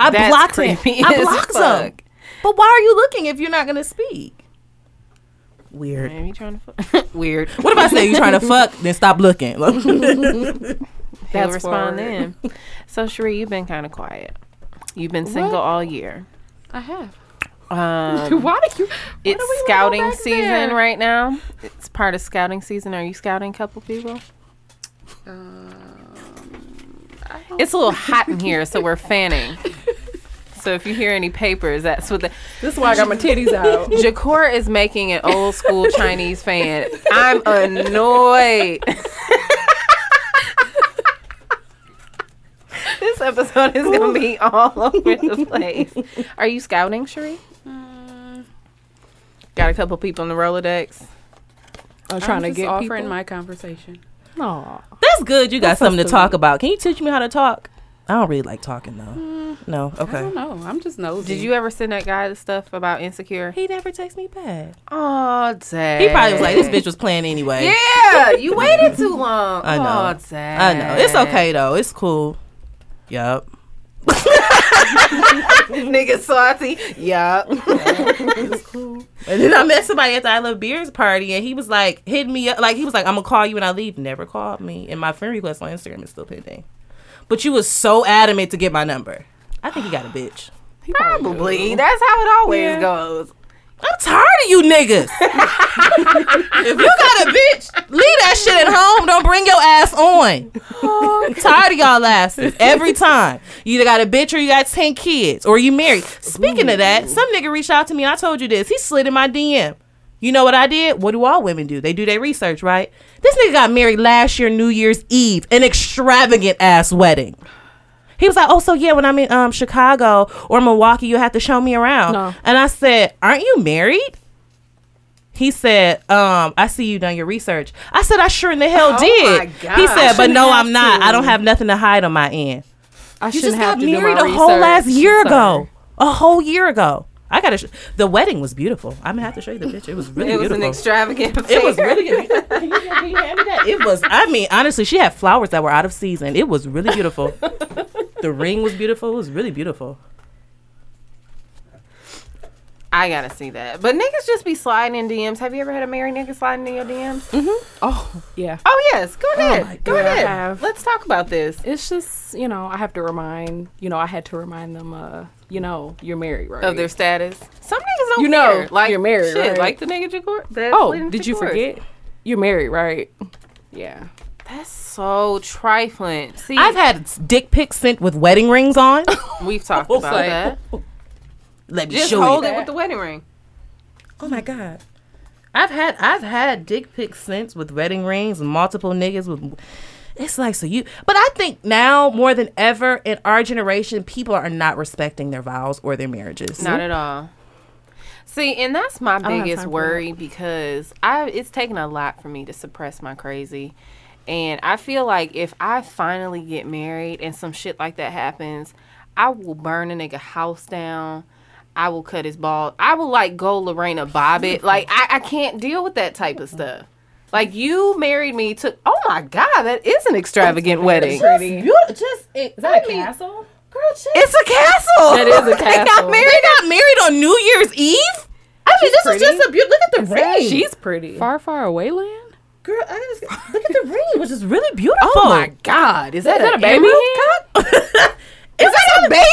Speaker 1: I
Speaker 5: That's
Speaker 1: blocked
Speaker 5: creepy
Speaker 1: him. I
Speaker 5: as
Speaker 1: blocked him.
Speaker 5: fuck.
Speaker 1: But why are you looking if you're not gonna speak? Weird.
Speaker 5: Maybe trying to
Speaker 1: (laughs)
Speaker 5: fuck. (laughs) weird.
Speaker 1: What if I say you trying to fuck, then stop looking? (laughs)
Speaker 5: He'll
Speaker 4: That's
Speaker 5: respond
Speaker 4: forward.
Speaker 5: then. So Sheree, you've been kind of quiet. You've been single all year.
Speaker 3: I have. (laughs)
Speaker 5: Um,
Speaker 3: Why did you? why do we wanna
Speaker 5: it's
Speaker 3: go
Speaker 5: scouting
Speaker 3: back
Speaker 5: season
Speaker 3: there?
Speaker 5: right now. It's part of scouting season. Are you scouting couple people?
Speaker 3: Um,
Speaker 5: It's a little hot in here, so we're fanning.
Speaker 3: (laughs)
Speaker 5: So if you hear any papers, that's what the
Speaker 4: This is why I got my titties out.
Speaker 5: Jacour is making an old school Chinese fan. I'm annoyed. (laughs) this episode is gonna be all over the place. Are you scouting, Sheree? Got a couple people in the Rolodex.
Speaker 4: I'm
Speaker 3: I'm
Speaker 4: trying to
Speaker 3: just
Speaker 4: get
Speaker 3: offering
Speaker 4: people.
Speaker 3: my conversation.
Speaker 4: Aw.
Speaker 1: That's good. You got something to talk about. Can you teach me how to talk? I don't really like talking though. No.
Speaker 3: I
Speaker 1: Okay.
Speaker 3: don't know. I'm just nosy.
Speaker 5: Did you ever send that guy the stuff about insecure?
Speaker 1: He never texts me back.
Speaker 5: Oh, dang.
Speaker 1: He probably was like, "This bitch was playing anyway."
Speaker 5: Yeah, you waited too long.
Speaker 1: I know.
Speaker 5: Oh, dang.
Speaker 1: I know. It's okay though. It's cool. Yup.
Speaker 5: Nigga salty. Yup.
Speaker 1: And then I met somebody at the I Love Beers party, and he was like, hitting me up. Like he was like, "I'm gonna call you when I leave." Never called me, and my friend request on Instagram is still pending. But you was so adamant to get my number. I think he got a bitch.
Speaker 5: Probably. That's how it always goes.
Speaker 1: I'm tired of you niggas. if you got a bitch, leave that shit at home. Don't bring your ass on. I'm (laughs) tired of y'all asses every time. You either got a bitch or you got 10 kids or you married. Speaking of that, some nigga reached out to me. I told you this. He slid in my DM. You know what I did? What do all women do? They do their research, right? This nigga got married last year, New Year's Eve, an extravagant ass wedding. He was like, "Oh, so yeah, when I'm in um, Chicago or Milwaukee, you have to show me around."
Speaker 4: No.
Speaker 1: And I said, "Aren't you married?" He said, um, "I see you done your research." I said, "I sure in the hell did."
Speaker 5: my God.
Speaker 1: He said, "But no, I'm not.
Speaker 4: to.
Speaker 1: I don't have nothing to hide on my end.
Speaker 4: I
Speaker 1: You
Speaker 4: shouldn't
Speaker 1: just
Speaker 4: have
Speaker 1: got
Speaker 4: to do my
Speaker 1: married a whole
Speaker 4: research.
Speaker 1: last year
Speaker 4: I'm sorry.
Speaker 1: ago, a whole year ago. I gotta. Sh- the wedding was beautiful. I'm gonna have to show you the picture. It was really
Speaker 5: It was
Speaker 1: beautiful.
Speaker 5: an extravagant (laughs) affair.
Speaker 1: it was really good. Can you, can you hand me that? It was. I mean, honestly, she had flowers that were out of season. It was really beautiful. the ring was beautiful. It was really beautiful.
Speaker 5: I gotta see that. But niggas just be sliding in DMs. Have you ever had a married nigga sliding in your DMs?
Speaker 4: Oh yeah.
Speaker 5: Oh yes. Go ahead.
Speaker 1: my
Speaker 5: Go
Speaker 1: God.
Speaker 5: ahead.
Speaker 4: I have.
Speaker 5: Let's talk about this.
Speaker 4: It's just you know I have to remind you know I had to remind them uh you know you're married right
Speaker 5: Of their status. Some niggas don't
Speaker 4: You know
Speaker 5: care. like
Speaker 4: you're married,
Speaker 5: shit,
Speaker 4: right?
Speaker 5: like the (laughs) nigga Jacour. that's
Speaker 4: oh
Speaker 5: leading
Speaker 4: did you
Speaker 5: Jacour's.
Speaker 4: forget you're married right yeah
Speaker 5: That's so trifling. See
Speaker 1: I've had s- dick pics sent with wedding rings on.
Speaker 5: (laughs) we've talked
Speaker 1: Oh,
Speaker 5: about
Speaker 1: sorry.
Speaker 5: that.
Speaker 1: Let me
Speaker 5: Just
Speaker 1: show
Speaker 5: hold
Speaker 1: you.
Speaker 5: it with the wedding ring.
Speaker 1: Oh my god. I've had I've had dick pics since with wedding rings and multiple niggas with it's like so you but I think now more than ever in our generation people are not respecting their vows or their marriages.
Speaker 5: Not at all. See, and that's my
Speaker 4: have
Speaker 5: biggest
Speaker 4: time for
Speaker 5: worry because I it's taken a lot for me to suppress my crazy. And I feel like if I finally get married and some shit like that happens, I will burn a nigga house down. I will cut his ball. I will like go Lorena Bobbitt. Like I, I can't deal with that type of stuff. Like you married me to oh my god, that is an extravagant wedding.
Speaker 4: pretty
Speaker 1: You just is
Speaker 4: that a castle
Speaker 1: girl, it's a castle.
Speaker 4: That is
Speaker 1: (laughs)
Speaker 4: a
Speaker 1: they got
Speaker 4: castle.
Speaker 1: married. They got married on New Year's Eve. I mean, this is
Speaker 4: pretty.
Speaker 1: just a beautiful. Look at the ring.
Speaker 4: she's pretty
Speaker 3: Far, far away land.
Speaker 1: girl. I just, look at the ring, which is really beautiful.
Speaker 5: Oh my god, is that,
Speaker 4: that
Speaker 5: a
Speaker 4: a
Speaker 5: baby?
Speaker 1: (laughs)
Speaker 4: baby?
Speaker 1: Is that a baby?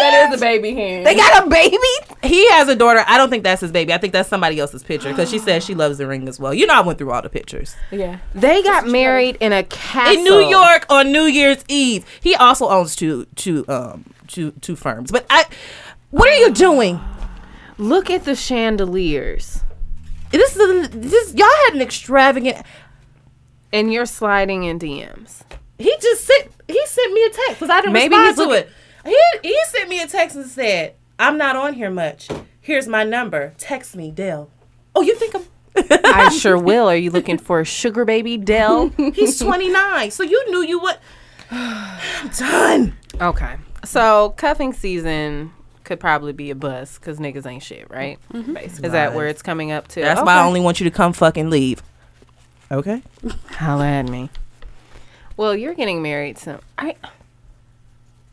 Speaker 4: that is a baby hand
Speaker 1: They got a baby. He has a daughter. I don't think that's his baby. I think that's somebody else's picture because she says she loves the ring as well. You know, I went through all the pictures
Speaker 4: yeah
Speaker 5: They got married in a castle
Speaker 1: in New York on New Year's Eve. He also owns two two um two two firms. But I, what are you doing?
Speaker 5: Look at the chandeliers.
Speaker 1: This is this. Y'all had an extravagant.
Speaker 5: And you're sliding in DMs.
Speaker 1: He just sent. He sent me a text because I didn't
Speaker 5: Maybe
Speaker 1: respond
Speaker 5: he's
Speaker 1: to
Speaker 5: looking-
Speaker 1: it. He he sent me a text and said, "I'm not on here much. Here's my number. Text me, Dell." Oh, you think I'm? (laughs)
Speaker 5: I sure will. Are you looking for a sugar baby Dell?
Speaker 1: He's 29, so you knew you would. (sighs) I'm done.
Speaker 5: (laughs) okay. So cuffing season could probably be a bust because niggas ain't shit, right? Is that where it's coming up to?
Speaker 1: That's
Speaker 5: Okay.
Speaker 1: why I only want you to come fucking leave. Okay.
Speaker 5: Holla at me. Well, you're getting married soon. I,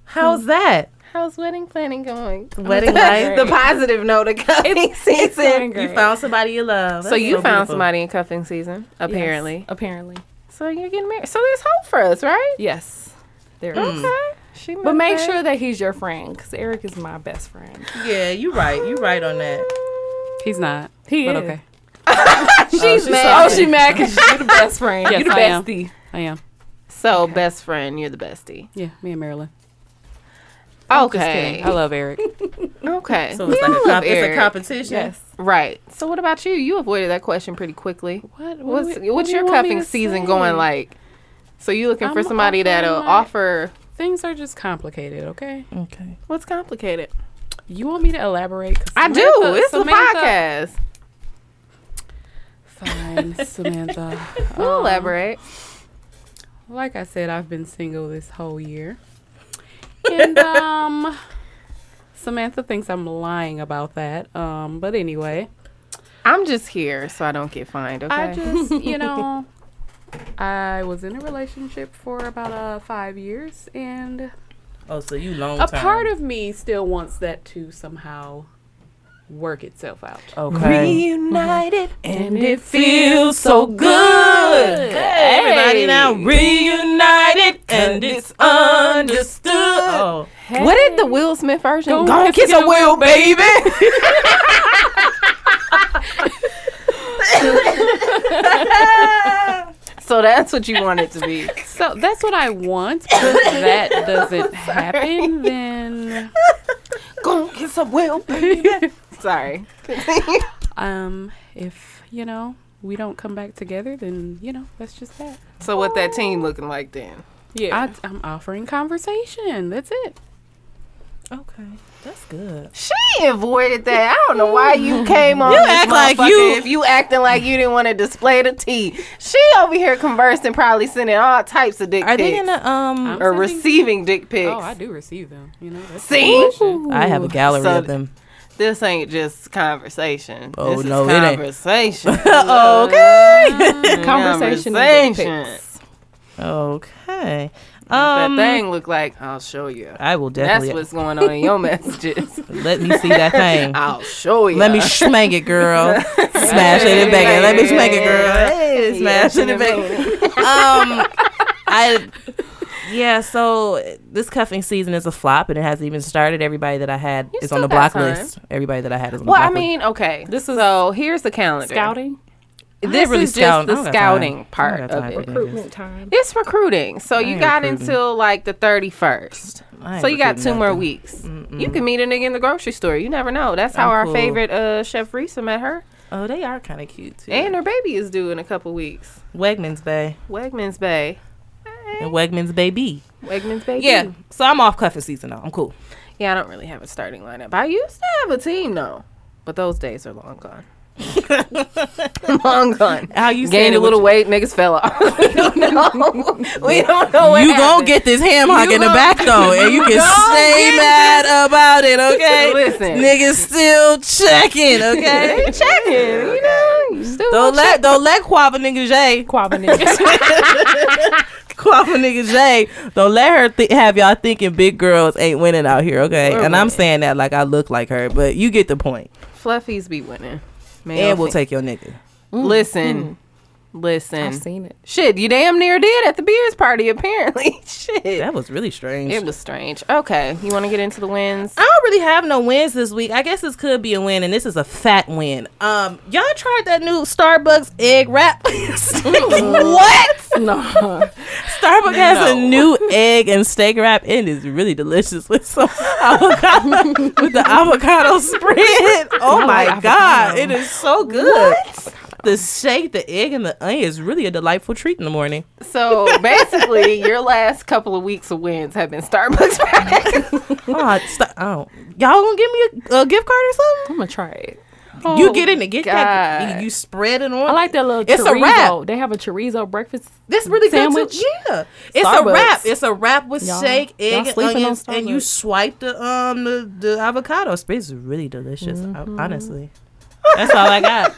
Speaker 1: How's that?
Speaker 5: how's wedding planning going? (laughs)
Speaker 1: Wedding life.
Speaker 5: the positive note of cuffing season.
Speaker 1: You found somebody you love.
Speaker 5: so
Speaker 1: That's
Speaker 5: you
Speaker 1: so
Speaker 5: found
Speaker 1: beautiful.
Speaker 5: somebody in cuffing season,
Speaker 4: Yes,
Speaker 5: apparently.
Speaker 4: apparently.
Speaker 5: So you're getting married. So there's hope for us, right?
Speaker 4: Yes. There is.
Speaker 5: Okay. She
Speaker 4: But make
Speaker 5: moved
Speaker 4: sure that he's your friend, because Eric is my best friend.
Speaker 1: Yeah, you right. You right on that.
Speaker 3: He's not.
Speaker 4: He
Speaker 3: But
Speaker 4: is.
Speaker 3: okay.
Speaker 1: She's
Speaker 4: Oh, she mad because you're the best friend.
Speaker 3: Yes,
Speaker 4: you're the
Speaker 3: I am.
Speaker 4: bestie.
Speaker 3: I am.
Speaker 5: (laughs) So best friend, you're the bestie.
Speaker 3: Yeah, me and Marilyn. Oh,
Speaker 5: Okay.
Speaker 3: I love
Speaker 5: (laughs)
Speaker 3: Eric.
Speaker 5: Okay.
Speaker 1: So it's like
Speaker 5: We
Speaker 1: a,
Speaker 5: all love
Speaker 1: comp- it's a
Speaker 5: Eric.
Speaker 1: competition.
Speaker 4: Yes.
Speaker 5: Right. So what about you? You avoided that question pretty quickly.
Speaker 3: What?
Speaker 5: What's
Speaker 3: do you- what
Speaker 5: what's
Speaker 3: do
Speaker 5: your
Speaker 3: you want me
Speaker 5: cuffing
Speaker 3: to
Speaker 5: season
Speaker 3: say?
Speaker 5: going like? So you looking for
Speaker 3: I'm
Speaker 5: somebody
Speaker 3: offering
Speaker 5: that'll
Speaker 3: my-
Speaker 5: offer
Speaker 3: Things are just complicated, okay?
Speaker 1: Okay.
Speaker 5: what's complicated?
Speaker 3: You want me to elaborate? 'Cause
Speaker 5: I do.
Speaker 3: Samantha-
Speaker 5: it's
Speaker 3: Samantha-
Speaker 5: a podcast.
Speaker 3: (laughs) Fine, Samantha.
Speaker 5: We'll
Speaker 3: Um,
Speaker 5: elaborate.
Speaker 3: Like I said, I've been single this whole year. (laughs) And um Samantha thinks I'm lying about that. Um but anyway,
Speaker 5: I'm just here so I don't get fined, okay?
Speaker 3: I just, (laughs) you know, I was in a relationship for about uh 5 years and
Speaker 1: Oh, so you long
Speaker 3: a part of me still wants that to somehow work itself out.
Speaker 1: Oh. okay.
Speaker 5: Reunited.
Speaker 1: And it feels so good. Everybody now reunited and it's understood. Oh.
Speaker 5: What did the Will Smith version? Go,
Speaker 3: Don't
Speaker 5: kiss a Will, baby. so that's what you want it to be.
Speaker 3: So that's what I want, but if that doesn't happen, then
Speaker 5: Go kiss a Will, baby. (laughs) Sorry.
Speaker 3: um if, you know, we don't come back together, then, you know, that's just that.
Speaker 5: So what that team looking like then?
Speaker 3: Yeah. I, I'm offering conversation. That's it.
Speaker 1: Okay. That's good.
Speaker 5: She avoided that. I don't know why you came on.
Speaker 1: You
Speaker 5: this
Speaker 1: act like
Speaker 5: motherfucker
Speaker 1: you-
Speaker 5: If you acting like you didn't want to display the tea, she over here conversing, probably sending all types of dick
Speaker 1: Are
Speaker 5: pics
Speaker 1: they in a um?
Speaker 3: I'm
Speaker 5: or
Speaker 3: sending-
Speaker 5: receiving dick pics.
Speaker 3: Oh, I do receive them. You know, that's
Speaker 5: See?
Speaker 3: delicious.
Speaker 1: I have a gallery
Speaker 5: So-
Speaker 1: of them.
Speaker 5: this ain't just conversation.
Speaker 1: Oh,
Speaker 5: this
Speaker 1: no, it
Speaker 5: is
Speaker 1: ain't. (laughs)
Speaker 5: conversation.
Speaker 1: okay.
Speaker 4: Conversation.
Speaker 5: (laughs) Conversation.
Speaker 1: okay.
Speaker 5: that
Speaker 1: Um,
Speaker 5: thing look like I'll show you.
Speaker 1: I will
Speaker 5: That's
Speaker 1: definitely
Speaker 5: what's Oh, going on in your messages.
Speaker 1: (laughs) let me see
Speaker 5: (laughs)
Speaker 1: that thing.
Speaker 5: I'll show you.
Speaker 1: Let me smack it, girl.
Speaker 5: (laughs)
Speaker 1: smash it and bang it. Let me smack it, girl. Hey, smash it and bang it.
Speaker 5: (laughs)
Speaker 1: um, I yeah. So this cuffing season is a flop, and it hasn't even started. Everybody that I had
Speaker 5: You
Speaker 1: is on
Speaker 5: still
Speaker 1: the
Speaker 5: got
Speaker 1: block
Speaker 5: time.
Speaker 1: list. Everybody that I had is on
Speaker 5: Well,
Speaker 1: the
Speaker 5: I
Speaker 1: block
Speaker 5: mean, okay. This is so. Here's the calendar.
Speaker 4: Scouting,
Speaker 5: This
Speaker 1: really
Speaker 5: is
Speaker 1: scout. I don't
Speaker 5: just the
Speaker 1: got
Speaker 5: scouting
Speaker 1: time. I
Speaker 5: part
Speaker 1: don't got
Speaker 5: of
Speaker 1: time
Speaker 5: it.
Speaker 1: for that.
Speaker 4: recruitment time.
Speaker 5: It's recruiting. So you
Speaker 1: ain't
Speaker 5: got
Speaker 1: recruiting.
Speaker 5: until like the 31st.
Speaker 1: I ain't
Speaker 5: So you got two
Speaker 1: recruiting
Speaker 5: more
Speaker 1: nothing. Mm.
Speaker 5: weeks. You can meet a nigga in the grocery store. You never know. That's how
Speaker 1: I'm
Speaker 5: our
Speaker 1: cool.
Speaker 5: favorite uh, chef Risa met her.
Speaker 1: list. Oh, they are kind of cute too.
Speaker 5: And her baby is due in a couple weeks.
Speaker 1: Wegmans Bay
Speaker 5: Wegmans Bay. Hey.
Speaker 1: and Wegmans Baby.
Speaker 5: Wegmans Bay.
Speaker 1: Yeah.
Speaker 5: too.
Speaker 1: So I'm off cuffing season now. I'm cool. (laughs)
Speaker 5: Yeah, I don't really have a starting lineup. I used to have a team though, but those days are long gone. (laughs) long gone.
Speaker 1: How you saying
Speaker 5: Gained
Speaker 1: it
Speaker 5: a little
Speaker 1: with-
Speaker 5: weight, niggas fell off. (laughs) we don't know. We don't know what
Speaker 1: You gonna
Speaker 5: happened.
Speaker 1: get this ham hock
Speaker 5: You
Speaker 1: in the
Speaker 5: gon- (laughs)
Speaker 1: back though, and you can stay mad about it, okay?
Speaker 5: (laughs) Listen.
Speaker 1: niggas still checking, okay?
Speaker 5: They checking, you know. You still
Speaker 1: Don't
Speaker 5: don't
Speaker 1: let don't let Quava nigga J
Speaker 4: Quabbing it.
Speaker 1: Quava nigga J don't let her thi- have y'all thinking big girls ain't winning out here, okay?
Speaker 5: We're
Speaker 1: and I'm
Speaker 5: winning.
Speaker 1: saying that like I look like her, but you get the point.
Speaker 5: fluffies be winning. Man,
Speaker 1: And we'll take your nigga.
Speaker 5: Listen,
Speaker 4: I've
Speaker 5: listen.
Speaker 4: seen it.
Speaker 5: Shit, you damn near did at the beers party. Apparently, (laughs) shit.
Speaker 1: That was really strange.
Speaker 5: It was strange. Okay, you want to get into the wins?
Speaker 1: I don't really have no wins this week. I guess this could be a win, and this is a fat win. Um, y'all tried that new Starbucks egg wrap? (laughs) what?
Speaker 4: (laughs) No,
Speaker 1: Starbucks has a
Speaker 5: No.
Speaker 1: new egg and steak wrap, and it's really delicious with some avocado
Speaker 4: (laughs)
Speaker 1: with the avocado spread. Oh my god, it is so good. The shake, the egg, and the onion is really a delightful treat in the morning.
Speaker 5: So basically, your last couple of weeks of wins have been Starbucks (laughs) products.
Speaker 1: Oh, st- oh. y'all gonna give me a, a gift card or something?
Speaker 4: I'm gonna try it.
Speaker 1: you get in the gift card,
Speaker 5: God.
Speaker 1: you, you spread it on.
Speaker 4: Oh, I like that little
Speaker 1: It's a
Speaker 4: chorizo. They have a chorizo breakfast.
Speaker 1: This really good
Speaker 4: Sandwich?
Speaker 1: too. Yeah, it's a
Speaker 4: Starbucks.
Speaker 1: wrap. It's a wrap with
Speaker 4: Y'all-
Speaker 1: shake,
Speaker 4: y'all
Speaker 1: egg, and
Speaker 4: sleeping on
Speaker 1: onions, and you
Speaker 4: Starbucks.
Speaker 1: swipe the um the, the avocado. It's it's really delicious. I- honestly, Mm-hmm. that's all I (laughs) got.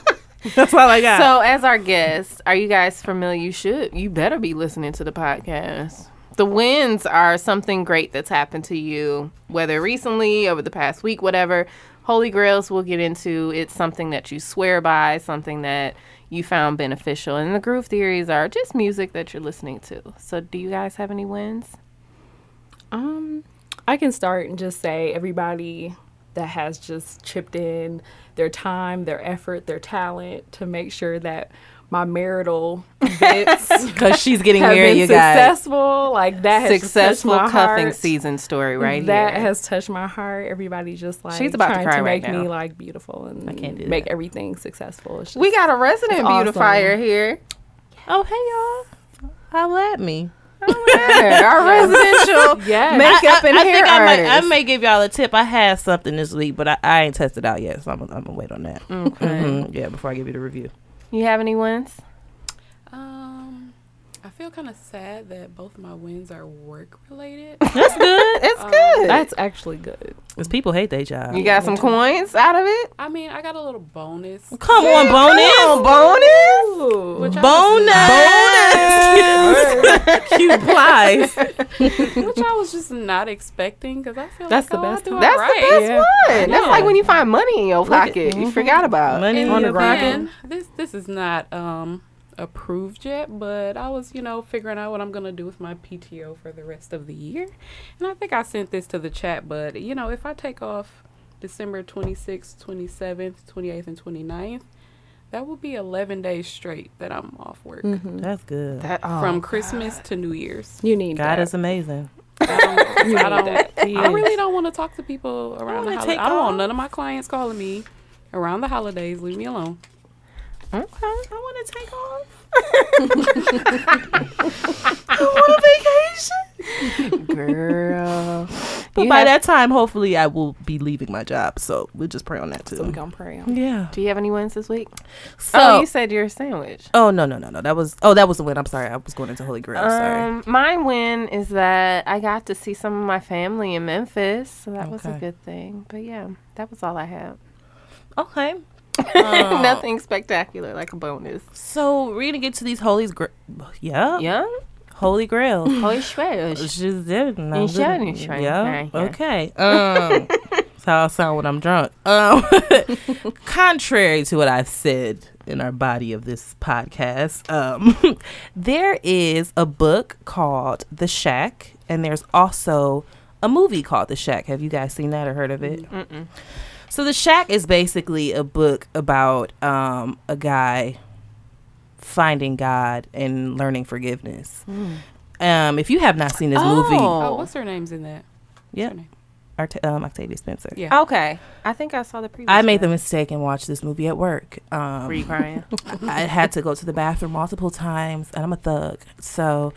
Speaker 1: that's all I got.
Speaker 5: so, as our guest, are you guys familiar? You should. You better be listening to the podcast. The wins are something great that's happened to you, whether recently, over the past week, whatever. Holy Grails we'll get into. It's something that you swear by, something that you found beneficial. And the groove theories are just music that you're listening to. So, do you guys have any wins?
Speaker 4: Um, I can start and just say everybody that has just chipped in their time, their effort, their talent to make sure that my marital events
Speaker 1: because she's getting
Speaker 4: have
Speaker 1: married,
Speaker 4: been
Speaker 1: you guys.
Speaker 4: successful. Like that has just touched
Speaker 5: Successful
Speaker 4: my
Speaker 5: cuffing
Speaker 4: heart.
Speaker 5: season story, right?
Speaker 4: That
Speaker 5: here.
Speaker 4: has touched my heart. Everybody just like
Speaker 5: She's about to
Speaker 4: trying
Speaker 5: cry
Speaker 4: to
Speaker 5: right
Speaker 4: make me
Speaker 5: now.
Speaker 4: like beautiful and
Speaker 1: can't do
Speaker 4: make
Speaker 1: that.
Speaker 4: everything successful. It's just-
Speaker 5: We got a resident
Speaker 4: It's awesome.
Speaker 5: beautifier here.
Speaker 1: Oh hey y'all, holla at me. (laughs)
Speaker 5: Our residential
Speaker 4: Yes.
Speaker 5: makeup
Speaker 1: I, I-
Speaker 5: and
Speaker 1: I
Speaker 5: hair
Speaker 1: think I might, I
Speaker 5: artist.
Speaker 1: may give y'all a tip. I had something this week, but I, I ain't tested out yet, so I'm, gonna- I'm gonna wait on that.
Speaker 5: Okay.
Speaker 1: Mhm, Yeah, before I give you the review.
Speaker 5: You have any wins?
Speaker 3: Um, I feel kind of sad that both of my wins are work related. Um,
Speaker 1: That's good.
Speaker 5: It's good.
Speaker 4: That's actually good.
Speaker 1: Because people hate their job.
Speaker 5: you got some coins out of it.
Speaker 3: I mean, I got a little bonus.
Speaker 1: Come on,
Speaker 5: Come
Speaker 1: bonus.
Speaker 5: on, Oh, bonus.
Speaker 4: Ooh.
Speaker 3: Which
Speaker 1: Bonus. (laughs) Cute plies.
Speaker 3: I was, which I was just not expecting because I feel
Speaker 4: That's
Speaker 3: like
Speaker 4: the
Speaker 3: oh, I
Speaker 4: best
Speaker 3: do
Speaker 4: one.
Speaker 3: all
Speaker 5: That's
Speaker 3: right.
Speaker 5: the best
Speaker 4: Yeah.
Speaker 5: one. That's like when you find money in your pocket. You forgot about.
Speaker 1: Money
Speaker 3: And
Speaker 1: on the
Speaker 3: then,
Speaker 1: rocket.
Speaker 3: This this is not um approved yet, but I was you know figuring out what I'm gonna do with my PTO for the rest of the year, and I think I sent this to the chat. But you know, if I take off December 26th, 27th, 28th, and 29th, that will be 11 days straight that I'm off work
Speaker 1: That's good.
Speaker 5: That, oh.
Speaker 3: from Christmas to
Speaker 4: (laughs)
Speaker 3: New Year's.
Speaker 4: You need
Speaker 1: God
Speaker 4: that.
Speaker 1: is amazing.
Speaker 3: I don't-
Speaker 4: You
Speaker 3: I
Speaker 4: need
Speaker 3: don't-
Speaker 4: that.
Speaker 3: I really don't want to talk to people around the
Speaker 1: wanna
Speaker 3: holidays.
Speaker 1: take
Speaker 3: I don't
Speaker 1: off.
Speaker 3: want none of my clients calling me around the holidays. Leave me alone.
Speaker 5: okay. I
Speaker 1: want to take (laughs) off.
Speaker 5: want a vacation, girl.
Speaker 1: But
Speaker 5: You
Speaker 1: by
Speaker 5: have-
Speaker 1: that time, hopefully, I will be leaving my job. So we'll just pray on that too.
Speaker 4: So we gonna pray on.
Speaker 1: yeah.
Speaker 5: Do you have any wins this week?
Speaker 1: So.
Speaker 5: oh, you
Speaker 1: Oh,
Speaker 5: said your sandwich.
Speaker 1: no no no no that was oh that was the win I'm sorry I was going into Holy Grail sorry
Speaker 5: Um, my win is that I got to see some of my family in Memphis, so that was a
Speaker 1: Okay.
Speaker 5: good thing. But yeah, that was all I had.
Speaker 1: okay
Speaker 5: (laughs)
Speaker 1: Oh.
Speaker 5: Nothing spectacular, like a bonus.
Speaker 1: so we're gonna get to these Holy Gra- yeah
Speaker 5: Yeah,
Speaker 1: Holy Grail
Speaker 5: holy (laughs) shit!
Speaker 1: She's dead. and I'm
Speaker 5: Insurance
Speaker 1: good.
Speaker 5: right
Speaker 1: Yeah.
Speaker 5: there, yeah.
Speaker 1: Okay. Um. (laughs) that's how I sound when I'm drunk. Um. (laughs) contrary to what I've said in our body of this podcast, um, (laughs) there is a book called The Shack, and there's also a movie called The Shack. Have you guys seen that or heard of it?
Speaker 5: Mm-mm.
Speaker 1: So The Shack is basically a book about um, a guy finding God and learning forgiveness.
Speaker 5: Hmm.
Speaker 1: Um, if you have not seen this movie,
Speaker 3: Oh, what's her name's in that?
Speaker 1: yeah,
Speaker 3: her name?
Speaker 1: Arte- um, Octavia Spencer.
Speaker 3: Yeah.
Speaker 5: Okay, I think I saw the previous.
Speaker 1: I made the
Speaker 5: one.
Speaker 1: mistake and watched this movie at work. Um,
Speaker 5: Were you crying?
Speaker 1: I had to go to the bathroom multiple times, and I'm a thug. So,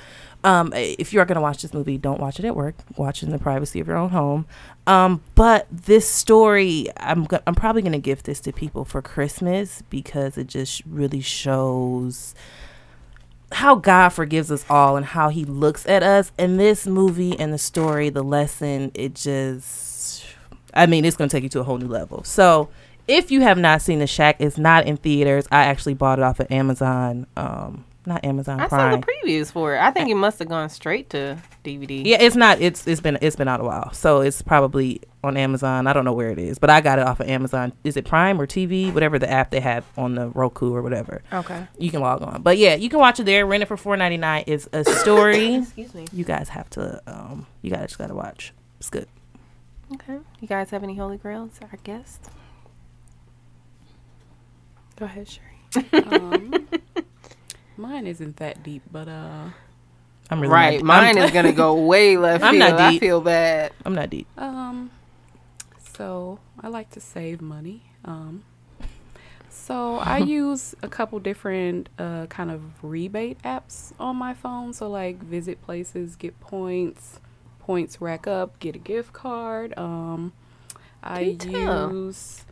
Speaker 1: um, if you are going to watch this movie, don't watch it at work. Watch it in the privacy of your own home. Um, but this story, I'm go- I'm probably going to gift this to people for Christmas because it just really shows how God forgives us all and how He looks at us. And this movie and the story, the lesson, it just, I mean, it's going to take you to a whole new level. So if you have not seen The Shack, it's not in theaters. I actually bought it off of Amazon. Um, not Amazon
Speaker 5: I saw
Speaker 1: Prime.
Speaker 5: the previews for it. I think it must have gone straight to DVD.
Speaker 1: yeah, it's not. It's it's been it's been out a while, so it's probably on Amazon. I don't know where it is, but I got it off of Amazon. Is it Prime or TV, whatever the app they have on the Roku or whatever?
Speaker 5: Okay.
Speaker 1: You can log on, but yeah, you can watch it there. Rent it for four ninety nine. It's a story.
Speaker 5: Excuse me.
Speaker 1: you guys have to um you guys just gotta watch it's good
Speaker 5: Okay. You guys have any holy grails? Our guest.
Speaker 4: Go ahead, Sherry.
Speaker 3: um, (laughs) mine isn't that deep, but uh,
Speaker 1: i'm really
Speaker 5: Right.
Speaker 1: not deep.
Speaker 5: Mine is gonna go
Speaker 1: (laughs)
Speaker 5: way left
Speaker 1: I'm
Speaker 5: field.
Speaker 1: not
Speaker 5: I
Speaker 1: deep.
Speaker 5: feel bad.
Speaker 1: i'm not deep
Speaker 3: um, so I like to save money. Um, So
Speaker 5: (laughs)
Speaker 3: I use a couple different uh, kind of rebate apps on my phone. So like visit places, get points, points rack up, get a gift card. Um, I
Speaker 5: you tell?
Speaker 3: use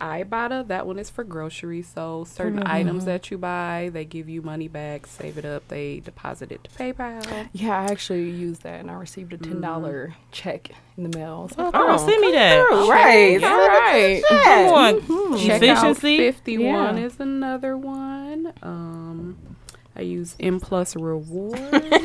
Speaker 3: Ibotta. That one is for groceries. So certain
Speaker 5: Mm-hmm.
Speaker 3: items that you buy, they give you money back. Save it up. They deposit it to PayPal.
Speaker 4: Yeah, I actually used that and I received a ten dollar check in the mail. So
Speaker 1: Oh, send me that.
Speaker 5: All right.
Speaker 1: Okay.
Speaker 5: All right.
Speaker 1: Come on.
Speaker 5: Mm-hmm.
Speaker 3: Check out
Speaker 1: Efficiency.
Speaker 3: 51
Speaker 4: Yeah.
Speaker 3: is another one. Um, I use M Plus Rewards.
Speaker 4: (laughs)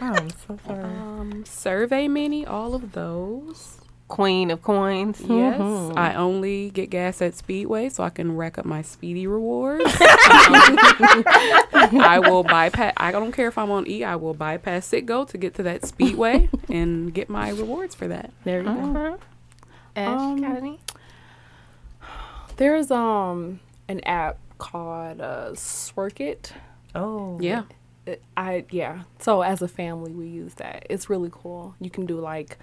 Speaker 1: I'm so sorry.
Speaker 3: Um, Survey Mini, all of those.
Speaker 5: Queen of coins.
Speaker 4: Mm-hmm.
Speaker 3: Yes, I only get gas at Speedway, so I can rack up my
Speaker 4: (laughs)
Speaker 3: Speedy rewards. I will bypass. I don't care if I'm on E. I will bypass Citgo to get to that
Speaker 4: (laughs)
Speaker 3: Speedway and get my rewards for that.
Speaker 4: there you go.
Speaker 5: Mhm. Ash,
Speaker 4: Um,
Speaker 5: got any?
Speaker 4: There's um an app called uh, Swirkit.
Speaker 1: Oh.
Speaker 3: Yeah,
Speaker 4: it- I yeah. So as a family, we use that. It's really cool. You can do like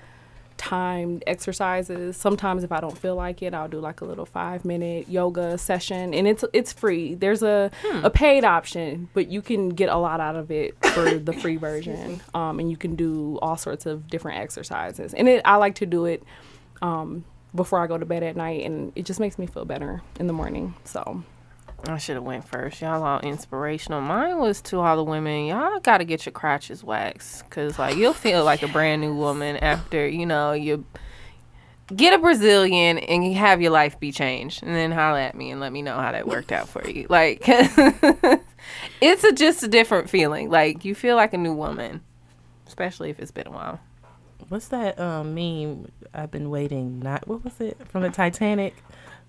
Speaker 4: timed exercises. Sometimes if I don't feel like it, I'll do like a little 5-minute yoga session and it's it's free. There's a a paid option, but you can get a lot out of it for the free version. Um and you can do all sorts of different exercises. And it I like to do it um before I go to bed at night and it just makes me feel better in the morning. So
Speaker 5: I should have went first. Y'all all inspirational. Mine was to all the women. Y'all got to get your crotches waxed, cause like you'll feel like a brand new woman after you know you get a Brazilian and you have your life be changed. And then holler at me and let me know how that worked out for you. Like (laughs) it's a, just a different feeling. Like you feel like a new woman, especially if it's been a while.
Speaker 1: What's that um, meme? I've been waiting. Not what was it from the Titanic?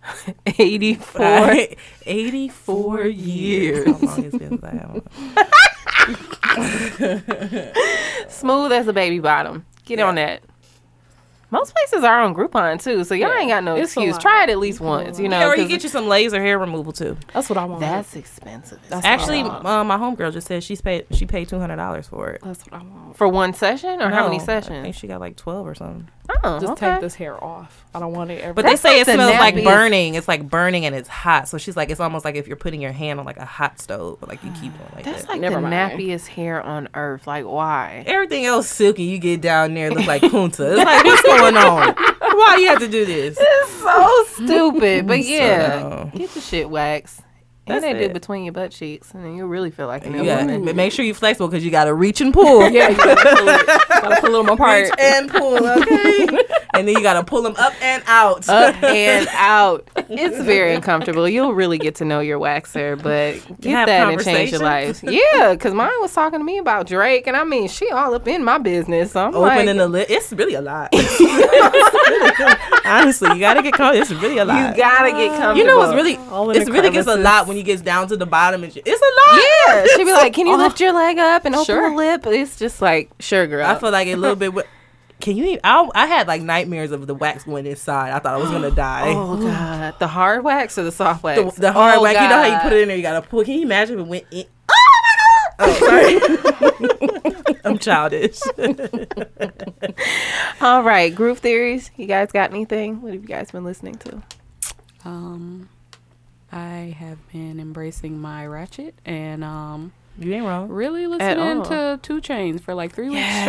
Speaker 1: (laughs)
Speaker 5: Eighty four.
Speaker 1: Eighty-four years. How long has been that? I don't (laughs) know.
Speaker 5: Smooth as a baby bottom. Get on that. Most places are on Groupon too, so y'all ain't got no
Speaker 4: It's a
Speaker 5: excuse.
Speaker 4: lot.
Speaker 5: Try it at least once, you know.
Speaker 1: Yeah, or you
Speaker 5: 'cause
Speaker 1: get you some laser hair removal too.
Speaker 4: that's what I want.
Speaker 5: that's expensive.
Speaker 4: That's
Speaker 1: Actually,
Speaker 4: what I want.
Speaker 1: uh, my homegirl just said she's paid she paid two hundred dollars for it.
Speaker 4: That's what I want.
Speaker 5: for one session or how many
Speaker 1: No, I think
Speaker 5: sessions?
Speaker 1: she got like twelve or something.
Speaker 5: Oh,
Speaker 4: Just
Speaker 5: okay.
Speaker 4: take this hair off. I don't want it (laughs) ever.
Speaker 1: But
Speaker 5: That's
Speaker 1: they say
Speaker 5: like
Speaker 1: it
Speaker 5: the
Speaker 1: smells like
Speaker 5: nappiest-
Speaker 1: burning. It's like burning and it's hot. So she's like, it's almost like if you're putting your hand on like a hot stove, like you keep on like
Speaker 5: That's
Speaker 1: that.
Speaker 5: like
Speaker 4: Never
Speaker 5: the
Speaker 4: mind.
Speaker 5: nappiest hair on earth. Like why?
Speaker 1: Everything else silky, you get down there look like Kunta. It's like what's going on? Why you have to do this?
Speaker 5: It's so stupid. But yeah,
Speaker 1: So-
Speaker 5: get the shit waxed.
Speaker 1: That's
Speaker 5: And they do
Speaker 1: it.
Speaker 5: between your butt cheeks, and then you really feel like an old
Speaker 1: Yeah,
Speaker 5: woman.
Speaker 1: but make sure you're flexible because you got to reach and pull.
Speaker 4: yeah, you gotta pull (laughs) it, gotta pull them apart.
Speaker 1: (laughs) Reach and pull, okay? and then you got to pull them up and out.
Speaker 5: Up and out. It's very uncomfortable. You'll really get to know your waxer, but get
Speaker 1: Have
Speaker 5: that and change your life.
Speaker 1: conversations.
Speaker 5: Yeah, because mine was talking to me about Drake, and I mean, she all up in my business. So I'm
Speaker 1: (laughs)
Speaker 5: like,
Speaker 1: Opening the lid. It's really a lot.
Speaker 5: (laughs)
Speaker 1: Honestly, you got to get comfortable. It's really a lot.
Speaker 5: you gotta get comfortable.
Speaker 1: You know what's
Speaker 5: (laughs)
Speaker 1: really
Speaker 4: All in
Speaker 1: it's
Speaker 4: the
Speaker 1: really gets a
Speaker 4: crevices.
Speaker 1: lot when you gets down to the bottom and shit. it's a lot. (laughs)
Speaker 5: Yeah, she'd be like, "Can you lift your leg up and open
Speaker 4: Sure.
Speaker 5: the lip?" It's just like, "Sure, girl."
Speaker 1: I feel like a little bit. wi- Can you? Even, I I had like nightmares of the wax going inside. I thought I was gonna die.
Speaker 5: oh god, the hard wax or the soft wax?
Speaker 1: the, the hard
Speaker 5: Oh,
Speaker 1: wax. You know how you
Speaker 5: God.
Speaker 1: put it in there. You gotta pull. Can you imagine if it went in? Oh my god! Oh, sorry. (laughs) I'm childish.
Speaker 5: All right, groove theories. You guys got anything? What have you guys been listening to?
Speaker 3: um, I have been embracing my ratchet and um,
Speaker 1: you ain't wrong.
Speaker 3: really
Speaker 5: At
Speaker 3: listening
Speaker 5: all.
Speaker 3: to Two Chains for like three weeks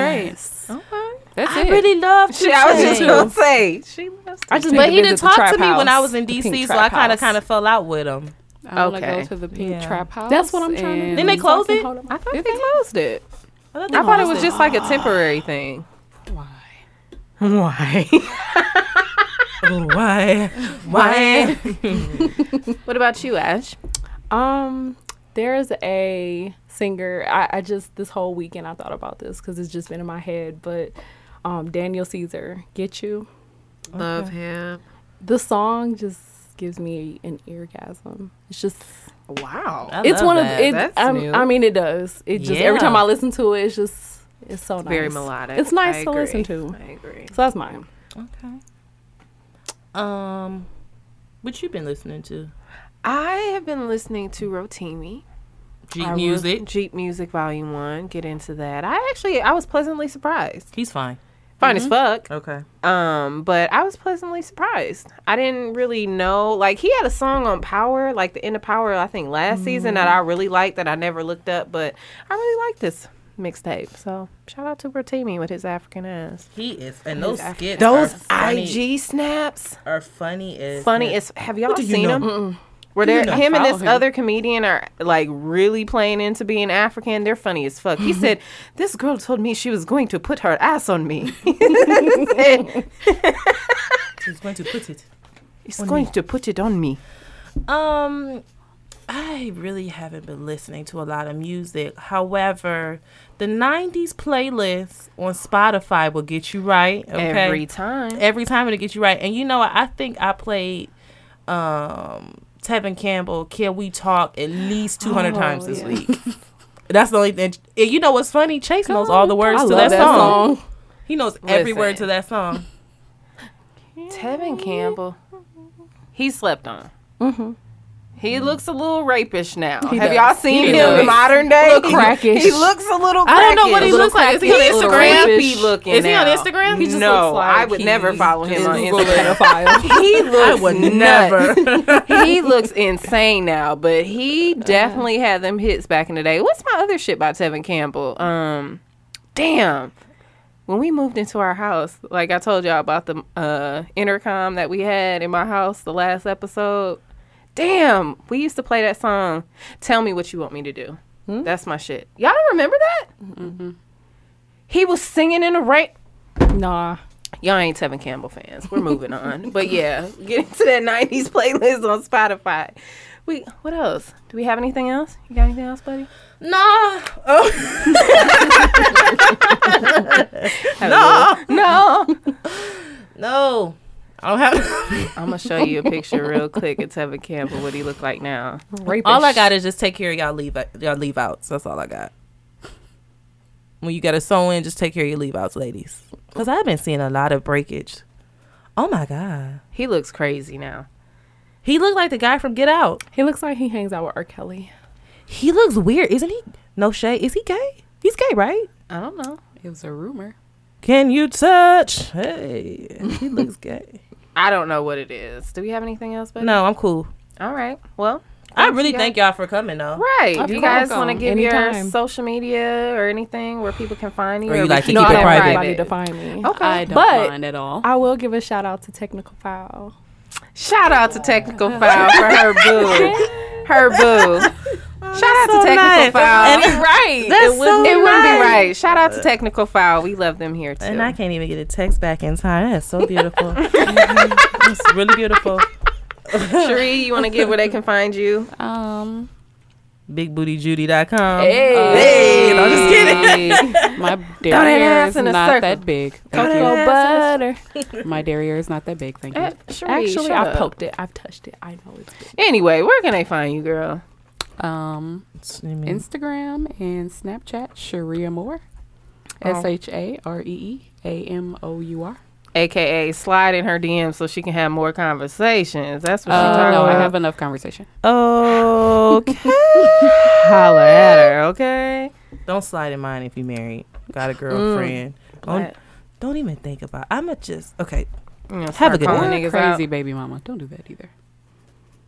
Speaker 3: straight.
Speaker 5: Okay.
Speaker 3: That's
Speaker 1: I
Speaker 3: it.
Speaker 1: really love.
Speaker 5: She, I was just
Speaker 1: Tupac.
Speaker 5: gonna say. She loves
Speaker 4: I just
Speaker 1: But
Speaker 4: need
Speaker 1: he
Speaker 4: visit
Speaker 1: didn't
Speaker 4: the
Speaker 1: talk
Speaker 4: trap
Speaker 1: to me when I
Speaker 4: house,
Speaker 1: was in
Speaker 4: the pink
Speaker 1: DC, so I
Speaker 4: trap
Speaker 1: kind of
Speaker 4: house.
Speaker 1: kind of fell out with him.
Speaker 3: I want to
Speaker 5: Okay.
Speaker 3: go to the pink
Speaker 1: Yeah.
Speaker 3: trap house.
Speaker 4: That's what I'm trying to do.
Speaker 3: and-
Speaker 1: Then they close it?
Speaker 5: I thought they closed it.
Speaker 1: thought,
Speaker 5: I thought it was just like a temporary thing.
Speaker 3: Why?
Speaker 4: (laughs)
Speaker 5: Why?
Speaker 1: why, why.
Speaker 5: what about you, Ash?
Speaker 4: Um, there's a singer. I, I just this whole weekend I thought about this because it's just been in my head. But um, Daniel Caesar, get you.
Speaker 5: Love him.
Speaker 4: The song just gives me an orgasm. It's just
Speaker 5: Wow.
Speaker 1: I
Speaker 4: it's
Speaker 1: love
Speaker 4: one
Speaker 1: that.
Speaker 4: of it.
Speaker 5: That's new.
Speaker 4: I'm, I mean, it does. It just every
Speaker 1: Yeah.
Speaker 4: time I listen to it, it's just it's so nice.
Speaker 5: Very melodic.
Speaker 4: It's nice
Speaker 5: I
Speaker 4: to listen
Speaker 5: agree.
Speaker 4: to.
Speaker 5: I agree.
Speaker 4: So that's mine.
Speaker 1: Okay. Um, what you been listening to?
Speaker 5: I have been listening to Rotimi.
Speaker 1: Jeep
Speaker 4: I
Speaker 1: music.
Speaker 5: Jeep Music Volume 1. Get into that. I actually, I was pleasantly surprised.
Speaker 1: He's fine.
Speaker 5: fine as fuck.
Speaker 1: Okay.
Speaker 5: Um, but I was pleasantly surprised. I didn't really know like he had a song on Power, like the end of Power, I think last season that I really liked that I never looked up, but I really like this mixtape. So shout out to Rotimi with his African ass.
Speaker 1: He is, and those skits
Speaker 5: Those
Speaker 1: are funny,
Speaker 5: IG snaps,
Speaker 1: are funny as
Speaker 5: funny
Speaker 1: heck.
Speaker 5: as have y'all
Speaker 1: do you
Speaker 5: seen
Speaker 1: know?
Speaker 5: them? Where they're,
Speaker 1: know? I
Speaker 5: him and
Speaker 3: follow
Speaker 5: this
Speaker 3: him.
Speaker 5: other comedian are like really playing into being African. They're funny as fuck. He said, "This girl told me she was going to put her ass on me.
Speaker 1: She's going to put it.
Speaker 5: She's going to put it on me."
Speaker 1: Um, I really haven't been listening to a lot of music. However, the '90s playlist on Spotify will get you right. Okay?
Speaker 5: Every time.
Speaker 1: every time it'll get you right. And you know what? I think I played um Tevin Campbell, Can We Talk at least 200 times this
Speaker 4: Oh, yeah.
Speaker 1: week. (laughs) That's the only thing. And you know what's funny? Chase knows all the words
Speaker 4: I
Speaker 1: to
Speaker 4: love
Speaker 1: that,
Speaker 4: that
Speaker 1: song.
Speaker 4: song.
Speaker 1: He knows every
Speaker 5: Listen.
Speaker 1: word to that song.
Speaker 5: Tevin Campbell, Mm-hmm. he slept on. He looks a little rapish now. Have
Speaker 4: does.
Speaker 5: y'all seen
Speaker 4: He
Speaker 5: him
Speaker 4: does.
Speaker 5: in modern day?
Speaker 4: Little crackish.
Speaker 5: He looks a little. Crackish.
Speaker 1: I don't know what he
Speaker 4: Little
Speaker 1: looks like. Is he on
Speaker 4: cracky, little
Speaker 1: Instagram?
Speaker 4: rapish.
Speaker 5: He looking
Speaker 1: Is he on
Speaker 5: now.
Speaker 1: Instagram? He just
Speaker 5: no,
Speaker 4: looks like
Speaker 5: I would never
Speaker 4: he
Speaker 5: follow him
Speaker 4: just
Speaker 5: on
Speaker 4: Google
Speaker 5: Instagram. (laughs)
Speaker 4: pedophile.
Speaker 5: he looks.
Speaker 1: I would
Speaker 5: nuts.
Speaker 1: never.
Speaker 5: (laughs) he looks insane now, but he definitely had them hits back in the day. What's my other shit by Tevin Campbell? Um, damn. When we moved into our house, like I told y'all about the uh, intercom that we had in my house the last episode. Damn, we used to play that song. Tell me what you want me to do. That's my shit. Y'all don't remember that? He was singing in the rain.
Speaker 4: Nah.
Speaker 5: Y'all ain't Tevin Campbell fans. We're moving on. But yeah, get into that 90s playlist on Spotify. We what else? Do we have anything else? You got anything else, buddy?
Speaker 1: no. (laughs) Oh,
Speaker 5: No. No.
Speaker 1: no. I don't have. (laughs)
Speaker 5: I'm gonna show you a (laughs) picture real quick of Tevin Campbell, what he look like now.
Speaker 4: Rapish.
Speaker 1: All I got is just take care of y'all leave y'all leave outs. That's all I got. When you got to sew in, just take care of your leave outs, ladies. Because I've been seeing a lot of breakage. Oh my god,
Speaker 5: He looks crazy now.
Speaker 1: he looked like the guy from Get Out.
Speaker 4: He looks like he hangs out with R. Kelly.
Speaker 1: He looks weird, isn't he? No shade. Is he gay? He's gay, right?
Speaker 5: I don't know.
Speaker 3: It was a rumor.
Speaker 1: Can you touch? Hey, he looks gay.
Speaker 5: I don't know what it is. Do we have anything else, buddy?
Speaker 1: No, I'm cool.
Speaker 5: All right. Well,
Speaker 1: I
Speaker 5: Thanks,
Speaker 1: really
Speaker 5: you
Speaker 1: thank y'all for coming though.
Speaker 5: right.
Speaker 4: Of
Speaker 5: Do you guys
Speaker 4: course.
Speaker 5: want to give your
Speaker 4: Anytime.
Speaker 5: social media or anything where people can find you?
Speaker 1: Or you
Speaker 5: we
Speaker 1: like to
Speaker 5: can
Speaker 1: keep it
Speaker 5: that
Speaker 1: private.
Speaker 4: Everybody to find me.
Speaker 5: Okay.
Speaker 3: I don't
Speaker 4: But-
Speaker 3: mind at all.
Speaker 4: I will give a shout out to Technical File.
Speaker 5: Shout out to Technical File for
Speaker 1: (laughs)
Speaker 5: her boo. Her boo. Shout out to
Speaker 1: so
Speaker 5: Technical
Speaker 1: nice.
Speaker 5: File.
Speaker 1: And-
Speaker 5: right.
Speaker 1: That's
Speaker 5: it wouldn't,
Speaker 1: so
Speaker 5: it wouldn't
Speaker 1: nice.
Speaker 5: be right. Shout out to Technical File. We love them here too.
Speaker 1: And I can't even get a text back in time. That's
Speaker 5: (laughs)
Speaker 1: so beautiful. Mm-hmm. It's really beautiful.
Speaker 5: Sheree, you want to give where they can find you?
Speaker 3: Um,
Speaker 1: BigBootyJudy.com.
Speaker 4: Hey.
Speaker 1: no, I'm just (laughs)
Speaker 3: kidding. um,
Speaker 5: (laughs)
Speaker 3: my derriere
Speaker 5: ass
Speaker 3: is
Speaker 5: in a
Speaker 3: not
Speaker 5: circle.
Speaker 3: that big.
Speaker 5: that
Speaker 3: Thank
Speaker 4: Cocoa
Speaker 5: ass Eh.
Speaker 4: Butter.
Speaker 3: you. My derriere is not that big. Thank you.
Speaker 5: Sheree,
Speaker 4: Actually,
Speaker 5: shut
Speaker 4: I
Speaker 5: up.
Speaker 4: poked it. I've touched it. I know it's good.
Speaker 5: Anyway, where can they find you, girl?
Speaker 3: Um,
Speaker 5: Mm.
Speaker 3: Instagram and Snapchat, Sharia Moore.
Speaker 5: Oh.
Speaker 3: S H A R E E A M O U R.
Speaker 5: AKA slide in her DM so she can have more conversations. That's what she's
Speaker 3: Uh,
Speaker 5: talking
Speaker 3: no,
Speaker 5: about.
Speaker 3: I have enough conversation.
Speaker 1: oh, Okay.
Speaker 5: Holla at her, okay?
Speaker 1: Don't slide in mine if you married. Got
Speaker 5: Mm.
Speaker 1: a girlfriend. Don't,
Speaker 5: But,
Speaker 1: don't even think about. I'ma just okay.
Speaker 5: you know,
Speaker 1: Have a
Speaker 5: start
Speaker 1: good
Speaker 5: calling
Speaker 1: one.
Speaker 5: niggas
Speaker 3: Crazy
Speaker 5: out.
Speaker 3: baby mama. Don't do that either.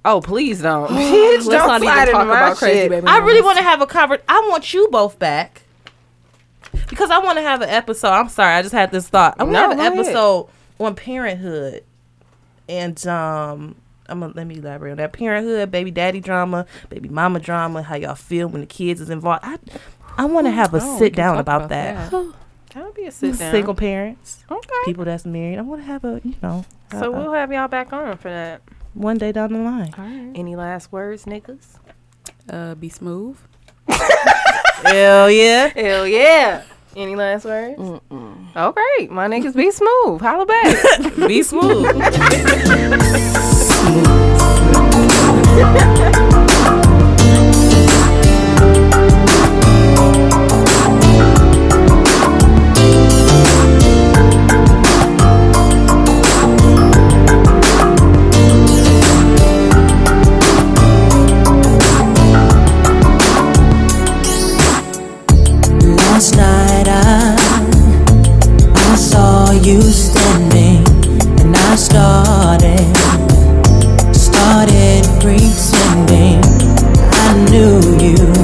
Speaker 5: Oh, please don't. Bitch,
Speaker 4: Let's
Speaker 5: don't
Speaker 4: not
Speaker 5: slide
Speaker 4: even
Speaker 5: into
Speaker 4: talk
Speaker 5: my
Speaker 4: about crazy
Speaker 5: shit.
Speaker 4: baby.
Speaker 1: I really
Speaker 4: mamas.
Speaker 1: want to have a convert. I want you both back because I want to have an episode. I'm sorry, I just had this thought. I want to
Speaker 5: No,
Speaker 1: have an
Speaker 5: go ahead.
Speaker 1: episode on parenthood and um. I'm gonna let me elaborate on that parenthood, baby daddy drama, baby mama drama, how y'all feel when the kids is involved. I, I want to have a
Speaker 3: Oh, we
Speaker 1: sit
Speaker 3: can
Speaker 1: down
Speaker 3: talk
Speaker 1: about,
Speaker 3: about
Speaker 1: that. (gasps)
Speaker 5: That would be a sit down.
Speaker 1: Single parents,
Speaker 5: Okay.
Speaker 1: people that's married. I want to have a you know.
Speaker 5: So
Speaker 1: uh,
Speaker 5: we'll have y'all back on for that.
Speaker 1: one day down the line.
Speaker 3: All right.
Speaker 5: Any last words, niggas?
Speaker 3: Uh, be smooth.
Speaker 1: Hell yeah.
Speaker 5: Hell yeah. Any last words? Okay. Oh, My niggas be smooth. Holla back.
Speaker 1: Be smooth.
Speaker 6: Last night I I saw you stole me, and I started, started pretending I knew you.